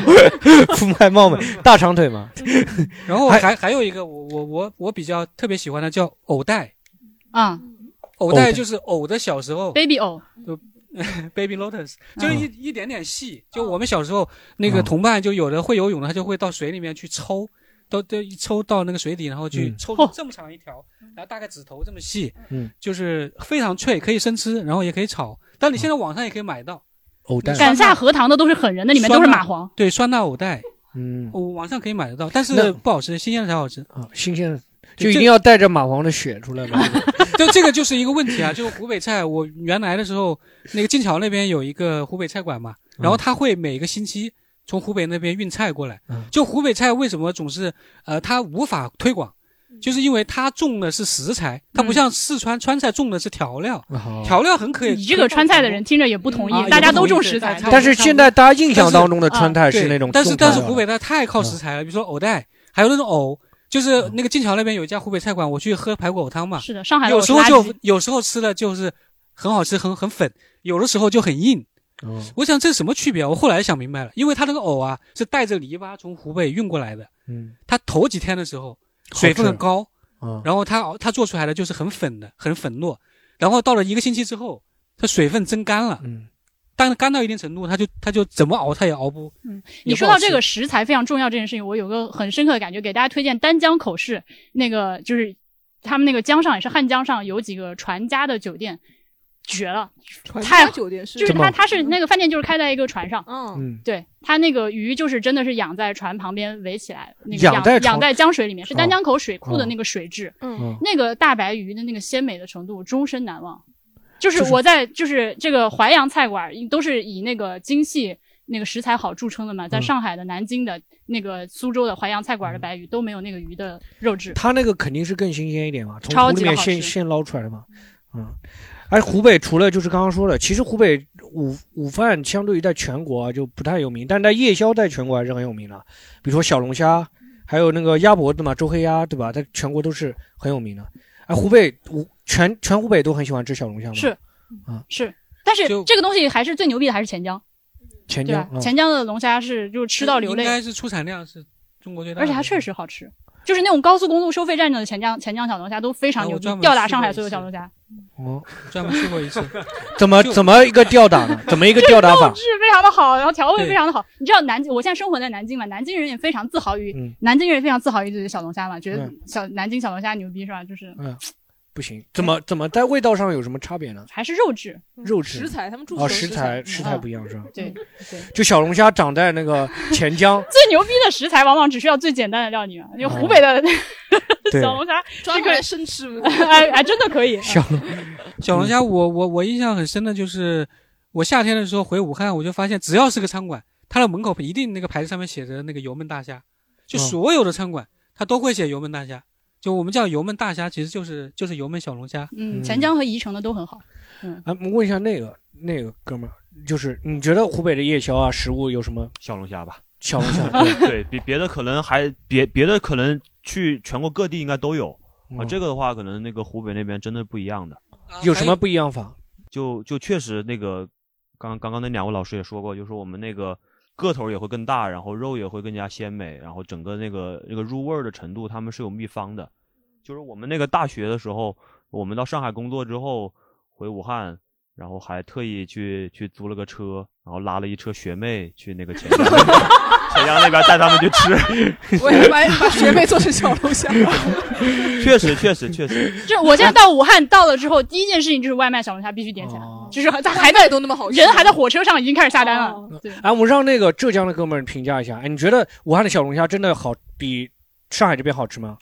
Speaker 3: 肤白貌美， 大长腿嘛，
Speaker 4: 嗯然后
Speaker 3: 还
Speaker 4: 还还有一个我我我我比较特别喜欢的叫藕带，
Speaker 6: 啊
Speaker 4: 藕
Speaker 3: 藕带
Speaker 4: 带就是藕的小时候
Speaker 6: ，baby 藕，
Speaker 4: baby lotus，就是
Speaker 3: 嗯
Speaker 4: 一一点点细。就我们小时候那个同伴，就有的会游泳的，他就会到水里面去抽，都都一抽到那个水底，然后去
Speaker 3: 嗯
Speaker 4: 抽
Speaker 6: 嚯
Speaker 4: 这么长一条，然后大概指头这么细，
Speaker 3: 嗯，
Speaker 4: 就是非常脆，可以生吃，然后也可以炒。但你现在网上也可以买到，
Speaker 3: 藕带，
Speaker 6: 敢嗯下荷塘的都是狠人的，里面都是蚂蟥。
Speaker 4: 对，酸辣藕带，
Speaker 3: 嗯
Speaker 4: 我网上可以买得到，但
Speaker 3: 那
Speaker 4: 是不好吃，新鲜的才好吃。
Speaker 3: 啊，新鲜的，
Speaker 4: 对
Speaker 3: 就一
Speaker 4: 这
Speaker 3: 定要带着蚂蟥的血出来嘛。
Speaker 4: 就这个就是一个问题啊，就是湖北菜。我原来的时候，那个金桥那边有一个湖北菜馆嘛，然后他会每个星期从湖北那边运菜过来
Speaker 3: 嗯。
Speaker 4: 就湖北菜为什么总是呃，它无法推广，
Speaker 6: 嗯
Speaker 4: 就是因为它种的是食材，它不像四川川菜种的是调料，
Speaker 3: 好
Speaker 4: 调料很可以。
Speaker 6: 你这个川菜的人，听着也不同
Speaker 4: 啊
Speaker 6: 意，大家都种
Speaker 4: 也不同意
Speaker 6: 食材
Speaker 4: 对。大家
Speaker 3: 但是现在大家印象当中的川菜
Speaker 4: 对
Speaker 3: 是那种
Speaker 4: 但是
Speaker 3: 重口
Speaker 4: 但
Speaker 3: 味的，嗯
Speaker 4: 是湖北菜太靠食材了，比如说藕带，还有那种藕，就是那个金桥那边有一家湖北菜馆，我去喝排骨藕汤嘛，
Speaker 6: 是的，上海的
Speaker 4: 有
Speaker 6: 我
Speaker 4: 时
Speaker 6: 是
Speaker 4: 候
Speaker 6: 垃
Speaker 4: 就
Speaker 6: 圾。
Speaker 4: 有时候吃的就是很好吃，很很粉，有的时候就很硬。
Speaker 3: 嗯
Speaker 4: 我想这什么区别啊？我后来想明白了，因为它那个藕啊是带着泥巴从湖北运过来的，
Speaker 3: 嗯
Speaker 4: 它头几天的时候
Speaker 3: 好吃
Speaker 4: 水分很高，
Speaker 3: 啊，
Speaker 4: 然后它熬它做出来的就是很粉的，很粉糯，然后到了一个星期之后，它水分蒸干了，
Speaker 3: 嗯，
Speaker 4: 但干到一定程度，它就它就怎么熬它也熬不。
Speaker 6: 嗯
Speaker 4: 也
Speaker 6: 你
Speaker 4: 不
Speaker 6: 说
Speaker 4: 好
Speaker 6: 到这
Speaker 4: 吃
Speaker 6: 个食材非常重要这件事情，我有个很深刻的感觉，给大家推荐丹江口市那个就是他们那个江上也是汉江上有几个船家的酒店，绝了！
Speaker 7: 传
Speaker 6: 太
Speaker 7: 家酒店是
Speaker 6: 就是
Speaker 3: 怎么
Speaker 6: 它它是那个饭店就是开在一个船上，
Speaker 7: 嗯，
Speaker 3: 嗯，
Speaker 6: 对它那个鱼就是真的是养在船旁边围起来，那个
Speaker 3: 养
Speaker 6: 养
Speaker 3: 在船
Speaker 6: 江水里面，是丹
Speaker 3: 哦
Speaker 6: 江口水库
Speaker 3: 哦
Speaker 6: 的那个水质，
Speaker 3: 嗯
Speaker 6: 那个大白鱼的那个鲜美的程度，终身难忘。就是
Speaker 3: 就是
Speaker 6: 我在就是这个淮扬菜馆，都是以那个精细那个食材好著称的嘛，在
Speaker 3: 嗯
Speaker 6: 上海的、南京的、那个苏州的淮扬菜馆的
Speaker 4: 嗯
Speaker 6: 白鱼都没有那个鱼的肉质。
Speaker 3: 它那个肯定是更新鲜一点嘛，从
Speaker 6: 超
Speaker 3: 湖里
Speaker 6: 级
Speaker 3: 面
Speaker 6: 好
Speaker 3: 现
Speaker 6: 吃
Speaker 3: 现捞出来的嘛，嗯。而湖北除了就是刚刚说的，其实湖北午午饭相对于在全国啊就不太有名，但在夜宵在全国还是很有名的，比如说小龙虾，还有那个鸭脖子嘛，周黑鸭，对吧？在全国都是很有名的。哎，湖北湖全全湖北都很喜欢吃小龙虾嘛，
Speaker 6: 是
Speaker 3: 啊，
Speaker 6: 是，但是
Speaker 4: 嗯就嗯
Speaker 6: 这个东西还是最牛逼的，还是钱江，
Speaker 3: 钱
Speaker 6: 对啊
Speaker 3: 江
Speaker 6: 吧？，钱江的龙虾是就是吃到流泪
Speaker 4: 应，该是出产量是中国最大的，
Speaker 6: 而且它确实好吃。就是那种高速公路收费站上的钱江钱江小龙虾都非常
Speaker 4: 哎
Speaker 6: 牛
Speaker 4: 我
Speaker 6: 逼
Speaker 4: 专，门
Speaker 6: 吊
Speaker 4: 吃过
Speaker 6: 打上
Speaker 4: 一
Speaker 6: 海所有
Speaker 4: 次
Speaker 6: 小龙虾，
Speaker 3: 哦，
Speaker 4: 专门去过一次。
Speaker 3: 怎么
Speaker 4: 就
Speaker 3: 怎么一个吊打呢？怎么一个吊 打法
Speaker 6: 肉？质非常的好，然后调味
Speaker 4: 对
Speaker 6: 非常的好。你知道南京，我现在生活在南京嘛，南京人也非常自豪于，
Speaker 3: 嗯
Speaker 6: 南京人非常自豪于自己的小龙虾嘛，觉得
Speaker 3: 嗯
Speaker 6: 小、南京小龙虾牛逼是吧？就是
Speaker 3: 不行，怎么怎么在味道上有什么差别呢？
Speaker 6: 还是肉质，
Speaker 3: 肉质
Speaker 7: 食材他们注
Speaker 3: 哦，
Speaker 7: 重
Speaker 3: 食材食材
Speaker 6: 嗯
Speaker 3: 不一样是吧？
Speaker 6: 对，，
Speaker 3: 就小龙虾长在那个钱江
Speaker 6: 最牛逼的食材往往只需要最简单的料理嘛，就湖北 的
Speaker 3: 哦对，
Speaker 6: 小龙虾，
Speaker 7: 抓
Speaker 6: 这
Speaker 7: 过
Speaker 6: 个
Speaker 7: 来生吃。
Speaker 6: 哎哎真的可以，
Speaker 3: 小龙
Speaker 4: 小龙
Speaker 3: 嗯
Speaker 4: 虾，我我我印象很深的就是，我夏天的时候回武汉，我就发现只要是个餐馆，它的门口一定那个牌子上面写着那个油焖大虾，就
Speaker 3: 嗯
Speaker 4: 所有的餐馆它都会写油焖大虾，就我们叫油焖大虾，其实就是就是油焖小龙虾。
Speaker 6: 嗯，
Speaker 3: 嗯
Speaker 6: 钱江和宜城的都很好。
Speaker 3: 啊，问一下那个那个哥们儿，就是你觉得湖北的夜宵啊食物有什么
Speaker 5: 小龙虾吧。
Speaker 3: 小龙 虾？
Speaker 5: 对比别的可能还别别的可能去全国各地应该都有啊。
Speaker 3: 嗯
Speaker 5: 这个的话，可能那个湖北那边真的不一样的。
Speaker 3: 有什么不一样法？
Speaker 5: 就就确实那个刚刚刚那两位老师也说过，就是我们那个个头也会更大，然后肉也会更加鲜美，然后整个那个那个入味儿的程度，他们是有秘方的。就是我们那个大学的时候，我们到上海工作之后回武汉，然后还特意去去租了个车，然后拉了一车学妹去那个钱江 钱江那边带他们去吃，
Speaker 7: 我也把把学妹做成小 龙虾，
Speaker 5: 确实确实确实，
Speaker 6: 就是我现在到武汉到了之后，第一件事情就是外卖小龙虾必须点起来，
Speaker 3: 哦
Speaker 6: 就是他还
Speaker 7: 海
Speaker 6: 在
Speaker 7: 带都那么好吃，
Speaker 6: 人还在火车上已经开始下单了。
Speaker 7: 哦
Speaker 6: 对，
Speaker 3: 哎，我让那个浙江的哥们儿评价一下，哎，你觉得武汉的小龙虾真的好比上海这边好吃吗？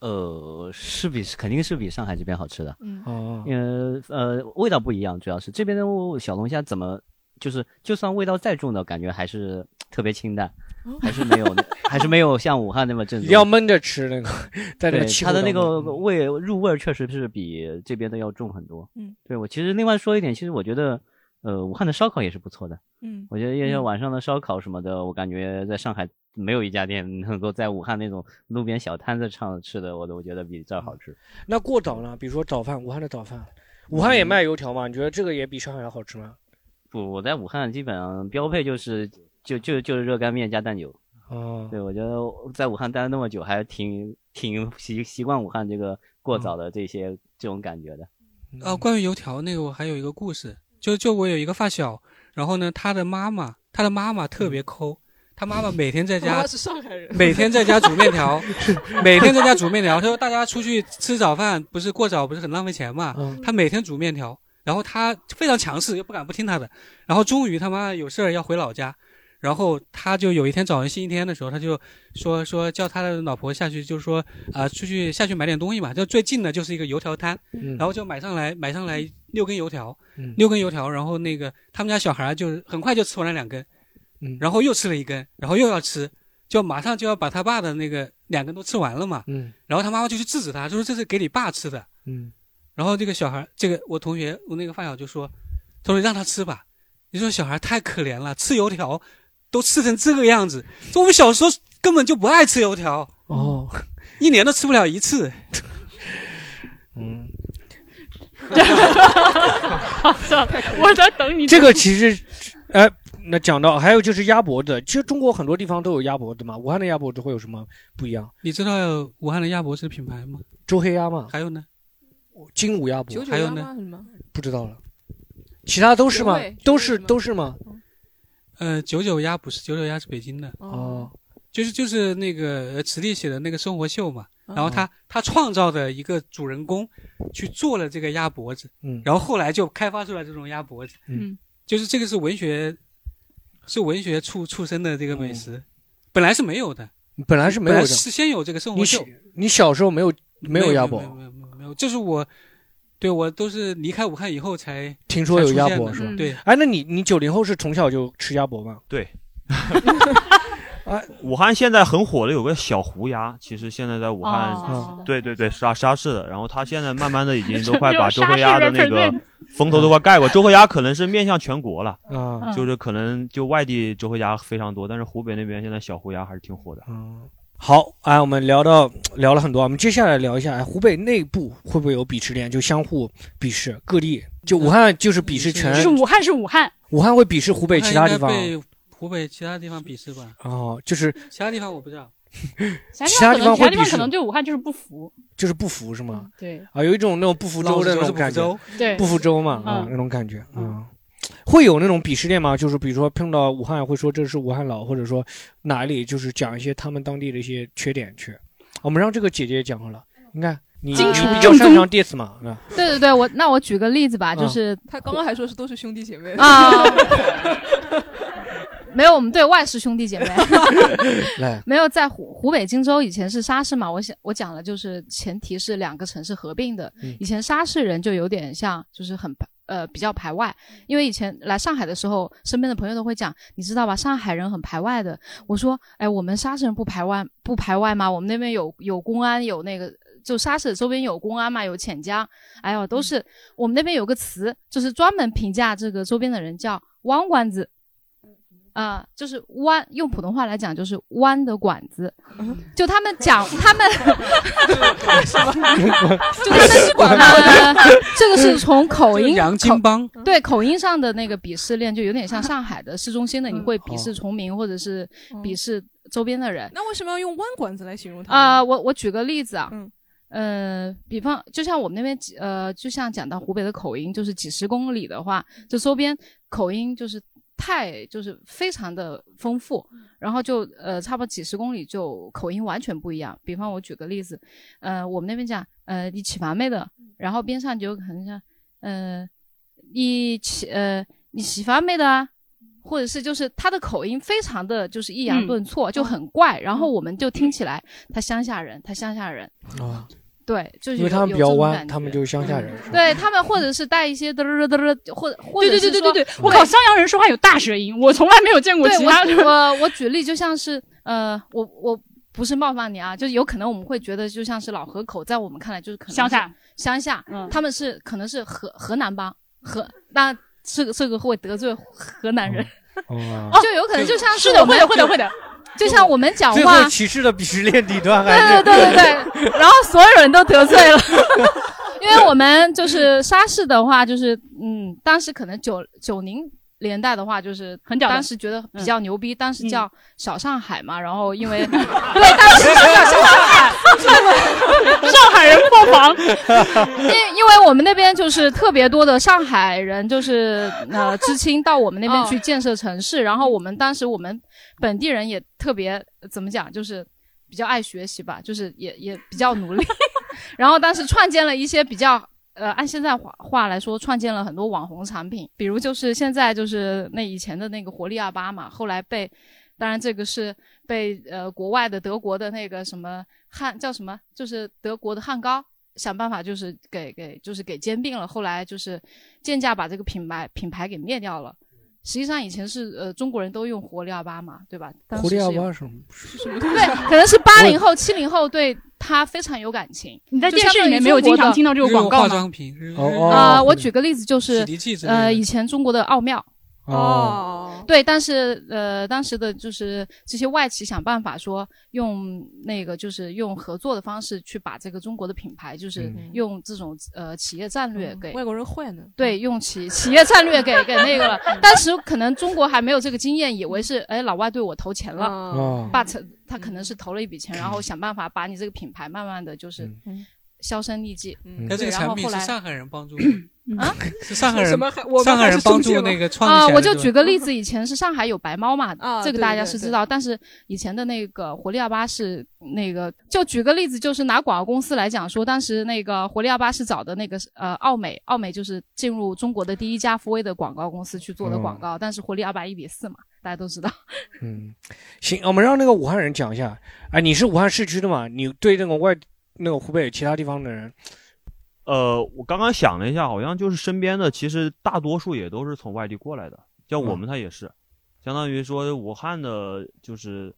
Speaker 11: 呃，是比肯定是比上海这边好吃的，
Speaker 7: 嗯，
Speaker 3: 哦，
Speaker 11: 呃呃，味道不一样，主要是这边的小龙虾怎么就是就算味道再重的感觉还是特别清淡，还是没有那还是没有像武汉那么正
Speaker 3: 一
Speaker 11: 宗。
Speaker 3: 定要闷着吃那个， 在那
Speaker 11: 对
Speaker 3: 个气
Speaker 11: 它的
Speaker 3: 候
Speaker 11: 那
Speaker 3: 当
Speaker 11: 个
Speaker 3: 中嗯
Speaker 11: 味入味儿确实是比这边的要重很多。
Speaker 7: 嗯，
Speaker 11: 对我其实另外说一点，其实我觉得，呃，武汉的烧烤也是不错的。
Speaker 7: 嗯
Speaker 11: 我觉得夜宵晚上的烧烤什么的，我感觉在上海没有一家店能够在武汉那种路边小摊子上吃的，我都觉得比这儿好吃。
Speaker 3: 那过早呢？比如说早饭，武汉的早饭，武
Speaker 11: 嗯
Speaker 3: 汉也卖油条嘛？你觉得这个也比上海的好吃吗？
Speaker 11: 不，我在武汉基本上标配就是就就就是热干面加蛋酒。
Speaker 3: 哦，
Speaker 11: 对，我觉得我在武汉待了那么久，还挺挺习习惯武汉这个
Speaker 3: 嗯
Speaker 11: 过早的这些、这种感觉的。
Speaker 4: 呃，关于油条那个，我还有一个故事，就就我有一个发小，然后呢，他的妈妈，他的妈妈特别抠，他妈妈每天在
Speaker 7: 妈
Speaker 4: 家
Speaker 7: 妈是上海人
Speaker 4: 每天在家煮面条，每天在家煮面条。他说大家出去吃早饭，不是过早不是很浪费钱嘛？他每天煮面条，然后他非常强势，又不敢不听他的。然后终于他妈有事儿要回老家，然后他就有一天早上星期天的时候，他就说说叫他的老婆下去，就说啊、呃出去下去买点东西嘛，就最近的就是一个油条摊，
Speaker 3: 嗯
Speaker 4: 然后就买上来买上来六根油条，
Speaker 3: 嗯
Speaker 4: 六根油条，然后那个他们家小孩就是很快就吃完了两根，
Speaker 3: 嗯
Speaker 4: 然后又吃了一根，然后又要吃，就马上就要把他爸的那个两根都吃完了嘛，
Speaker 3: 嗯
Speaker 4: 然后他妈妈就去制止他，就说这是给你爸吃的，
Speaker 3: 嗯，
Speaker 4: 然后这个小孩，这个我同学，我那个发小就说，他说让他吃吧，你说小孩太可怜了，吃油条都吃成这个样子，说我们小时候根本就不爱吃油条，
Speaker 3: 哦，
Speaker 4: 一年都吃不了一次。
Speaker 3: 嗯，
Speaker 7: 我在等你
Speaker 3: 这个其实，哎、那讲到还有就是鸭脖子，其实中国很多地方都有鸭脖子嘛。武汉的鸭脖子会有什么不一样？
Speaker 4: 你知道武汉的鸭脖子品牌吗？
Speaker 3: 周黑鸭嘛，
Speaker 4: 还有呢，
Speaker 3: 金武鸭脖，
Speaker 7: 九九幺吗？什么？
Speaker 3: 不知道了，其他都是吗
Speaker 7: 原味？
Speaker 3: 都是都是吗？
Speaker 4: 呃，九九鸭不是，九九鸭是北京的，
Speaker 3: 哦，
Speaker 4: 就是就是那个呃池莉写的那个生活秀嘛，
Speaker 7: 哦
Speaker 4: 然后他他创造的一个主人公去做了这个鸭脖子，
Speaker 3: 嗯
Speaker 4: 然后后来就开发出来这种鸭脖子，
Speaker 3: 嗯，
Speaker 4: 就是这个是文学，是文学出出身的这个美食，本来是没有的，
Speaker 3: 哦本来是没有
Speaker 4: 本
Speaker 3: 的，
Speaker 4: 是先有这个生活
Speaker 3: 你
Speaker 4: 秀
Speaker 3: 小，你小时候没有没有鸭脖
Speaker 4: 没有，没有没有没有没有，就是我，对我都是离开武汉以后才
Speaker 3: 听说有鸭脖
Speaker 4: 才出
Speaker 3: 是
Speaker 4: 现
Speaker 3: 吧
Speaker 4: 的？嗯对，
Speaker 3: 哎，那你你九零后是从小就吃鸭脖吗？
Speaker 5: 对。武汉现在很火的有个小胡鸭，其实现在在武汉，
Speaker 7: 哦
Speaker 5: 对对对，沙沙市的。然后它现在慢慢的已经都快
Speaker 7: 有
Speaker 5: 把周
Speaker 7: 沙
Speaker 5: 黑
Speaker 7: 市
Speaker 5: 鸭的那个
Speaker 7: represent
Speaker 5: 风头都快盖过。周黑鸭可能是面向全国了，
Speaker 7: 嗯
Speaker 3: 啊
Speaker 5: 就是可能就外地周黑鸭非常多，但是湖北那边现在小胡鸭还是挺火的。
Speaker 3: 好，哎，我们聊到聊了很多，我们接下来聊一下，哎，湖北内部会不会有鄙视链，就相互鄙视各地？就武汉就是鄙视全，
Speaker 6: 就是武汉是武汉，
Speaker 3: 武汉会鄙视湖北其他地方啊
Speaker 4: 武汉应该被湖北其他地方鄙视吧？
Speaker 3: 哦，就是
Speaker 4: 其他地方我不知道。
Speaker 6: 其他
Speaker 3: 其他地方
Speaker 6: 可能其他
Speaker 3: 会
Speaker 6: 地
Speaker 3: 鄙
Speaker 6: 方
Speaker 3: 视
Speaker 6: 可能对武汉就是不服，
Speaker 3: 就是不服是
Speaker 8: 嗯
Speaker 3: 吗？
Speaker 6: 对，
Speaker 3: 啊，有一种那种不服
Speaker 4: 老
Speaker 3: 周
Speaker 4: 子
Speaker 3: 的
Speaker 4: 就
Speaker 3: 那
Speaker 4: 是不
Speaker 3: 种
Speaker 4: 服
Speaker 3: 感觉
Speaker 4: 周，
Speaker 6: 对
Speaker 3: 不服周嘛，
Speaker 6: 嗯
Speaker 3: 啊，那种感觉啊、会有那种鄙视链吗？就是比如说碰到武汉会说这是武汉佬，或者说哪里就是讲一些他们当地的一些缺点去。我们让这个姐姐讲好了，
Speaker 8: 嗯
Speaker 3: 你看你你
Speaker 8: 荆楚
Speaker 3: 比较
Speaker 8: 正
Speaker 3: 擅
Speaker 8: 宗
Speaker 3: 长 diss 嘛，啊，
Speaker 8: 对对对，我那我举个例子吧，
Speaker 3: 啊
Speaker 8: 就是
Speaker 7: 他刚刚还说是都是兄弟姐妹
Speaker 8: 啊，呃没有，我们对外是兄弟姐妹。
Speaker 3: 来，
Speaker 8: 没有在湖湖北荆州以前是沙市嘛，我想我讲了，就是前提是两个城市合并的。
Speaker 3: 嗯
Speaker 8: 以前沙市人就有点像，就是很排呃比较排外，因为以前来上海的时候，身边的朋友都会讲，你知道吧，上海人很排外的。我说，哎，我们沙市人不排外不排外吗？我们那边有有公安，有那个就沙市周边有公安嘛，有潜江，哎呦，都是、我们那边有个词，就是专门评价这个周边的人叫弯管子。啊、就是弯，用普通话来讲就是弯的管子，
Speaker 7: 嗯
Speaker 8: 就他们讲他们
Speaker 7: 什么？
Speaker 8: 就 他们管 呃， 这个是从口音
Speaker 4: 洋金帮
Speaker 7: 嗯
Speaker 8: 口对口音上的那个鄙视链，就有点像上海的市中心的，
Speaker 7: 嗯
Speaker 8: 你会鄙视崇明或者是鄙视周边的人。
Speaker 7: 哦那为什么要用弯管子 来形容他？
Speaker 8: 啊、我我举个例子啊，
Speaker 7: 嗯，
Speaker 8: 呃，比方就像我们那边几呃，就像讲到湖北的口音，就是几十公里的话，就周边口音就是太就是非常的丰富，然后就呃差不多几十公里就口音完全不一样。比方我举个例子，呃，我们那边讲呃你起房没的，然后边上就可能像呃你起呃你洗房没的啊。或者是就是他的口音非常的就是抑扬顿挫，就很怪，然后我们就听起来他乡下人，他乡下人，
Speaker 3: 啊，
Speaker 8: 对，就是
Speaker 3: 因为
Speaker 8: 有
Speaker 3: 他们比较
Speaker 8: 有这
Speaker 3: 弯，
Speaker 8: 种感觉
Speaker 3: 他们就是乡下人，是吧
Speaker 8: 对他们或者是带一些嘚嘚嘚嘚，或者或者
Speaker 6: 对对对
Speaker 8: 是
Speaker 6: 对
Speaker 8: 说
Speaker 6: 对对，我靠，襄阳人说话有大舌音，我从来没有见过
Speaker 8: 对
Speaker 6: 其他
Speaker 8: 我
Speaker 6: 人。
Speaker 8: 我我举例，就像是呃，我我不是冒犯你啊，就是有可能我们会觉得就像是老河口，在我们看来就是可能是
Speaker 6: 乡下嗯
Speaker 8: 乡下，他们是可能是河河南帮河那。这个这个会得罪河南人，
Speaker 3: 哦
Speaker 8: 嗯 就有可能就像
Speaker 6: 是
Speaker 8: 我
Speaker 6: 的，
Speaker 8: 们
Speaker 6: 会的，会的，会的。
Speaker 8: 就像我们讲
Speaker 3: 最
Speaker 8: 话
Speaker 3: 后，歧视的鄙视链底端还
Speaker 8: 对
Speaker 3: 是
Speaker 8: 对对对对， 然后所有人都得罪了。因为我们就是沙市的话，就是嗯，当时可能九九零年代的话，就是很
Speaker 6: 屌的
Speaker 8: 当时觉得比较牛逼，当时叫小上海嘛。然后因 为
Speaker 6: 对，当时上海， 上海人破防，
Speaker 8: 因因为我们那边就是特别多的上海人，就是呃知青到我们那边去建设城市，然后我们当时我们本地人也特别呃怎么讲，就是比较爱学习吧，就是也也比较努力， 然后当时创建了一些比较。呃，按现在话话来说，创建了很多网红产品，比如就是现在就是那以前的那个活力二八嘛，后来被，当然这个是被呃国外的德国的那个什么汉叫什么，就是德国的汉高想办法就是给给就是给兼并了，后来就是贱价把这个品牌品牌给灭掉了。实际上以前是呃中国人都用活力二八嘛，对吧？当时
Speaker 3: 狐狸
Speaker 8: 是
Speaker 3: 二
Speaker 8: 有
Speaker 3: 八什么？什么
Speaker 8: 对，可能是八零后、七零后对它非常有感情。
Speaker 6: 你在
Speaker 8: 就
Speaker 6: 电视
Speaker 8: 相当于
Speaker 6: 里面没有
Speaker 8: 中国
Speaker 6: 经常
Speaker 8: 的
Speaker 6: 听到这个广告吗
Speaker 4: 化妆品，日
Speaker 3: 哦哦
Speaker 8: 啊、我举个例子，就是
Speaker 4: 洗涤剂之类的
Speaker 8: 呃，以前中国的奥妙。
Speaker 3: 哦，
Speaker 8: 对，但是呃，当时的就是这些外企想办法说用那个就是用合作的方式去把这个中国的品牌，就是用这种、呃企业战略给、
Speaker 7: 外国人坏
Speaker 4: 嗯
Speaker 7: 呢。
Speaker 8: 对，用企企业战略给给那个了。当时可能中国还没有这个经验，以为是哎老外对我投钱了、
Speaker 7: 哦
Speaker 8: b u t 他可能是投了一笔钱，然后想办法把你这个品牌慢慢的就是销声匿迹。
Speaker 4: 嗯
Speaker 7: 嗯
Speaker 4: 那这
Speaker 8: 对
Speaker 4: 个
Speaker 8: 然
Speaker 4: 产
Speaker 8: 后
Speaker 4: 品
Speaker 8: 后
Speaker 4: 是
Speaker 8: 来
Speaker 4: 上海人帮助 的
Speaker 8: 啊，
Speaker 4: 是上海 人
Speaker 8: 什么
Speaker 7: 还我们
Speaker 4: 上海
Speaker 7: 还是
Speaker 4: 人帮助
Speaker 7: 中介吗
Speaker 4: 那个创
Speaker 8: 啊，
Speaker 4: 立起来的
Speaker 8: 我就
Speaker 4: 对吧
Speaker 8: 举个例子，以前是上海有白猫嘛，
Speaker 7: 啊
Speaker 8: 这个
Speaker 7: 对
Speaker 8: 大
Speaker 7: 对
Speaker 8: 家
Speaker 7: 对
Speaker 8: 是
Speaker 7: 对
Speaker 8: 知道。但是以前的那个活力二八是那个，就举个例子，就是拿广告公司来讲说，当时那个活力二八是找的那个呃奥美，奥美就是进入中国的第一家福威的广告公司去做的
Speaker 4: 嗯
Speaker 8: 广告，但是活力二八一比四嘛，大家都知道。
Speaker 3: 嗯，行，我们让那个武汉人讲一下。哎，你是武汉市区的嘛？你对那个外那个湖北其他地方的人，
Speaker 5: 呃，我刚刚想了一下，好像就是身边的，其实大多数也都是从外地过来的，像我们他也是，相当于说武汉的，就是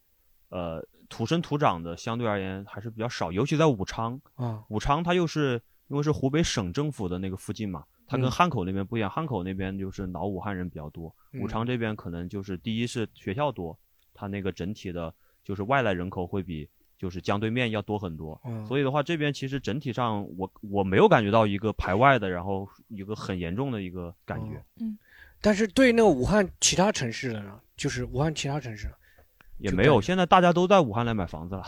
Speaker 5: 呃土生土长的，相对而言还是比较少，尤其在武昌
Speaker 3: 啊
Speaker 5: 武昌它又是因为是湖北省政府的那个附近嘛，它跟
Speaker 3: 嗯
Speaker 5: 汉口那边不一样，汉口那边就是老武汉人比较多，武
Speaker 3: 嗯
Speaker 5: 昌这边可能就是第一是学校多，它那个整体的就是外来人口会比就是江对面要多很多，
Speaker 3: 嗯
Speaker 5: 所以的话这边其实整体上我我没有感觉到一个排外的，然后一个很严重的一个感
Speaker 3: 哦
Speaker 5: 觉，
Speaker 3: 但是对那个武汉其他城市的呢，就是武汉其他城市，
Speaker 5: 也
Speaker 3: 就
Speaker 5: 没
Speaker 3: 感
Speaker 5: 有。
Speaker 3: 觉
Speaker 5: 现在大家都在武汉来买房子了，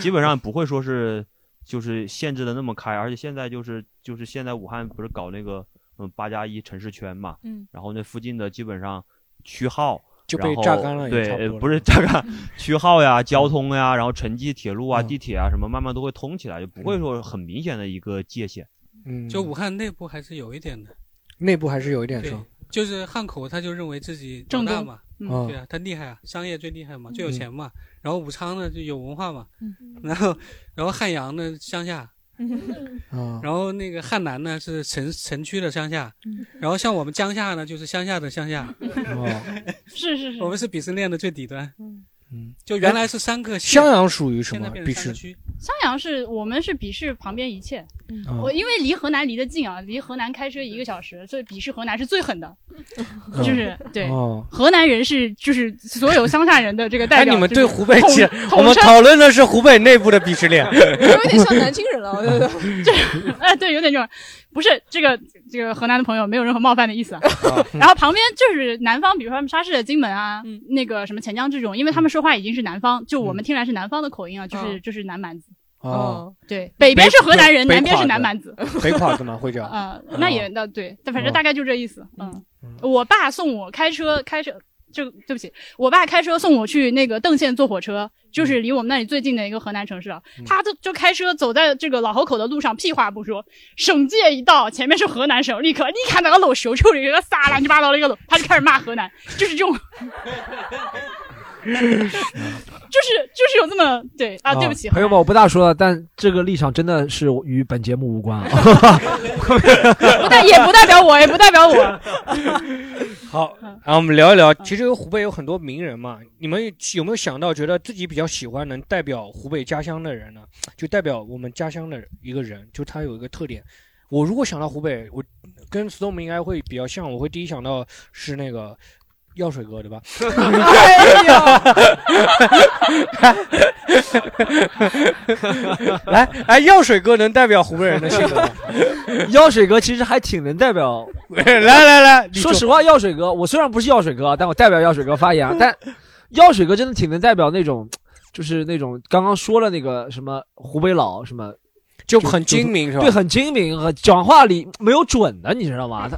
Speaker 5: 基本上不会说是就是限制的那么开，而且现在就是就是现在武汉不是搞那个嗯八加一城市圈嘛，
Speaker 7: 嗯
Speaker 5: 然后那附近的基本上区号
Speaker 3: 就被
Speaker 5: 然后
Speaker 3: 榨干了也
Speaker 5: 对，
Speaker 3: 差不
Speaker 5: 呃
Speaker 3: 多
Speaker 5: 不是榨干区号呀、交通呀，然后城际铁路啊、
Speaker 3: 嗯
Speaker 5: 地铁啊什么，慢慢都会通起来，就不会说很明显的一个界限。
Speaker 3: 嗯，
Speaker 4: 就武汉内部还是有一点的，
Speaker 3: 内部还是有一点
Speaker 4: 对
Speaker 3: 说，，
Speaker 4: 就是汉口他就认为自己老
Speaker 3: 正
Speaker 4: 大
Speaker 3: 宗
Speaker 4: 嘛，
Speaker 3: 嗯
Speaker 4: 对啊，他厉害啊，商业最厉害嘛，
Speaker 7: 嗯
Speaker 4: 最有钱嘛，然后武昌呢就有文化嘛，
Speaker 7: 嗯
Speaker 4: 然后然后汉阳呢乡下，
Speaker 6: 嗯
Speaker 3: 啊嗯
Speaker 4: 然后那个汉南呢是城城区的乡下，
Speaker 6: 嗯
Speaker 4: 然后像我们江夏呢就是乡下的乡下，
Speaker 3: 哦
Speaker 6: 是是
Speaker 4: 我们是鄙视链的最底端，
Speaker 3: 嗯，
Speaker 4: 就原来是三个县
Speaker 3: 襄阳属于什
Speaker 4: 现在
Speaker 3: 么
Speaker 4: 变
Speaker 3: 鄙
Speaker 4: 成三个
Speaker 3: 视？
Speaker 4: 区，
Speaker 6: 襄阳是我们是鄙视旁边一切，
Speaker 3: 嗯
Speaker 6: 我因为离河南离得近啊，离河南开车一个小时，所以鄙视河南是最狠的，就是对
Speaker 3: 哦
Speaker 6: 河南人是就是所有乡下人的这个代
Speaker 3: 哎，
Speaker 6: 表。
Speaker 3: 你们
Speaker 6: 就
Speaker 3: 对
Speaker 6: 是
Speaker 3: 湖北
Speaker 6: 统
Speaker 3: 其，
Speaker 6: 统
Speaker 3: 我们
Speaker 6: 称
Speaker 3: 讨论的是湖北内部的鄙 视链。
Speaker 7: 有点像南京人了，我觉得。
Speaker 6: 哎，对，有点这种，不是这个这个河南的朋友没有任何冒犯的意思啊。
Speaker 3: 嗯
Speaker 6: 然后旁边就是南方，比如说他们沙市的金门啊，
Speaker 7: 嗯
Speaker 6: 那个什么钱江这种，因
Speaker 3: 嗯
Speaker 6: 为他们说话已经是南方，就我们听来是南方的口音啊，
Speaker 7: 嗯
Speaker 6: 就是就是南蛮子。
Speaker 3: 哦，
Speaker 6: 对，北边是河南人，
Speaker 3: 北
Speaker 6: 南边是
Speaker 3: 北
Speaker 6: 南
Speaker 3: 垮
Speaker 6: 蛮子。
Speaker 3: 北垮子嘛 会叫。
Speaker 6: 啊，那也
Speaker 2: 嗯
Speaker 6: 那对，但反正
Speaker 3: 哦
Speaker 6: 大概就这意思。嗯，我爸送我开车开车。就对不起，我爸开车送我去那个邓县坐火车，就是
Speaker 2: 嗯
Speaker 6: 离我们那里最近的一个河南城市啊。他就就开车走在这个老河口的路上，屁话不说，省界一到，前面是河南省，立刻你看那个老手抽里个撒乱七八糟的一个楼，他就开始骂河南，就是这种，就是就是有这么对啊，对不起，
Speaker 2: 哦朋友们，我不大说了，但这个立场真的是与本节目无关啊。
Speaker 6: 不代也不代表我，也不代表 我。
Speaker 3: 好，然后我们聊一聊，其实湖北有很多名人嘛，你们有没有想到，觉得自己比较喜欢能代表湖北家乡的人呢？就代表我们家乡的一个人，就他有一个特点，我如果想到湖北，我跟 Storm 应该会比较像，我会第一想到是那个药水哥，对吧？ 来，哎，药水哥能代表湖北人的性格吗？
Speaker 2: 药水哥其实还挺能代表。
Speaker 3: 来来来，你
Speaker 2: 说
Speaker 3: 说
Speaker 2: 实话，药水哥，我虽然不是药水哥，但我代表药水哥发言 啊。但药水哥真的挺能代表那种，就是那种刚刚说了那个什么湖北佬什么，
Speaker 3: 就很精明是吧
Speaker 2: 对，很精明，和讲话里没有准的，你知道吗？他。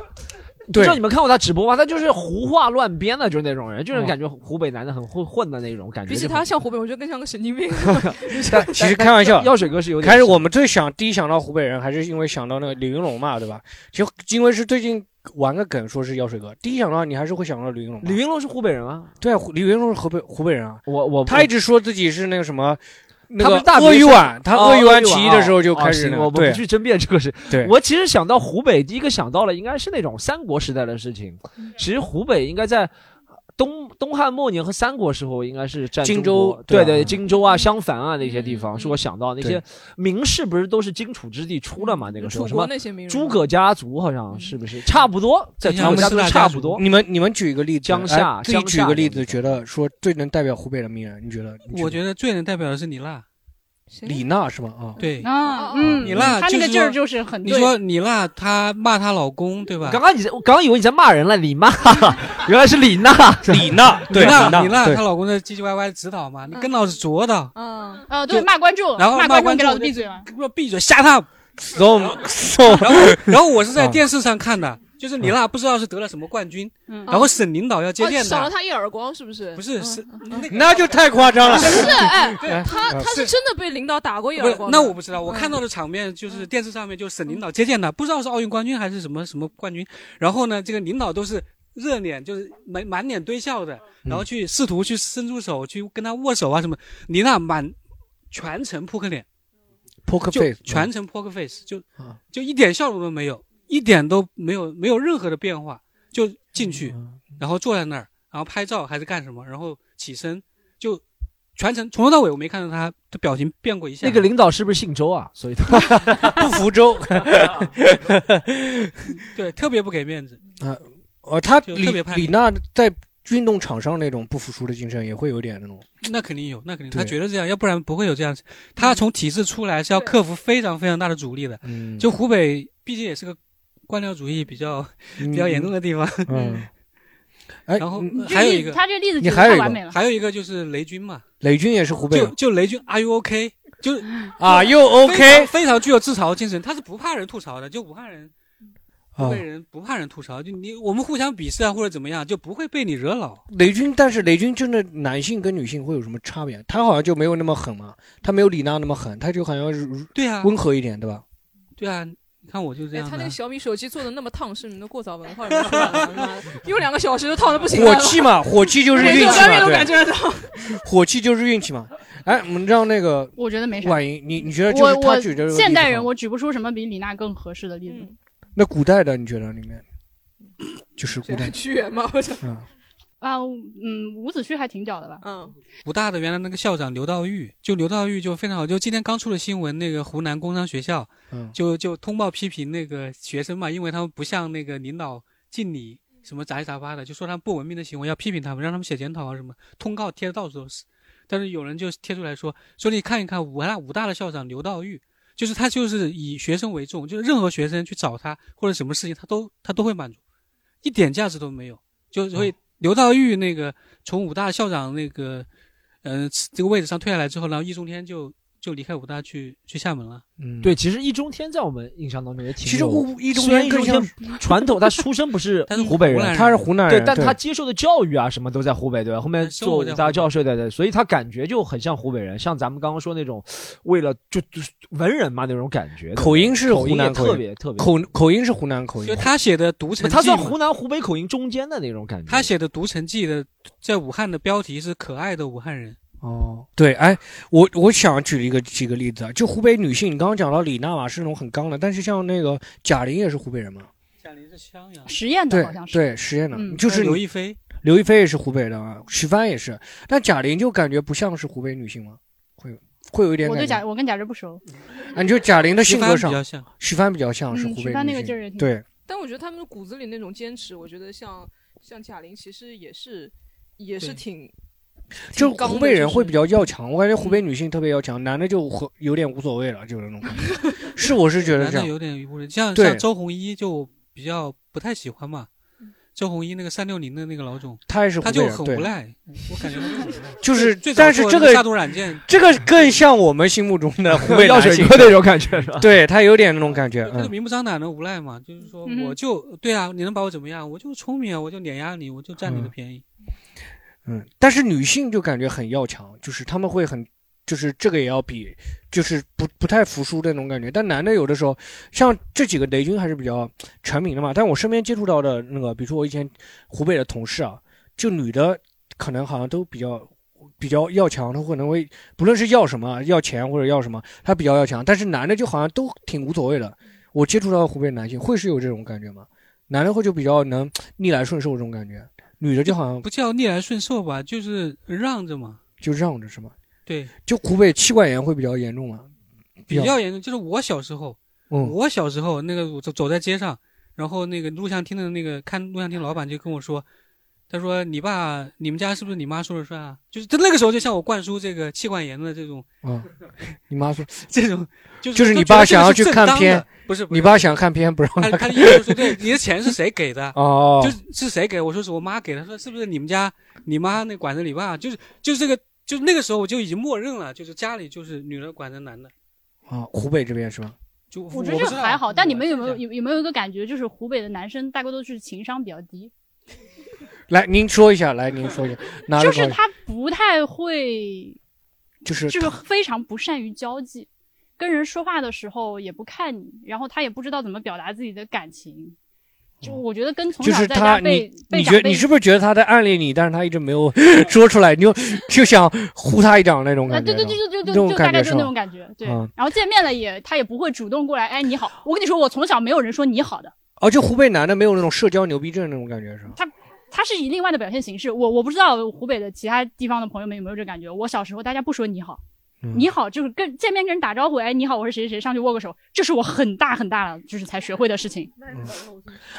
Speaker 2: 不知道你们看过他直播吗？他就是胡话乱编的，就是那种人，就是
Speaker 3: 哦
Speaker 2: 感觉湖北男的很混混的那种感觉。
Speaker 7: 比起
Speaker 2: 就
Speaker 7: 他像湖北，我觉得更像个神 经病。
Speaker 2: 但
Speaker 3: 其实开玩笑，
Speaker 2: 药水哥是有点
Speaker 3: 开始我们最想第一想到湖北人，还是因为想到那个李云龙嘛，对吧？其实因为是最近玩个梗，说是药水哥，第一想到你还是会想到李云龙嘛。
Speaker 2: 李云龙是湖北人啊，
Speaker 3: 对啊，李云龙是湖北湖北人啊。
Speaker 2: 我我
Speaker 3: 他一直说自己是那个什么。那
Speaker 2: 他
Speaker 3: 个
Speaker 2: 们大
Speaker 3: 鄂
Speaker 2: 别
Speaker 3: 豫
Speaker 2: 山
Speaker 3: 皖，他
Speaker 2: 哦
Speaker 3: 鄂豫
Speaker 2: 鄂
Speaker 3: 皖
Speaker 2: 豫皖
Speaker 3: 起义的时候就
Speaker 2: 哦
Speaker 3: 开始
Speaker 2: 行
Speaker 3: 那
Speaker 2: 我
Speaker 3: 个，
Speaker 2: 们不
Speaker 3: 对，
Speaker 2: 去争辩这个事。
Speaker 3: 对
Speaker 2: 我其实想到湖北，第一个想到了应该是那种三国时代的事情。
Speaker 7: 嗯
Speaker 2: 其实湖北应该在东东汉末年和三国时候，应该是占
Speaker 3: 荆
Speaker 2: 中国
Speaker 3: 州
Speaker 2: 对
Speaker 3: 对啊
Speaker 2: 对，荆州啊、襄樊啊那些地
Speaker 7: 嗯
Speaker 2: 方，是我想到那些
Speaker 3: 对
Speaker 2: 名士不是都是荆楚之地出了嘛？那个时候
Speaker 7: 楚
Speaker 2: 什
Speaker 7: 国
Speaker 2: 么
Speaker 7: 嗯那些名人
Speaker 2: 诸葛家族好像
Speaker 4: 嗯
Speaker 2: 是不是差不多，在诸
Speaker 3: 我
Speaker 2: 葛
Speaker 3: 们
Speaker 2: 家
Speaker 3: 四
Speaker 2: 族
Speaker 3: 大
Speaker 2: 差
Speaker 3: 家
Speaker 2: 不
Speaker 3: 族
Speaker 2: 多。
Speaker 3: 你们你们举一个例子，
Speaker 2: 江夏
Speaker 3: 哎自己
Speaker 2: 江
Speaker 3: 举
Speaker 2: 夏
Speaker 3: 一个例
Speaker 2: 那
Speaker 3: 子，觉得说最能代表湖北的名人，你觉得？你
Speaker 4: 我觉得最能代表的是李娜，
Speaker 3: 李娜是吗？啊，啊
Speaker 4: 对
Speaker 6: 啊，嗯，
Speaker 4: 哦你辣
Speaker 6: 他那个
Speaker 4: 就是
Speaker 6: 劲儿
Speaker 4: 说
Speaker 6: 就是很
Speaker 4: 你
Speaker 6: 对
Speaker 4: 说你辣，她骂她老公对吧？
Speaker 2: 刚刚你在我刚刚以为你在骂人了，李娜，原来是李娜，
Speaker 3: 李娜，
Speaker 4: 李娜，李娜
Speaker 3: 对
Speaker 4: 她老公在唧唧歪歪指导嘛，你跟老子作的，
Speaker 7: 嗯，
Speaker 6: 呃，对，
Speaker 4: 就
Speaker 6: 骂观众，
Speaker 4: 然后
Speaker 6: 骂
Speaker 4: 骂
Speaker 6: 众
Speaker 4: 观
Speaker 6: 给
Speaker 4: 众
Speaker 6: 老子闭嘴了。
Speaker 4: 给我闭嘴，shut up。
Speaker 3: ，storm，storm，
Speaker 4: 然后然后我是
Speaker 3: 嗯
Speaker 4: 在电视上看的，就是李娜不知道是得了什么冠军，
Speaker 6: 嗯
Speaker 4: 然后省领导要接
Speaker 7: 哦
Speaker 4: 电
Speaker 7: 赏了
Speaker 4: 的，
Speaker 7: 他一耳光，是不是？
Speaker 4: 不是是
Speaker 3: 那就太夸张了。
Speaker 7: 是 哎，
Speaker 3: 哎
Speaker 7: 他他是真的被领导打过一
Speaker 4: 不
Speaker 7: 耳
Speaker 4: 是
Speaker 7: 光的。嗯
Speaker 4: 那我不知道，我看到的场面就是电视上面就省领导接见的，不知道是奥运冠军还是什么什么冠军。然后呢，这个领导都是热脸，就是满满脸堆笑的，
Speaker 7: 嗯
Speaker 4: 然后去试图去伸出手去跟他握手啊什么。李娜满全程扑克脸，
Speaker 3: poker
Speaker 4: 就
Speaker 2: 嗯
Speaker 3: face，嗯
Speaker 4: 全程 poker face，就
Speaker 2: 啊
Speaker 4: 就一点笑容都没有，一点都没有没有任何的变化，就进
Speaker 2: 嗯
Speaker 4: 去，然后坐在那儿，然后拍照还是干什么，然后起身就。全程从头到尾，我没看到他的表情变过一下。
Speaker 2: 那个领导是不是姓周啊？所以他
Speaker 3: 不 福州，
Speaker 4: 对，特别不给面子。
Speaker 3: 啊，呃，他
Speaker 4: 就
Speaker 3: 李
Speaker 4: 特别叛逆
Speaker 3: 李娜在运动场上那种不服输的精神，也会有点那种。
Speaker 4: 那肯定有，那肯定，
Speaker 3: 对
Speaker 4: 他觉得这样，要不然不会有这样。他从体制出来是要克服非常非常大的阻力的。
Speaker 3: 嗯
Speaker 4: 就湖北，毕竟也是个官僚主义比较比较严重的地方。
Speaker 3: 嗯，哎，
Speaker 4: 然后
Speaker 6: 你这
Speaker 4: 还有
Speaker 6: 例
Speaker 4: 一个，
Speaker 6: 他这例子
Speaker 3: 你
Speaker 6: 举得
Speaker 3: 还有
Speaker 6: 太
Speaker 3: 一个
Speaker 6: 完美了。
Speaker 4: 还有一个就是雷军嘛，
Speaker 3: 雷军也是湖北
Speaker 4: 就
Speaker 3: 人
Speaker 4: 就雷军，Are you OK？就是
Speaker 3: 啊，又
Speaker 4: 非常
Speaker 3: OK
Speaker 4: 非常具有自嘲精神，他是不怕人吐槽的。就武汉人，
Speaker 3: 啊
Speaker 4: 湖北。人不怕人吐槽，就你我们互相鄙视啊或者怎么样，就不会被你惹恼。
Speaker 3: 雷军，但是雷军真的男性跟女性会有什么差别？他好像就没有那么狠嘛，他没有李娜那么狠，他就好像是
Speaker 4: 对啊，
Speaker 3: 温和一点，对吧？
Speaker 4: 对啊，你看我就这
Speaker 7: 哎，
Speaker 4: 样
Speaker 7: 他
Speaker 4: 的
Speaker 7: 那
Speaker 4: 啊
Speaker 7: 个。小米手机做的那么烫，是你们的过早文化，用两个小时就烫的不行了。
Speaker 3: 火气嘛，火气就是运
Speaker 7: 每
Speaker 3: 气
Speaker 7: 个
Speaker 3: 嘛，
Speaker 7: 都感
Speaker 3: 对，
Speaker 7: 觉得到。
Speaker 3: 火气就是运气嘛。哎，我们让那个
Speaker 6: 我觉得没啥。
Speaker 3: 婉莹，你你觉得就
Speaker 6: 我
Speaker 3: 是他
Speaker 6: 我
Speaker 3: 举这个例子
Speaker 6: 现代人，
Speaker 3: 好
Speaker 6: 我举不出什么比李娜更合适的例子。
Speaker 7: 嗯，
Speaker 3: 那古代的你觉得里面就是古 代
Speaker 7: 屈原嘛，我想，
Speaker 3: 啊，
Speaker 6: 啊，嗯，伍子胥还挺屌的吧？
Speaker 7: 嗯，
Speaker 4: 武大的原来那个校长刘道玉，就刘道玉就非常好，就今天刚出了新闻，那个湖南工商学校
Speaker 3: 嗯，
Speaker 4: 就就通报批评那个学生嘛，因为他们不向那个领导敬礼，什么杂七杂八的，就说他们不文明的行为，要批评他们，让他们写检讨啊什么，通告贴的到处都是。但是有人就贴出来说，说你看一看武大武大的校长刘道玉，就是他就是以学生为重，就是任何学生去找他或者什么事情，他都他都会满足，一点价值都没有。就所以
Speaker 3: 哦
Speaker 4: 刘道玉那个从武大校长那个嗯，这个位置上退下来之后，然后易中天就就离开武大去去厦门了。
Speaker 3: 嗯，
Speaker 2: 对，，其实易中天在我们印象当中也挺有。
Speaker 3: 其实我易中
Speaker 2: 虽然
Speaker 3: 天
Speaker 2: 易
Speaker 3: 更
Speaker 2: 中
Speaker 3: 像
Speaker 2: 天传统，他出身不是
Speaker 4: 他是
Speaker 2: 湖北
Speaker 4: 湖南
Speaker 2: 人，
Speaker 4: 人
Speaker 3: 他是湖南人，
Speaker 2: 但他接受的教育啊什么都在湖北，对吧？后面
Speaker 4: 生
Speaker 2: 做
Speaker 4: 活
Speaker 2: 武
Speaker 4: 在湖
Speaker 2: 大
Speaker 4: 北
Speaker 2: 教授，对对，所以他感觉就很像湖北人，像咱们刚刚说那种，为了就就文人嘛那种感觉。对吧
Speaker 3: 口音是
Speaker 2: 口
Speaker 3: 湖
Speaker 2: 音也
Speaker 3: 南口音
Speaker 2: 特别特别，
Speaker 3: 口口音是湖南口
Speaker 4: 就
Speaker 3: 音，
Speaker 4: 他写的《独城记》
Speaker 2: 他算
Speaker 4: 嘛
Speaker 2: 湖南湖北口音中间的那种感觉。
Speaker 4: 他写的《独城记》的，在武汉的标题是“可爱的武汉人
Speaker 3: 哦，对，哎，我我想举一个几个例子啊，就湖北女性，你刚刚讲到李娜嘛，是那种很刚的，但是像那个贾玲也是湖北人嘛，”。
Speaker 4: 贾玲是襄阳，
Speaker 6: 实验
Speaker 3: 对
Speaker 6: 的好像是。
Speaker 3: 对，实验的，
Speaker 6: 嗯
Speaker 3: 就是
Speaker 4: 刘
Speaker 3: 你
Speaker 4: 亦菲，
Speaker 3: 刘亦菲也是湖北的啊，徐帆也是，但贾玲就感觉不像是湖北女性嘛，会有一点
Speaker 6: 我
Speaker 3: 感
Speaker 6: 对
Speaker 3: 觉。
Speaker 6: 贾我跟贾芝不熟，
Speaker 3: 啊，你就贾玲的性格
Speaker 4: 许
Speaker 3: 上
Speaker 4: 帆比较像，
Speaker 3: 许帆比较像是湖
Speaker 6: 嗯，
Speaker 3: 北
Speaker 6: 徐帆那
Speaker 3: 女
Speaker 6: 个
Speaker 3: 性
Speaker 6: 劲儿也挺
Speaker 3: 对，
Speaker 7: 但我觉得他们骨子里那种坚持，我觉得像像贾玲其实也是也是
Speaker 3: 对
Speaker 7: 挺
Speaker 3: 就
Speaker 7: 挺刚的
Speaker 3: 湖北人
Speaker 7: 就是
Speaker 3: 会比
Speaker 6: 嗯
Speaker 3: 较要强，我感觉湖北女性特别要强，男的就和有点无所谓了，就是那种感觉。是，我是觉得
Speaker 4: 男
Speaker 3: 这
Speaker 4: 的
Speaker 3: 样。
Speaker 4: 有点无人，像
Speaker 3: 对
Speaker 4: 像周鸿祎就比较不太喜欢嘛。周鸿祎那个三六零的那个老总，
Speaker 3: 他也是湖
Speaker 4: 他
Speaker 3: 北
Speaker 4: 就
Speaker 3: 人
Speaker 4: 很
Speaker 3: 对
Speaker 4: 无赖，我感觉他很无赖
Speaker 3: 就是
Speaker 4: 最，早
Speaker 3: 但是
Speaker 4: 做
Speaker 3: 这
Speaker 4: 那
Speaker 3: 个嗯
Speaker 4: 杀毒软件，嗯
Speaker 3: 这个更像我们心目中的湖北
Speaker 2: 药
Speaker 3: 男
Speaker 2: 水
Speaker 3: 性
Speaker 2: 哥那种感觉是吧
Speaker 3: 对他有点那种感觉，
Speaker 4: 他就
Speaker 3: 嗯，
Speaker 4: 明目张胆的无赖嘛，就是说
Speaker 7: 嗯哼
Speaker 4: 我就对啊，你能把我怎么样？我就聪明啊，我就碾压你，我就占你的
Speaker 3: 嗯
Speaker 4: 便宜。
Speaker 3: 嗯，但是女性就感觉很要强，就是他们会很，就是这个也要比，就是不不太服输的那种感觉。但男的有的时候，像这几个雷军还是比较全民的嘛。但我身边接触到的那个，比如说我以前湖北的同事啊，就女的可能好像都比较比较要强，她可能会不论是要什么，要钱或者要什么，她比较要强。但是男的就好像都挺无所谓的。我接触到的湖北男性会是有这种感觉吗？男的会就比较能逆来顺受这种感觉，女的就好像
Speaker 4: 不叫逆来顺受吧，就是让着嘛。
Speaker 3: 就让着是吗？
Speaker 4: 对，
Speaker 3: 就湖北妻管严会比较严重吗？
Speaker 4: 比较严重，就是我小时候，
Speaker 3: 嗯
Speaker 4: 我小时候那个我走走在街上，然后那个录像厅的那个看录像厅老板就跟我说，他说你爸你们家是不是你妈说了算啊？就是他那个时候就向我灌输这个妻管严的这种，
Speaker 3: 嗯，你妈说
Speaker 4: 这种就是
Speaker 3: 就是
Speaker 4: 都
Speaker 3: 你
Speaker 4: 觉得
Speaker 3: 爸
Speaker 4: 这个
Speaker 3: 想要
Speaker 4: 是
Speaker 3: 去
Speaker 4: 正
Speaker 3: 看
Speaker 4: 当的
Speaker 3: 片，
Speaker 4: 不是不
Speaker 3: 你爸想看片不让
Speaker 4: 他他
Speaker 3: 看？
Speaker 4: 的意思就是对你的钱是谁给的
Speaker 3: 哦
Speaker 4: 就是是谁给的？我说是我妈给的。他说是不是你们家你妈那管着你爸？就是就是这个，就是那个时候我就已经默认了，就是家里就是女人管着男的。
Speaker 3: 啊，湖北这边是吧？
Speaker 4: 就
Speaker 6: 我
Speaker 4: 不
Speaker 6: 觉得
Speaker 4: 知
Speaker 6: 这
Speaker 4: 道
Speaker 6: 还好，但你们有没有有有没有一个感觉，就是湖北的男生大多都是情商比较低，
Speaker 3: 来，您说一下，来您说 一下，哪
Speaker 6: 就
Speaker 3: 里不好
Speaker 6: 是
Speaker 3: 意思
Speaker 6: 他不太会，
Speaker 3: 就是
Speaker 6: 就是
Speaker 3: 他
Speaker 6: 非常不善于交际，跟人说话的时候也不看你，然后他也不知道怎么表达自己的感情。就我觉得跟从
Speaker 3: 哦就
Speaker 6: 小
Speaker 3: 是
Speaker 6: 在家
Speaker 3: 他，
Speaker 6: 被
Speaker 3: 你
Speaker 6: 被
Speaker 3: 你
Speaker 6: 长
Speaker 3: 觉
Speaker 6: 辈
Speaker 3: 你是不是觉得他在暗恋你，但是他一直 没有说出来，你就就想呼他一掌那种
Speaker 6: 啊，
Speaker 3: 感觉
Speaker 6: 对对
Speaker 3: 是吧？
Speaker 6: 对对对
Speaker 3: 那
Speaker 6: 对，
Speaker 3: 种
Speaker 6: 就大
Speaker 3: 感
Speaker 6: 概就
Speaker 3: 觉
Speaker 6: 是那
Speaker 3: 吧
Speaker 6: 种感觉，对。
Speaker 3: 嗯
Speaker 6: 然后见面了也，他也不会主动过来，哎，你好。我跟你说，我从小没有人说你好的，
Speaker 3: 哦，就湖北男的没有那种社交牛逼症那种感觉是吧？啊
Speaker 6: 他是以另外的表现形式。我我不知道湖北的其他地方的朋友们有没有这感觉。我小时候大家不说你好，
Speaker 3: 嗯
Speaker 6: 你好就是跟见面跟人打招呼，哎，你好，我是谁谁谁，上去握个手，这是我很大很大了就是才学会的事情。
Speaker 3: 嗯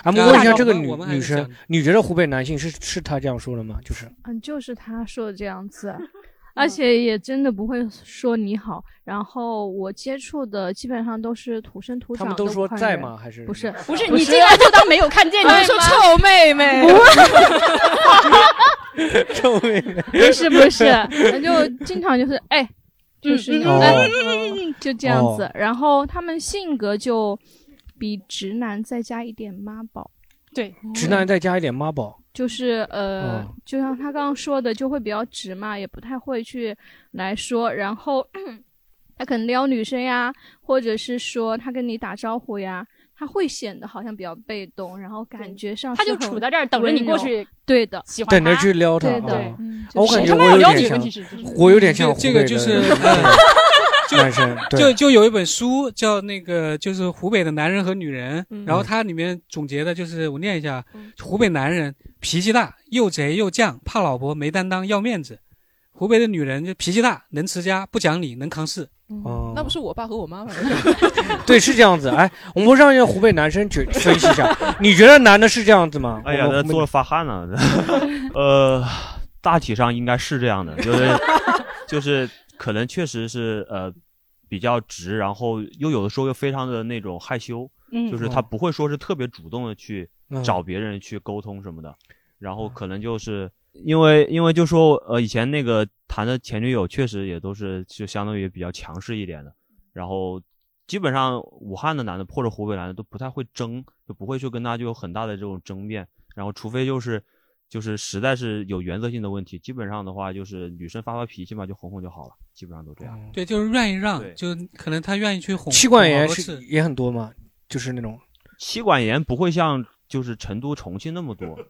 Speaker 3: 俺
Speaker 6: 对啊
Speaker 3: 们问一下这个
Speaker 4: 我们
Speaker 3: 女
Speaker 4: 我们还是
Speaker 3: 女
Speaker 4: 这样
Speaker 3: 生，你觉得湖北男性是是他这样说的吗？就是
Speaker 10: 嗯，就是他说的这样子， 而且也真的不会说你好。然后我接触的基本上都是土生土
Speaker 3: 他
Speaker 10: 长
Speaker 3: 们
Speaker 10: 的
Speaker 3: 都说
Speaker 10: 武汉
Speaker 3: 在
Speaker 10: 人
Speaker 3: 吗还是
Speaker 10: 不是
Speaker 6: 不是你进来就当没有 看见你
Speaker 7: 哎啊说臭 妹妹
Speaker 3: 臭妹妹，
Speaker 10: 不是不是，就经常就是哎，
Speaker 7: 嗯
Speaker 10: 就是那种哎
Speaker 3: 哦
Speaker 10: 就这样子
Speaker 3: 哦。
Speaker 10: 然后他们性格就比直男再加一点妈宝，
Speaker 6: 对，
Speaker 3: 直男再加一点妈宝，
Speaker 10: 就是呃，
Speaker 3: 哦
Speaker 10: 就像他刚刚说的，就会比较直嘛，也不太会去来说，然后 他可能撩女生呀，或者是说他跟你打招呼呀，他会显得好像比较被动，然后感觉上
Speaker 6: 他就处在这儿等着你过去，
Speaker 10: 对的，
Speaker 6: 喜
Speaker 3: 等着去撩他
Speaker 10: 对的，
Speaker 3: 啊
Speaker 10: 嗯！
Speaker 3: 我
Speaker 10: 就是
Speaker 3: 感
Speaker 10: 这
Speaker 3: 觉我
Speaker 10: 样
Speaker 3: 有点像，我有点像湖
Speaker 4: 这个
Speaker 3: 北的嗯
Speaker 4: 就是
Speaker 3: 男生，
Speaker 4: 就
Speaker 3: 对，
Speaker 4: 就有一本书叫那个就是湖北的男人和女人，
Speaker 3: 嗯
Speaker 4: 然后它里面总结的就是我念一下，啊湖北男人脾气大，又贼又犟，怕老婆没担当，要面子；湖北的女人就脾气大，能持家，不讲理，能扛事。
Speaker 3: 哦
Speaker 7: 那不是我爸和我妈吗？
Speaker 3: 对，是这样子。哎，我们让一下湖北男生去分析一下，你觉得男的是这样子吗？
Speaker 5: 哎呀，
Speaker 3: 我
Speaker 5: 那
Speaker 3: 们
Speaker 5: 做了发汗 了。呃，大体上应该是这样的，就是就是可能确实是呃比较直，然后又有的时候又非常的那种害羞，
Speaker 12: 嗯
Speaker 3: 哦
Speaker 5: 就是他不会说是特别主动的去
Speaker 12: 嗯
Speaker 5: 找别人去沟通什么的，然后可能就是。因为因为就说呃以前那个谈的前女友确实也都是就相当于比较强势一点的，然后基本上武汉的男的或者湖北男的都不太会争，就不会去跟他就有很大的这种争辩。然后除非就是就是实在是有原则性的问题，基本上的话就是女生发发脾气嘛，就哄哄就好了，基本上都这样。
Speaker 4: 对，就是愿意让，就可能他愿意去哄。
Speaker 3: 妻管
Speaker 4: 哄老
Speaker 3: 严
Speaker 4: 婆
Speaker 3: 是
Speaker 4: 吃
Speaker 3: 也很多嘛，就是那种
Speaker 5: 妻管严不会像就是成都、重庆那么 多，对。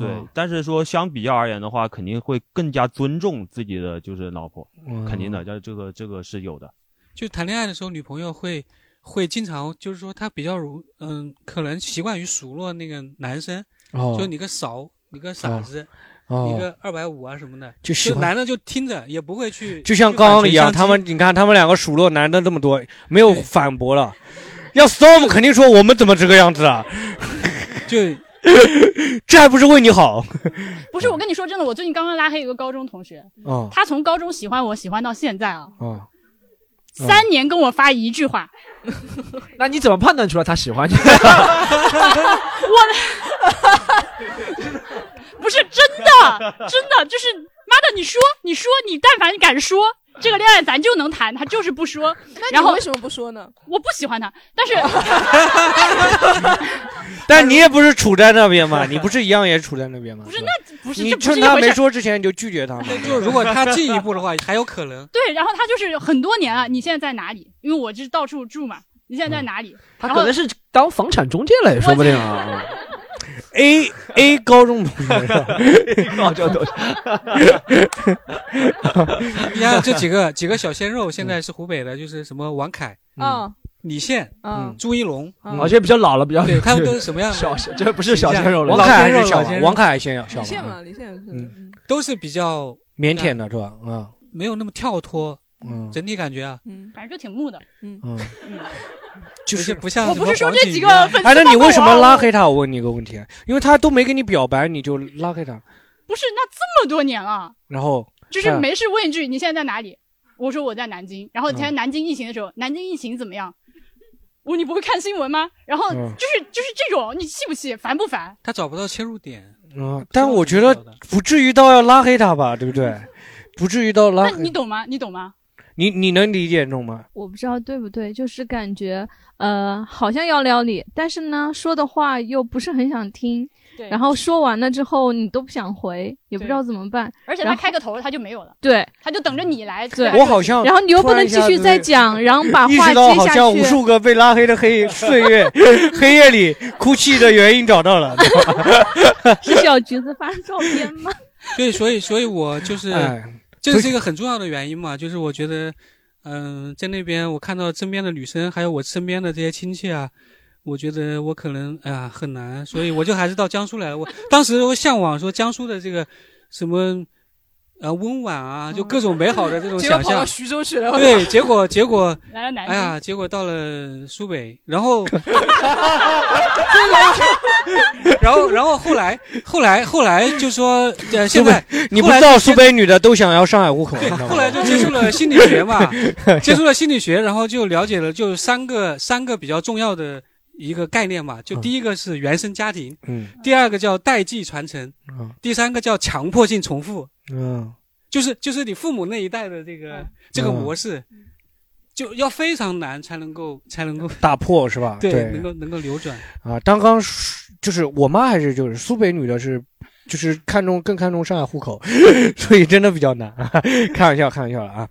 Speaker 3: 嗯
Speaker 5: 但是说相比较而言的话，肯定会更加尊重自己的就是老婆，
Speaker 3: 嗯
Speaker 5: 肯定的，这这个这个是有的。
Speaker 4: 就谈恋爱的时候，女朋友会会经常就是说她比较如嗯，可能习惯于数落那个男生，
Speaker 3: 哦
Speaker 4: 就你个勺，你个傻子，
Speaker 3: 哦
Speaker 4: 一个二百五啊什么的，
Speaker 3: 就喜欢
Speaker 4: 男的就听着也不会去，
Speaker 3: 就像刚刚一样，他们你看他们两个数落男的这么多，没有反驳了。要 storm 肯定说我们怎么这个样子啊？
Speaker 4: 就
Speaker 3: 这还不是为你好？
Speaker 6: 不是，我跟你说真的，我最近刚刚拉黑一个高中同学，
Speaker 3: 嗯
Speaker 4: 嗯
Speaker 3: 哦
Speaker 6: 他从高中喜欢我，喜欢到现在啊，
Speaker 3: 哦，嗯
Speaker 6: 三年跟我发一句 话，
Speaker 2: 那你怎么判断出来他 喜欢你？
Speaker 6: 不是真的，真的就是妈的，你说你说你但凡敢说这个恋爱咱就能谈，他就是不说。
Speaker 7: 你
Speaker 6: 然后
Speaker 7: 为什么不说呢？
Speaker 6: 我不喜欢他，但是
Speaker 3: 但你也不是处在那边嘛，你不是一样也处在那边嘛？
Speaker 6: 不是那不是
Speaker 3: 你
Speaker 6: 这不是
Speaker 3: 趁
Speaker 6: 一
Speaker 3: 他
Speaker 6: 回
Speaker 3: 没
Speaker 6: 事。
Speaker 3: 说之前你就拒绝他嘛？
Speaker 4: 就如果他进一步的话，还有可能。
Speaker 6: 对，然后他就是很多年啊了，你现在在哪里？因为我就是到处住嘛，你现在
Speaker 3: 嗯
Speaker 6: 在哪里？
Speaker 2: 他
Speaker 6: 然后
Speaker 2: 可能是当房产中介了，也说不定 啊。
Speaker 3: A A 高中同学是吧
Speaker 2: 高中同
Speaker 4: 你看这几个几个小鲜肉，现在是湖北的，就是什么王凯、
Speaker 7: 嗯，
Speaker 4: 李现、
Speaker 7: 嗯
Speaker 4: 朱一龙，
Speaker 2: 啊，这比较老了，比较
Speaker 4: 对 他们都是什么样的？
Speaker 2: 小这不是小鲜肉了，
Speaker 3: 王凯还是
Speaker 4: 小
Speaker 3: 小
Speaker 4: 鲜肉
Speaker 3: 王凯还是小小
Speaker 7: 李现
Speaker 3: 嘛
Speaker 7: 嘛，李现是
Speaker 3: 嗯
Speaker 4: 都是比较
Speaker 3: 腼腆的是吧？啊，
Speaker 4: 没有那么跳脱，
Speaker 3: 嗯
Speaker 4: 整体感觉啊，
Speaker 6: 反正就挺木的。
Speaker 3: 嗯。
Speaker 4: 就是不像
Speaker 6: 我
Speaker 4: 什
Speaker 6: 不
Speaker 4: 么
Speaker 6: 是说
Speaker 4: 黄
Speaker 6: 这
Speaker 4: 景
Speaker 6: 几
Speaker 4: 瑜
Speaker 6: 个
Speaker 4: 啊
Speaker 6: 粉丝
Speaker 3: 哎，那你
Speaker 6: 包括
Speaker 3: 为什
Speaker 6: 我
Speaker 3: 么
Speaker 6: 啊
Speaker 3: 拉黑他？我问你一个问题，因为他都没跟你表白，你就拉黑他，
Speaker 6: 不是那这么多年了，
Speaker 3: 然后
Speaker 6: 就是
Speaker 3: 嗯
Speaker 6: 没事问一句你现在在哪里？我说我在南京。然后
Speaker 3: 嗯
Speaker 6: 前南京疫情的时候，南京疫情怎么样？我你不会看新闻吗？然后就是、
Speaker 3: 嗯
Speaker 6: 就是这种，你气不气？烦不烦？
Speaker 4: 他找不到切入 点，
Speaker 3: 嗯，但我觉得不至于到要拉黑他吧，对不对？不至于到拉
Speaker 6: 那
Speaker 3: 黑
Speaker 6: 你懂吗？你懂吗？
Speaker 3: 你你能理解这种吗？
Speaker 10: 我不知道对不对，就是感觉呃好像要撩你，但是呢说的话又不是很想听，
Speaker 6: 对
Speaker 10: 然后说完了之后你都不想回，也不知道
Speaker 6: 对
Speaker 10: 怎么办。
Speaker 6: 而且
Speaker 10: 然
Speaker 6: 他
Speaker 10: 后
Speaker 6: 开个头他就没有了，
Speaker 10: 对，
Speaker 6: 他就等着你来。
Speaker 10: 对
Speaker 6: 来
Speaker 3: 我好像
Speaker 10: 然后你又不能继续 再讲，然后把
Speaker 3: 意
Speaker 10: 话
Speaker 3: 识到
Speaker 10: 接
Speaker 3: 好
Speaker 10: 下
Speaker 3: 像无
Speaker 10: 去。
Speaker 3: 数个被拉黑的黑 岁月黑夜里哭泣的原因找到了，对吧
Speaker 10: 是小橘子发的照片吗？
Speaker 4: 对，所以所以我就是
Speaker 3: 哎，
Speaker 4: 这是一个很重要的原因嘛，就是我觉得，嗯、在那边我看到身边的女生，还有我身边的这些亲戚啊，我觉得我可能哎呀、很难，所以我就还是到江苏来了。我当时我向往说江苏的这个什么，呃，温婉啊，就各种美好的这种
Speaker 7: 结果
Speaker 4: 想
Speaker 7: 跑到
Speaker 4: 象。
Speaker 7: 徐州去了。
Speaker 4: 对，结果结 果，
Speaker 6: 来了南
Speaker 4: 哎
Speaker 6: 京，
Speaker 4: 呀，结果到了苏北，然后然后然后后来后来后来就说，呃，现在
Speaker 3: 你不
Speaker 4: 后来
Speaker 3: 知
Speaker 4: 就接
Speaker 3: 道苏北女的都想要上海户口，你知道吗
Speaker 4: 后来就接触 了心理学嘛，接触了心理学，然后就了解了就三个三个比较重要的一个概念嘛，就第一个是原生家庭，
Speaker 3: 嗯
Speaker 4: 第二个叫代际传承，
Speaker 3: 嗯
Speaker 4: 第三个叫强迫性重复，
Speaker 3: 嗯，
Speaker 4: 就是就是你父母那一代的这个这个模式，就要非常难才能够才能够
Speaker 3: 打破是吧？
Speaker 4: 能够能够扭转。
Speaker 3: 啊，刚刚是就是我妈还是就是苏北女的是，就是看重更看重上海户口， 所以真的比较难。啊 开玩笑，开玩笑了啊，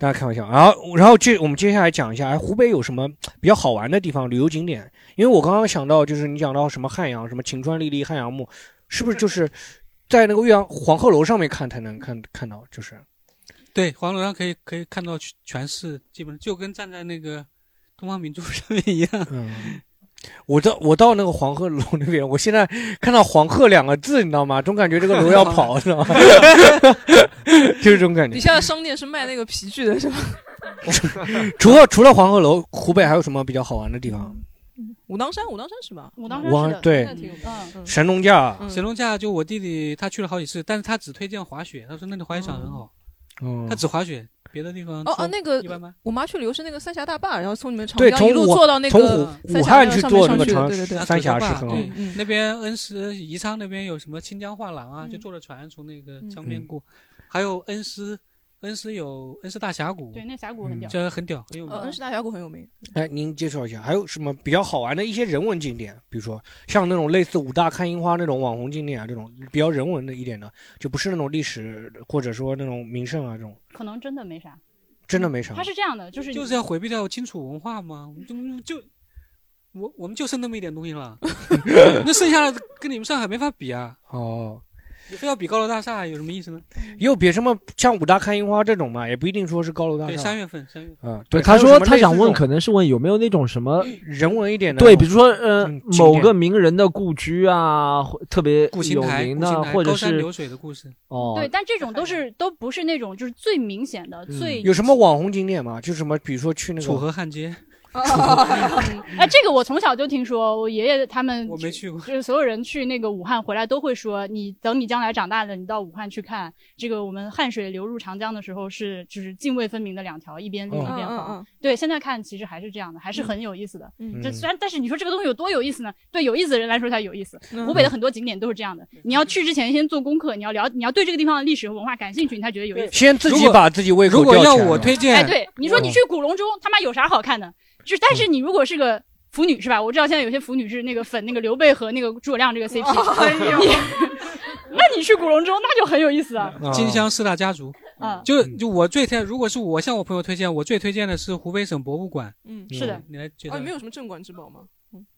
Speaker 3: 大家开玩笑。然后，然后这我们接下来讲一下，哎，湖北有什么比较好玩的地方，旅游景点？因为我刚刚想到，就是你讲到什么汉阳，什么晴川历历汉阳墓，是不是就是在那个岳阳黄鹤楼上面看才能看看到？就是
Speaker 4: 对，黄楼上可以可以看到全全市，基本上就跟站在那个东方明珠上面一样。
Speaker 3: 嗯。我到我到那个黄鹤楼那边，我现在看到“黄鹤”两个字，你知道吗？总感觉这个楼要跑，你知道吗？ 就是这种 感
Speaker 7: 底
Speaker 3: 觉。
Speaker 7: 下的商店是卖那个皮具的，是吧？
Speaker 3: 除了除了黄鹤楼，湖北还有什么比较好玩的地方？
Speaker 7: 武当山，武当山是吧？
Speaker 6: 武当山
Speaker 3: 我
Speaker 6: 是的，
Speaker 3: 对
Speaker 7: 那挺有意思
Speaker 6: 嗯
Speaker 7: 嗯
Speaker 3: 神农架，
Speaker 7: 嗯
Speaker 4: 神农架就我弟弟他去了好几次，但是他只推荐滑雪，他说那里滑雪场很好，
Speaker 3: 嗯
Speaker 4: 他，只滑雪，别的地方
Speaker 7: 哦哦哦，
Speaker 4: 说
Speaker 7: 那个
Speaker 4: 一般般。
Speaker 7: 我妈去旅游是那个三峡大坝，然后从你们长
Speaker 3: 对
Speaker 7: 江
Speaker 3: 从
Speaker 7: 一路
Speaker 3: 武
Speaker 7: 坐到那
Speaker 3: 从
Speaker 7: 个
Speaker 3: 武
Speaker 7: 三
Speaker 3: 武
Speaker 7: 峡
Speaker 3: 汉
Speaker 7: 那
Speaker 3: 去
Speaker 7: 上面
Speaker 3: 坐那
Speaker 7: 上
Speaker 3: 个
Speaker 7: 去
Speaker 3: 长
Speaker 7: 对对对，
Speaker 3: 三峡是
Speaker 4: 可怕
Speaker 3: 很好
Speaker 4: 对，
Speaker 7: 嗯
Speaker 4: 那边恩施宜昌那边有什么清江画廊啊，
Speaker 7: 嗯
Speaker 4: 就坐着船从那个
Speaker 7: 嗯
Speaker 4: 江边过，还有恩施，恩施有恩施大峡谷
Speaker 6: 对，，那峡谷
Speaker 3: 嗯
Speaker 6: 很屌。
Speaker 4: 嗯这很屌，很有
Speaker 7: 呃，
Speaker 4: 名
Speaker 7: 恩。施大峡谷很有名。
Speaker 3: 哎，您介绍一下，还有什么比较好玩的一些人文景点？比如说像那种类似武大看樱花那种网红景点啊，这种比较人文的一点的，就不是那种历史或者说那种名胜啊，这种
Speaker 6: 可能真的没啥。
Speaker 3: 真的没啥
Speaker 6: 他。是这样的，就是你
Speaker 4: 就是要回避掉荆楚文化嘛，我们就就我 我们就剩那么一点东西了，那剩下的跟你们上海没法比啊。
Speaker 3: 哦，
Speaker 4: 非要比高楼大厦有什么意思呢？
Speaker 3: 又比什么像五大看樱花这种嘛，也不一定说是高楼大厦。
Speaker 4: 对，三月份，三月份
Speaker 3: 啊，
Speaker 2: 对，
Speaker 3: 对，
Speaker 2: 他
Speaker 3: 还有
Speaker 2: 说
Speaker 3: 什么
Speaker 2: 他
Speaker 3: 类似
Speaker 2: 想
Speaker 3: 这
Speaker 2: 问，
Speaker 3: 种
Speaker 2: 可能是问有没有那种什么
Speaker 3: 人文一点的那
Speaker 2: 对，
Speaker 3: 种
Speaker 2: 比如说呃
Speaker 3: 嗯景
Speaker 2: 某
Speaker 3: 点
Speaker 2: 个名人的故居啊，或特别
Speaker 4: 古琴
Speaker 2: 有
Speaker 4: 台
Speaker 2: 名
Speaker 4: 古琴
Speaker 2: 的，
Speaker 4: 台
Speaker 2: 或者
Speaker 4: 高山
Speaker 2: 是
Speaker 4: 流水的故事
Speaker 2: 哦，
Speaker 6: 对，但这种都是都不是那种就是最明显的、最
Speaker 3: 嗯有什么网红景点吗？就什么，比如说去那个
Speaker 4: 楚河汉街，
Speaker 6: 哎，这个我从小就听说，我爷爷他们
Speaker 4: 我没去过，
Speaker 6: 就是所有人去那个武汉回来都会说，你等你将来长大了，你到武汉去看这个我们汉水流入长江的时候是就是泾渭分明的两条，一边绿
Speaker 7: 嗯
Speaker 6: 一边
Speaker 7: 嗯
Speaker 6: 黄。
Speaker 7: 嗯嗯
Speaker 6: 对，现在看其实还是这样的，还是很有意思的。
Speaker 7: 嗯
Speaker 6: 这虽然但是你说这个东西有多有意思呢？对有意思的人来说才有意思。
Speaker 7: 嗯
Speaker 6: 湖北的很多景点都是这样的，
Speaker 4: 嗯
Speaker 6: 你要去之前先做功课，你要了你要对这个地方的历史和文化感兴趣，你才觉得有意思。
Speaker 3: 先自
Speaker 4: 如
Speaker 3: 己
Speaker 4: 果
Speaker 3: 把自己胃口
Speaker 4: 如果
Speaker 3: 吊起
Speaker 4: 要
Speaker 3: 来
Speaker 4: 我
Speaker 3: 嘛哦
Speaker 4: 推荐，嗯
Speaker 6: 哎，对，你说你去古隆中，他妈有啥好看的？就是，但是你如果是个腐女是吧？我知道现在有些腐女是那个粉那个刘备和那个诸葛亮这个 CP，你 那你去古隆中那就很有意思啊。
Speaker 4: 金乡四大家族。
Speaker 6: 嗯，
Speaker 4: 就就我最推，如果是我向我朋友推荐，我最推荐的是湖北省博物馆。
Speaker 7: 嗯
Speaker 6: 是的。
Speaker 4: 你来介绍
Speaker 7: 啊，
Speaker 4: 一下。
Speaker 7: 没有什么镇馆之宝吗？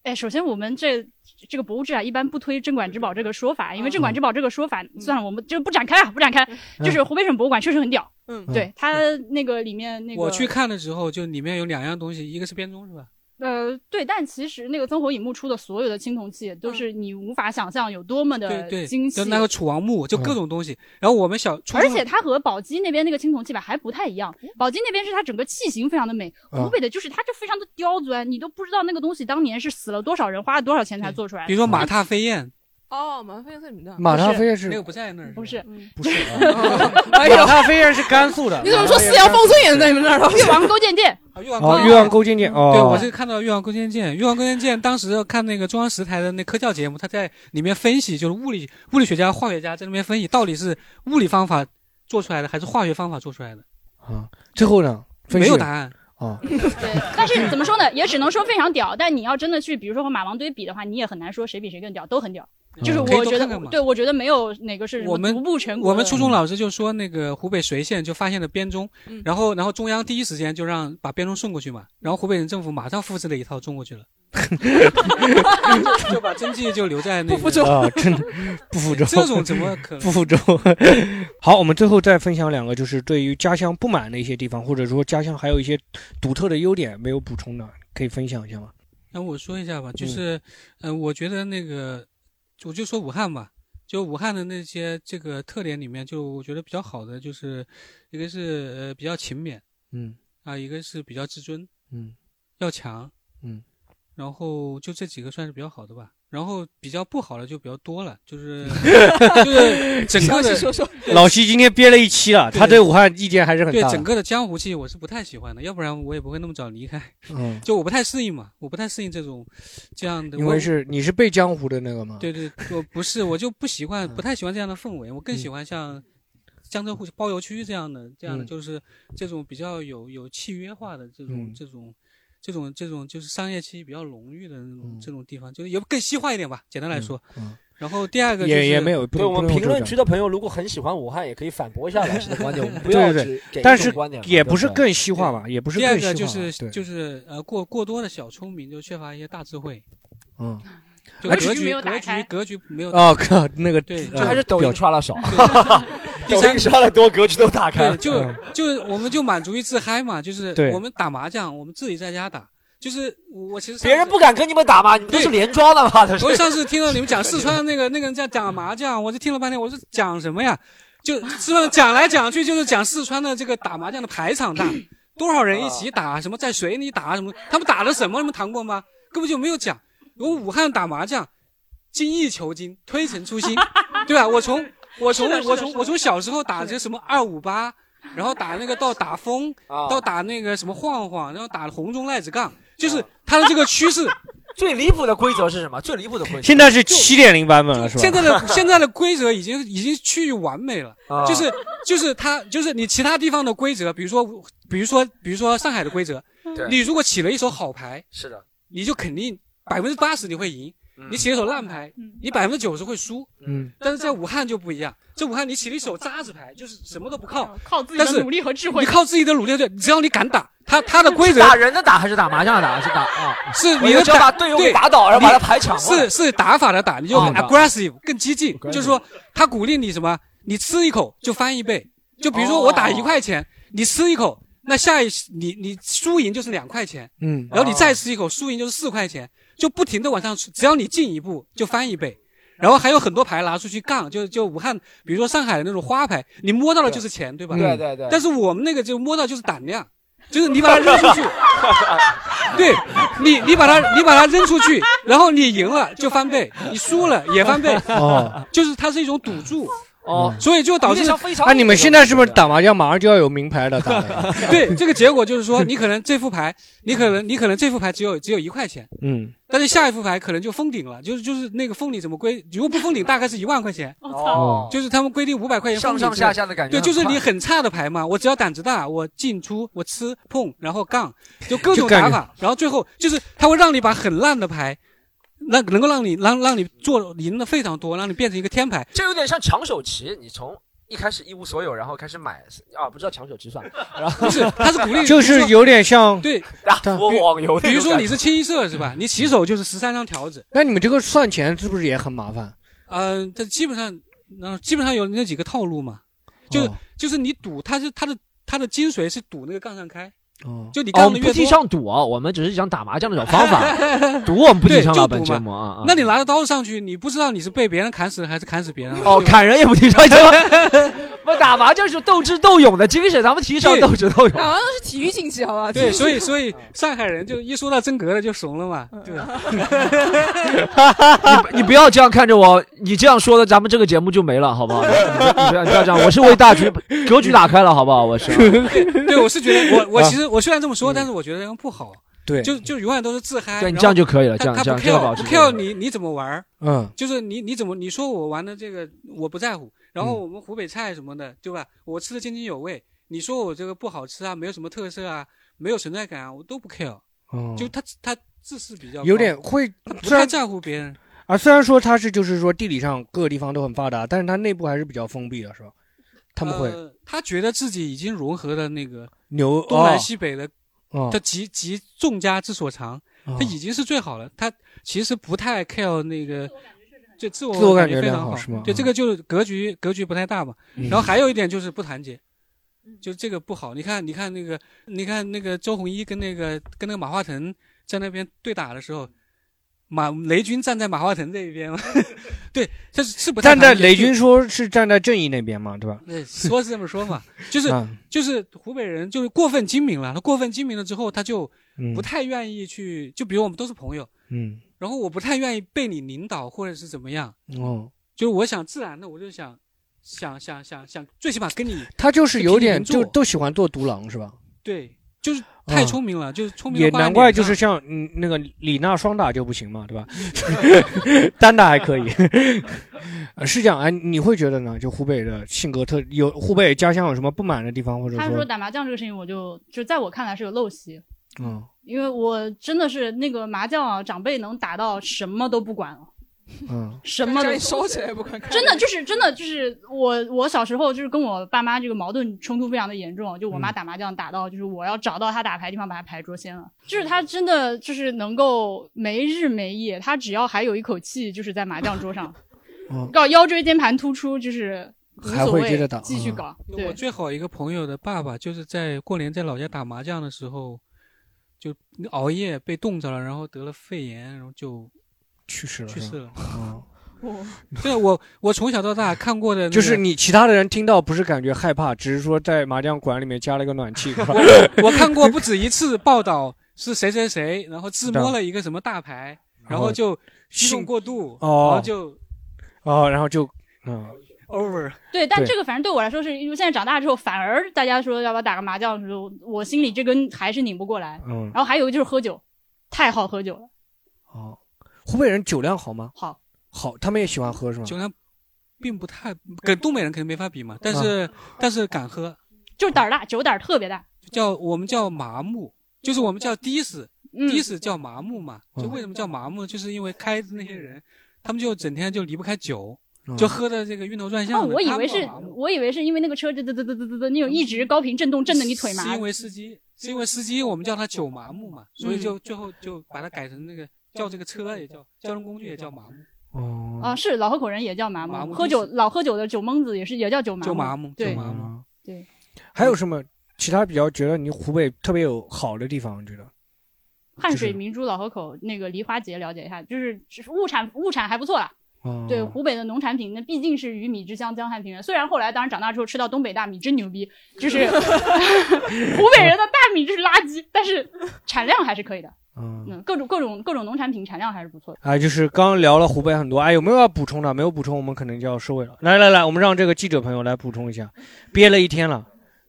Speaker 6: 哎，首先我们这这个博物志啊，一般不推镇馆之宝这个说法，因为镇馆之宝这个说法，算了，我们就不展开啊，不展开。就是湖北省博物馆确实很屌，
Speaker 7: 嗯
Speaker 6: 对它那个里面那个
Speaker 4: 我去看的时候，就里面有两样东西，一个是编钟是吧？
Speaker 6: 呃，对，但其实那个曾侯乙墓出的所有的青铜器，都是你无法想象有多么
Speaker 4: 对
Speaker 6: 的
Speaker 4: 对，
Speaker 6: 精细，
Speaker 4: 就那个楚王墓，就各种东西。然后我们小，初
Speaker 6: 而
Speaker 4: 中
Speaker 6: 且它和宝鸡那边那个青铜器吧还不太一
Speaker 4: 哦
Speaker 6: 样，宝鸡那边是它整个器型非常的美，
Speaker 3: 啊
Speaker 6: 湖北的就是它就非常的刁钻，你都不知道那个东西当年是死了多少人，花了多少钱才做出来的。嗯
Speaker 4: 比如说马踏飞燕，
Speaker 7: 哦，马飞在你们那儿。
Speaker 3: 马踏飞燕
Speaker 4: 那
Speaker 3: 是
Speaker 4: 个不在那儿，嗯
Speaker 6: 不是嗯
Speaker 3: 不是？马
Speaker 7: 哎呦，
Speaker 3: 踏飞燕是甘肃的。
Speaker 7: 你怎么说四羊方尊也在你们那儿了？
Speaker 6: 越王勾践剑，
Speaker 4: 啊越王
Speaker 3: 哦，
Speaker 4: 勾
Speaker 3: 岳阳勾践剑哦，
Speaker 4: 对，我是看到越王勾践剑。越王勾践剑当时看那个中央十台的那科教节目，他在里面分析，就是物理物理学家、化学家在那边分析，到底是物理方法做出来的还是化学方法做出来的，
Speaker 3: 啊，最后呢，分
Speaker 4: 没有
Speaker 3: 析
Speaker 4: 答 案。
Speaker 3: 啊，
Speaker 6: 但是怎么说呢，也只能说非常屌。但你要真的去，比如说和马王堆比的话，你也很难说谁比谁更屌，都很屌。就是
Speaker 4: 嗯可以
Speaker 6: 我
Speaker 4: 多
Speaker 6: 觉得，
Speaker 4: 看看嘛
Speaker 6: 对我觉得没有哪个是什么
Speaker 4: 我们
Speaker 6: 独步全国的。
Speaker 4: 我们初中老师就说，那个湖北随县就发现了编钟，
Speaker 7: 嗯
Speaker 4: 然后然后中央第一时间就让把编钟送过去嘛，然后湖北省政府马上复制了一套送过 去了，就就把真迹就留在那
Speaker 7: 不
Speaker 4: 个
Speaker 7: 服众
Speaker 3: 啊，真的不服众，
Speaker 4: 这种怎么可能
Speaker 3: 不？服众。好，我们最后再分享两个，就是对于家乡不满的一些地方，或者说家乡还有一些独特的优点没有补充的，可以分享一下吗？
Speaker 4: 那我说一下吧，就是，嗯、呃，我觉得那个，我就说武汉吧，就武汉的那些这个特点里面，就我觉得比较好的就是，一个是呃比较勤勉
Speaker 3: 嗯
Speaker 4: 啊、一个是比较自尊，
Speaker 3: 嗯
Speaker 4: 要强，
Speaker 3: 嗯，
Speaker 4: 然后就这几个算是比较好的吧。然后比较不好的就比较多了，就是 就是整个的
Speaker 7: 说说，
Speaker 3: 老徐今天憋了一期了，他
Speaker 4: 对
Speaker 3: 对武汉意见还是很
Speaker 4: 对
Speaker 3: 大
Speaker 4: 整
Speaker 3: 的。
Speaker 4: 个的江湖气我是不太喜欢的，要不然我也不会那么早离开。
Speaker 3: 嗯，
Speaker 4: 就我不太适应嘛，我不太适应这种这样的。
Speaker 3: 因
Speaker 4: 我
Speaker 3: 为是你是被江湖的那个吗？，
Speaker 4: 对对，我不是，我就不习惯，不太喜欢这样的氛围，我更喜
Speaker 3: 嗯
Speaker 4: 欢像江浙沪包邮区这样的，这样的
Speaker 3: 嗯
Speaker 4: 就是这种比较有有契约化的这种
Speaker 3: 嗯
Speaker 4: 这种这种这种就是商业气比较浓郁的那种
Speaker 3: 嗯
Speaker 4: 这种地方，就是也更西化一点吧，简单来说
Speaker 3: 嗯嗯。
Speaker 4: 然后第二个就
Speaker 3: 也也没
Speaker 4: 是，
Speaker 3: 有，不
Speaker 2: 对我
Speaker 3: 不
Speaker 2: 们
Speaker 3: 能
Speaker 2: 评论
Speaker 3: 这
Speaker 2: 区的
Speaker 3: 样
Speaker 2: 朋友，如果很喜欢武汉，也可以反驳一下老师的观点，我 们不
Speaker 3: 对
Speaker 2: 要
Speaker 3: 对
Speaker 2: 只给一
Speaker 3: 但
Speaker 2: 种
Speaker 3: 是
Speaker 2: 观点嘛
Speaker 3: 也不是
Speaker 2: 对对
Speaker 3: 更西化吧，也不是
Speaker 4: 第二
Speaker 3: 更西
Speaker 4: 个
Speaker 3: 化吧。
Speaker 4: 就是
Speaker 3: 对，
Speaker 4: 就是呃过过多的小聪明，就缺乏一些大智慧，
Speaker 3: 嗯
Speaker 4: 就
Speaker 6: 格
Speaker 4: 格
Speaker 6: 哎局没
Speaker 4: 局
Speaker 6: 有打
Speaker 4: 格局
Speaker 6: 开
Speaker 4: 格局没有。
Speaker 2: 哦
Speaker 3: 啊靠，那个
Speaker 4: 对，
Speaker 2: 这还是抖音呃刷了少，
Speaker 4: 第
Speaker 2: 抖
Speaker 4: 三
Speaker 2: 音刷了多，格局都打开
Speaker 4: 对，
Speaker 2: 了。嗯
Speaker 4: 就就我们就满足于自嗨嘛，就是
Speaker 3: 对
Speaker 4: 我们打麻将，我们自己在家打，就是我我其实上次
Speaker 2: 别人不。敢跟你们打吧？你们都是连庄的嘛，都
Speaker 4: 我
Speaker 2: 是。
Speaker 4: 上次听到你们讲四川的那个那 个人在讲麻将，我就听了半天，我说讲什么呀？就四川讲来讲去就是讲四川的这个打麻将的排场大，多少人一起打，什么在水里打什么，他们打的什么？你们谈过吗？根本就没有讲。我武汉打麻将，精益求精，推陈出新，对吧？我从我从我从我从小时候打这什么二五八，然后打那个到打风，
Speaker 2: 啊
Speaker 4: 到打那个什么晃晃，然后打红中赖子杠，就是它的这个趋势。
Speaker 2: 最离谱的规则是什么？最离谱的规则
Speaker 3: 现在是七点零版本了，是吧？
Speaker 4: 嗯现 在的现在的规则已经已经趋于完美了，
Speaker 2: 啊
Speaker 4: 就是就是它就是你其他地方的规则，比如说比如说比如说上海的规则
Speaker 2: 对，
Speaker 4: 你如果起了一手好牌，
Speaker 2: 是的，嗯
Speaker 4: 你就肯定百分之八十你会赢。你起一手烂牌，你百分之九十会输。
Speaker 3: 嗯，
Speaker 4: 但是在武汉就不一样，在武汉你起了一手渣子牌，就是什么都不靠，
Speaker 6: 靠自
Speaker 2: 己的
Speaker 4: 但是
Speaker 2: 努力和智慧
Speaker 4: 你靠自己的努力和智慧，只要你敢打， 他他的规则
Speaker 2: 打人的打还是打麻将的打？是打啊？
Speaker 4: 是
Speaker 2: 我
Speaker 4: 你
Speaker 2: 就
Speaker 4: 的
Speaker 2: 只要把队友给
Speaker 4: 对
Speaker 2: 打倒，然后把他牌
Speaker 4: 你
Speaker 2: 抢过来
Speaker 4: 是是打法的打，你就很
Speaker 2: 哦打
Speaker 4: aggressive 更激进，就是说他鼓励你什么，你吃一口就翻一倍，就比如说我打一块钱，你吃一口，那下一你你输赢就是两块钱，
Speaker 3: 嗯
Speaker 4: 然后你再吃一口，输赢就是四块钱，就不停的往上吃，只要你进一步就翻一倍。然后还有很多牌拿出去杠，就就武汉，比如说上海的那种花牌，你摸到的就是钱，对吧？
Speaker 2: 对对对
Speaker 4: 但是我们那个就摸到就是胆量，就是你把它扔 出去，对你，你把它，你把它扔出去，然后你赢了就翻倍，你输了也翻倍，
Speaker 3: 哦
Speaker 4: 就是它是一种赌注，
Speaker 2: 哦
Speaker 4: 所以就导致
Speaker 3: 那你们现在是不是打麻将马上就要有名牌了？ 打的
Speaker 4: 对这个结果就是说，你可能这副牌，你可能你可能这副牌只有只有一块钱，
Speaker 3: 嗯，
Speaker 4: 但是下一副牌可能就封顶了，就是就是那个封顶怎么规？如果不封顶，大概是一万块钱。
Speaker 2: 哦
Speaker 4: 就是他们规定五百块钱
Speaker 2: 上
Speaker 4: 封顶
Speaker 2: 上
Speaker 4: 之类
Speaker 2: 下下的感觉
Speaker 4: 对，就是
Speaker 2: 很
Speaker 4: 你
Speaker 2: 快
Speaker 4: 很差的牌嘛，我只要胆子大，我进出，我吃碰，然后杠，就各
Speaker 2: 就
Speaker 4: 种
Speaker 2: 感
Speaker 4: 打
Speaker 2: 觉
Speaker 4: 法，然后最后就是他会让你把很烂的牌。那能够让你让让你做赢的非常多，让你变成一个天牌，
Speaker 2: 这有点像抢手棋，你从一开始一无所有，然后开始买啊，不知道抢手棋算了，然后
Speaker 4: 不是，他是鼓 励，
Speaker 3: 就是有点像
Speaker 4: 对
Speaker 2: 打我网游那种
Speaker 4: 比如说
Speaker 2: 感觉
Speaker 4: 你是清一色是吧？你起手就是十三张条子，
Speaker 3: 那你们这个算钱是不是也很麻烦？
Speaker 4: 嗯、呃，这基本上，那、基本上有那几个套路嘛，就是、
Speaker 2: 哦
Speaker 4: 就是你赌，它是它的它的精髓是赌那个杠上开，
Speaker 3: 哦
Speaker 4: 就你
Speaker 2: 哦，我
Speaker 4: 杠的
Speaker 2: 们
Speaker 4: 越
Speaker 2: 不提
Speaker 4: 多，
Speaker 2: 倡赌啊，我们只是讲打麻将那种方法， 赌我们不提
Speaker 4: 对，
Speaker 2: 倡
Speaker 4: 就
Speaker 2: 啊，
Speaker 4: 赌
Speaker 2: 本
Speaker 4: 嘛
Speaker 2: 节目啊啊。
Speaker 4: 那你拿着刀上去，你不知道你是被别人砍死的还是砍死别人的
Speaker 2: 哦，
Speaker 4: 对吧
Speaker 2: 砍人也不提倡， 不打麻将是斗智斗勇的精神，咱们提倡斗智斗 勇。
Speaker 7: 好像啊是体育竞技，好吧？
Speaker 4: 对，所以所以上海人就一说到真格的就怂了嘛，对 吧？
Speaker 2: 你你不要这样看着我，你这样说的，咱们这个节目就没了，好不好？你不要你不要这样，我是为大局格局打开了，好不好？我是。
Speaker 4: 对，我是觉得我我
Speaker 2: 啊
Speaker 4: 其实我虽然这么说，但是我觉得这样不好。
Speaker 3: 对
Speaker 4: 就就永远都是自嗨。
Speaker 2: 对你
Speaker 4: 然后
Speaker 2: 这样就可以了
Speaker 4: 他
Speaker 2: 这样
Speaker 4: 他
Speaker 2: 这样
Speaker 4: 不
Speaker 2: 这样保
Speaker 4: care
Speaker 2: 持
Speaker 4: 不
Speaker 2: 这个
Speaker 4: care 你你怎么玩儿
Speaker 3: 嗯
Speaker 4: 就是你你怎么你说我玩的这个我不在乎，然
Speaker 2: 嗯
Speaker 4: 后我们湖北菜什么的，对吧？我吃的津津有味，你说我这个不好吃啊，没有什么特色啊，没有存在感啊，我都不 care。
Speaker 3: 哦
Speaker 4: 就他他自视比较高
Speaker 3: 有点会
Speaker 4: 他不
Speaker 3: 虽
Speaker 4: 太
Speaker 3: 然
Speaker 4: 在乎别人。
Speaker 3: 啊，虽然说它是就是说地理上各个地方都很发达，但是它内部还是比较封闭的，是吧？他们会
Speaker 4: 呃他觉得自己已经融合了那个
Speaker 3: 牛
Speaker 4: 东南
Speaker 3: 哦
Speaker 4: 西北的，
Speaker 3: 哦
Speaker 4: 他集集众家之所长，
Speaker 3: 哦
Speaker 4: 他已经是最好了。他其实不太 care 那个，就自我
Speaker 3: 自我感觉
Speaker 4: 非
Speaker 3: 良
Speaker 4: 常
Speaker 3: 好是吗
Speaker 4: 对，这个就是格局格局不太大嘛。
Speaker 3: 嗯
Speaker 4: 然后还有一点就是不团结。就这个不好，你看，你看那个，你看那个周鸿祎跟那个跟那个马化腾在那边对打的时候，马雷军站在马化腾这一边嘛， 对，这是是不太
Speaker 3: 站在
Speaker 4: 团结
Speaker 3: 雷
Speaker 4: 就
Speaker 3: 军说是站在正义那边嘛，对吧？
Speaker 4: 对，呃说是这么说 嘛，就是、
Speaker 3: 嗯
Speaker 4: 就是湖北人就是过分精明了，他过分精明了之后，他就
Speaker 3: 嗯
Speaker 4: 不太愿意去，就比如我们都是朋友，
Speaker 3: 嗯
Speaker 4: 然后我不太愿意被你领导或者是怎么样，
Speaker 3: 哦，
Speaker 4: 就是我想自然的，我就想想想想想，最起码跟你
Speaker 3: 他就是有点
Speaker 4: 就
Speaker 3: 就都喜欢做独狼是吧？
Speaker 4: 对，就是太
Speaker 3: 嗯
Speaker 4: 聪明了，就是聪明
Speaker 3: 也
Speaker 4: 的话
Speaker 3: 难怪就是像嗯那个李娜双打就不行嘛，对吧？ 单打还可以， 呃是这样哎，你会觉得呢？就湖北的性格特有湖北家乡有什么不满的地方，或者
Speaker 6: 他说
Speaker 3: 说
Speaker 6: 打麻将这个事情，我就就在我看来是有陋习，
Speaker 3: 嗯
Speaker 6: 因为我真的是那个麻将啊，长辈能打到什么都不管了。啊
Speaker 3: 嗯
Speaker 6: 什么都
Speaker 7: 家里烧起来不管 看
Speaker 6: 真的就是真的就是我我小时候就是跟我爸妈这个矛盾冲突非常的严重，就我妈
Speaker 7: 嗯
Speaker 6: 打麻将打到就是我要找到她打牌的地方把她牌捉掀了，就是她真的就是能够没日没夜，她只要还有一口气就是在麻将桌上
Speaker 3: 哦，
Speaker 6: 搞腰椎间盘突出就是无
Speaker 4: 还
Speaker 6: 所
Speaker 4: 会
Speaker 6: 谓，
Speaker 4: 接着打
Speaker 6: 继续
Speaker 4: 嗯
Speaker 6: 搞。
Speaker 4: 我
Speaker 6: 对，
Speaker 4: 最好一个朋友的爸爸，就是在过年在老家打麻将的时候，就熬夜被冻着了，然后得了肺炎，然后就
Speaker 3: 去世了
Speaker 4: 去世了。
Speaker 7: 哦，
Speaker 4: 对，我我从小到大看过的、那个，
Speaker 3: 就是你其他的人听到不是感觉害怕，只是说在麻将馆里面加了个暖 气，是吧
Speaker 4: 我看过不止一次报道，是谁谁谁，然后自摸了一个什么大牌，然后就激动过度，
Speaker 3: 哦
Speaker 4: 然后就
Speaker 3: 哦，然后就嗯
Speaker 4: over。
Speaker 6: 对，但
Speaker 3: 对
Speaker 6: 这个反正对我来说是，因为现在长大之后，反而大家说要不要打个麻将的时候，我心里这根还是拧不过来。
Speaker 3: 嗯
Speaker 6: 然后还有就是喝酒，太好喝酒了，
Speaker 3: 哦，湖北人酒量好吗？
Speaker 6: 好，
Speaker 3: 好，他们也喜欢喝是吗？
Speaker 4: 酒量并不太跟东北人肯定没法比嘛，但是、
Speaker 3: 嗯
Speaker 4: 但是敢喝，
Speaker 6: 就是胆儿大，酒胆儿特别大。
Speaker 4: 叫我们叫麻木，就是我们叫的死，
Speaker 6: 嗯
Speaker 4: 第一次叫麻木嘛，
Speaker 3: 嗯
Speaker 4: 就为什么叫麻木，就是因为开的那些人，他们就整天就离不开酒，
Speaker 3: 嗯
Speaker 4: 就喝的这个晕头转向
Speaker 6: 哦，
Speaker 4: 的。
Speaker 6: 我以
Speaker 4: 他们
Speaker 6: 为是
Speaker 4: 麻木，
Speaker 6: 我以为是因为那个车吱吱吱吱吱吱，那种一直高频震动震得你腿麻。
Speaker 4: 是因为司机，是因为司机我们叫他酒麻木嘛，所
Speaker 6: 嗯
Speaker 4: 以就最后就把它改成那个叫这个车也叫交通工具也叫麻木。
Speaker 6: 啊，是老河口人也叫麻木，
Speaker 4: 麻木
Speaker 6: 喝酒老喝酒的酒蒙子也是也叫酒麻木。
Speaker 4: 酒麻木
Speaker 6: 对
Speaker 4: 酒麻木
Speaker 6: 对，
Speaker 3: 还有什么其他比较觉得你湖北特别有好的地方？你觉得？
Speaker 6: 汉水明珠老河口那个梨花节了解一下，就是只是物产物产还不错啊啦。
Speaker 3: 哦
Speaker 6: 对湖北的农产品，那毕竟是鱼米之乡江汉平原。虽然后来当然长大之后吃到东北大米真牛逼，就是 湖北人的大米就是垃圾，但是产量还是可以的。嗯，各种各种各种农产品产量还是不错的。
Speaker 3: 啊，就是刚聊了湖北很多，哎，有没有要补充的？没有补充，我们可能就要收尾了。来来来，我们让这个记者朋友来补充 一下，憋了一天了，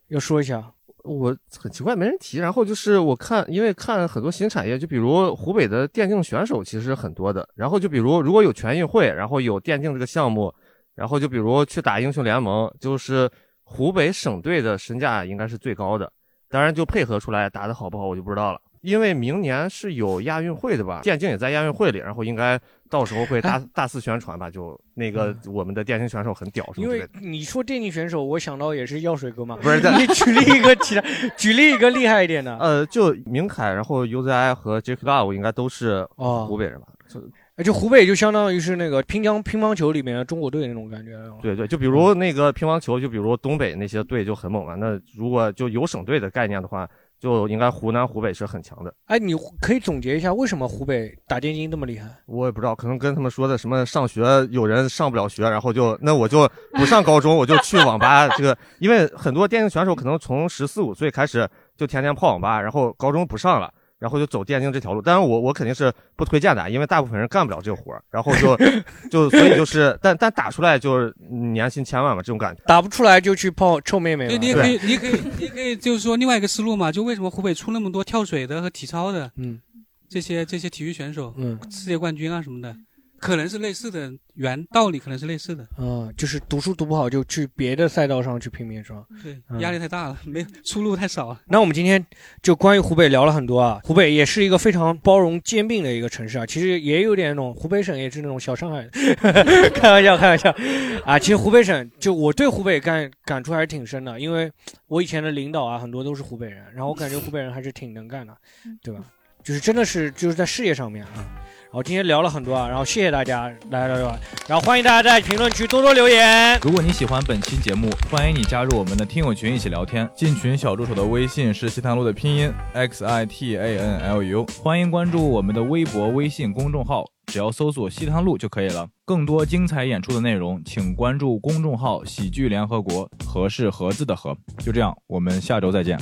Speaker 3: 要说一下。
Speaker 12: 我很奇怪没人提。然后就是我看，因为看很多新产业，就比如湖北的电竞选手其实很多的。然后就比如如果有全运会，然后有电竞这个项目，然后就比如去打英雄联盟，就是湖北省队的身价应该是最高的。当然就配合出来打得好不好，我就不知道了。因为明年是有亚运会的吧，电竞也在亚运会里，然后应该到时候会
Speaker 3: 哎
Speaker 12: 大大肆宣传吧。就那个我们的电竞选手很屌什么
Speaker 3: 嗯因
Speaker 12: 之类
Speaker 3: 为
Speaker 12: 的。
Speaker 3: 你说电竞选手，我想到也是药水哥嘛。
Speaker 12: 不是
Speaker 3: 你举例一个其他， 举例一个厉害一点的。
Speaker 12: 呃，就明凯，然后 UZI 和 J Club 应该都是
Speaker 3: 哦
Speaker 12: 湖北人吧？就
Speaker 3: 哎就湖北就相当于是那个乒乓乒乓球里面的中国队那种感觉。啊
Speaker 12: 对对，就比
Speaker 3: 嗯
Speaker 12: 如那个乒乓球，就比如东北那些队就很猛嘛。那如果就有省队的概念的话，就应该湖南、湖北是很强的。
Speaker 3: 哎，你可以总结一下为什么湖北打电竞这么厉害？
Speaker 12: 我也不知道，可能跟他们说的什么上学有人上不了学，然后就那我就不上高中，我就去网吧。这个，因为很多电竞选手可能从十四五岁开始就天天泡网吧，然后高中不上了，然后就走电竞这条路。但是我我肯定是不推荐的，因为大部分人干不了这个活儿，然后就就所以就是，但但打出来就是年薪千万嘛，这种感觉。
Speaker 3: 打不出来就去泡臭妹妹
Speaker 12: 对
Speaker 3: 了。
Speaker 12: 你
Speaker 4: 你也可以，你也可以，你也可以，就是说另外一个思路嘛，就为什么湖北出那么多跳水的和体操的，
Speaker 3: 嗯，
Speaker 4: 这些这些体育选手，
Speaker 3: 嗯，
Speaker 4: 世界冠军啊什么的，可能是类似的原道理，可能是类似的，
Speaker 3: 嗯，就是读书读不好就去别的赛道上去拼命，是吧？
Speaker 4: 对
Speaker 3: 嗯，
Speaker 4: 压力太大了，没有出路太少了。
Speaker 3: 那我们今天就关于湖北聊了很多啊，湖北也是一个非常包容兼并的一个城市啊，其实也有点那种湖北省也是那种小上海， 开玩笑开玩笑啊，其实湖北省就我对湖北感感触还是挺深的，因为我以前的领导啊很多都是湖北人，然后我感觉湖北人还是挺能干的，对吧？就是真的是就是在事业上面啊。然后今天聊了很多啊，然后谢谢大家来来来，然后欢迎大家在评论区多多留言。
Speaker 1: 如果你喜欢本期节目，欢迎你加入我们的听友群一起聊天。进群小助手的微信是西塘路的拼音 x i t a n l u，欢迎关注我们的微博、微信公众号，只要搜索西塘路就可以了。更多精彩演出的内容，请关注公众号“喜剧联合国”，和是盒子的和。就这样，我们下周再见。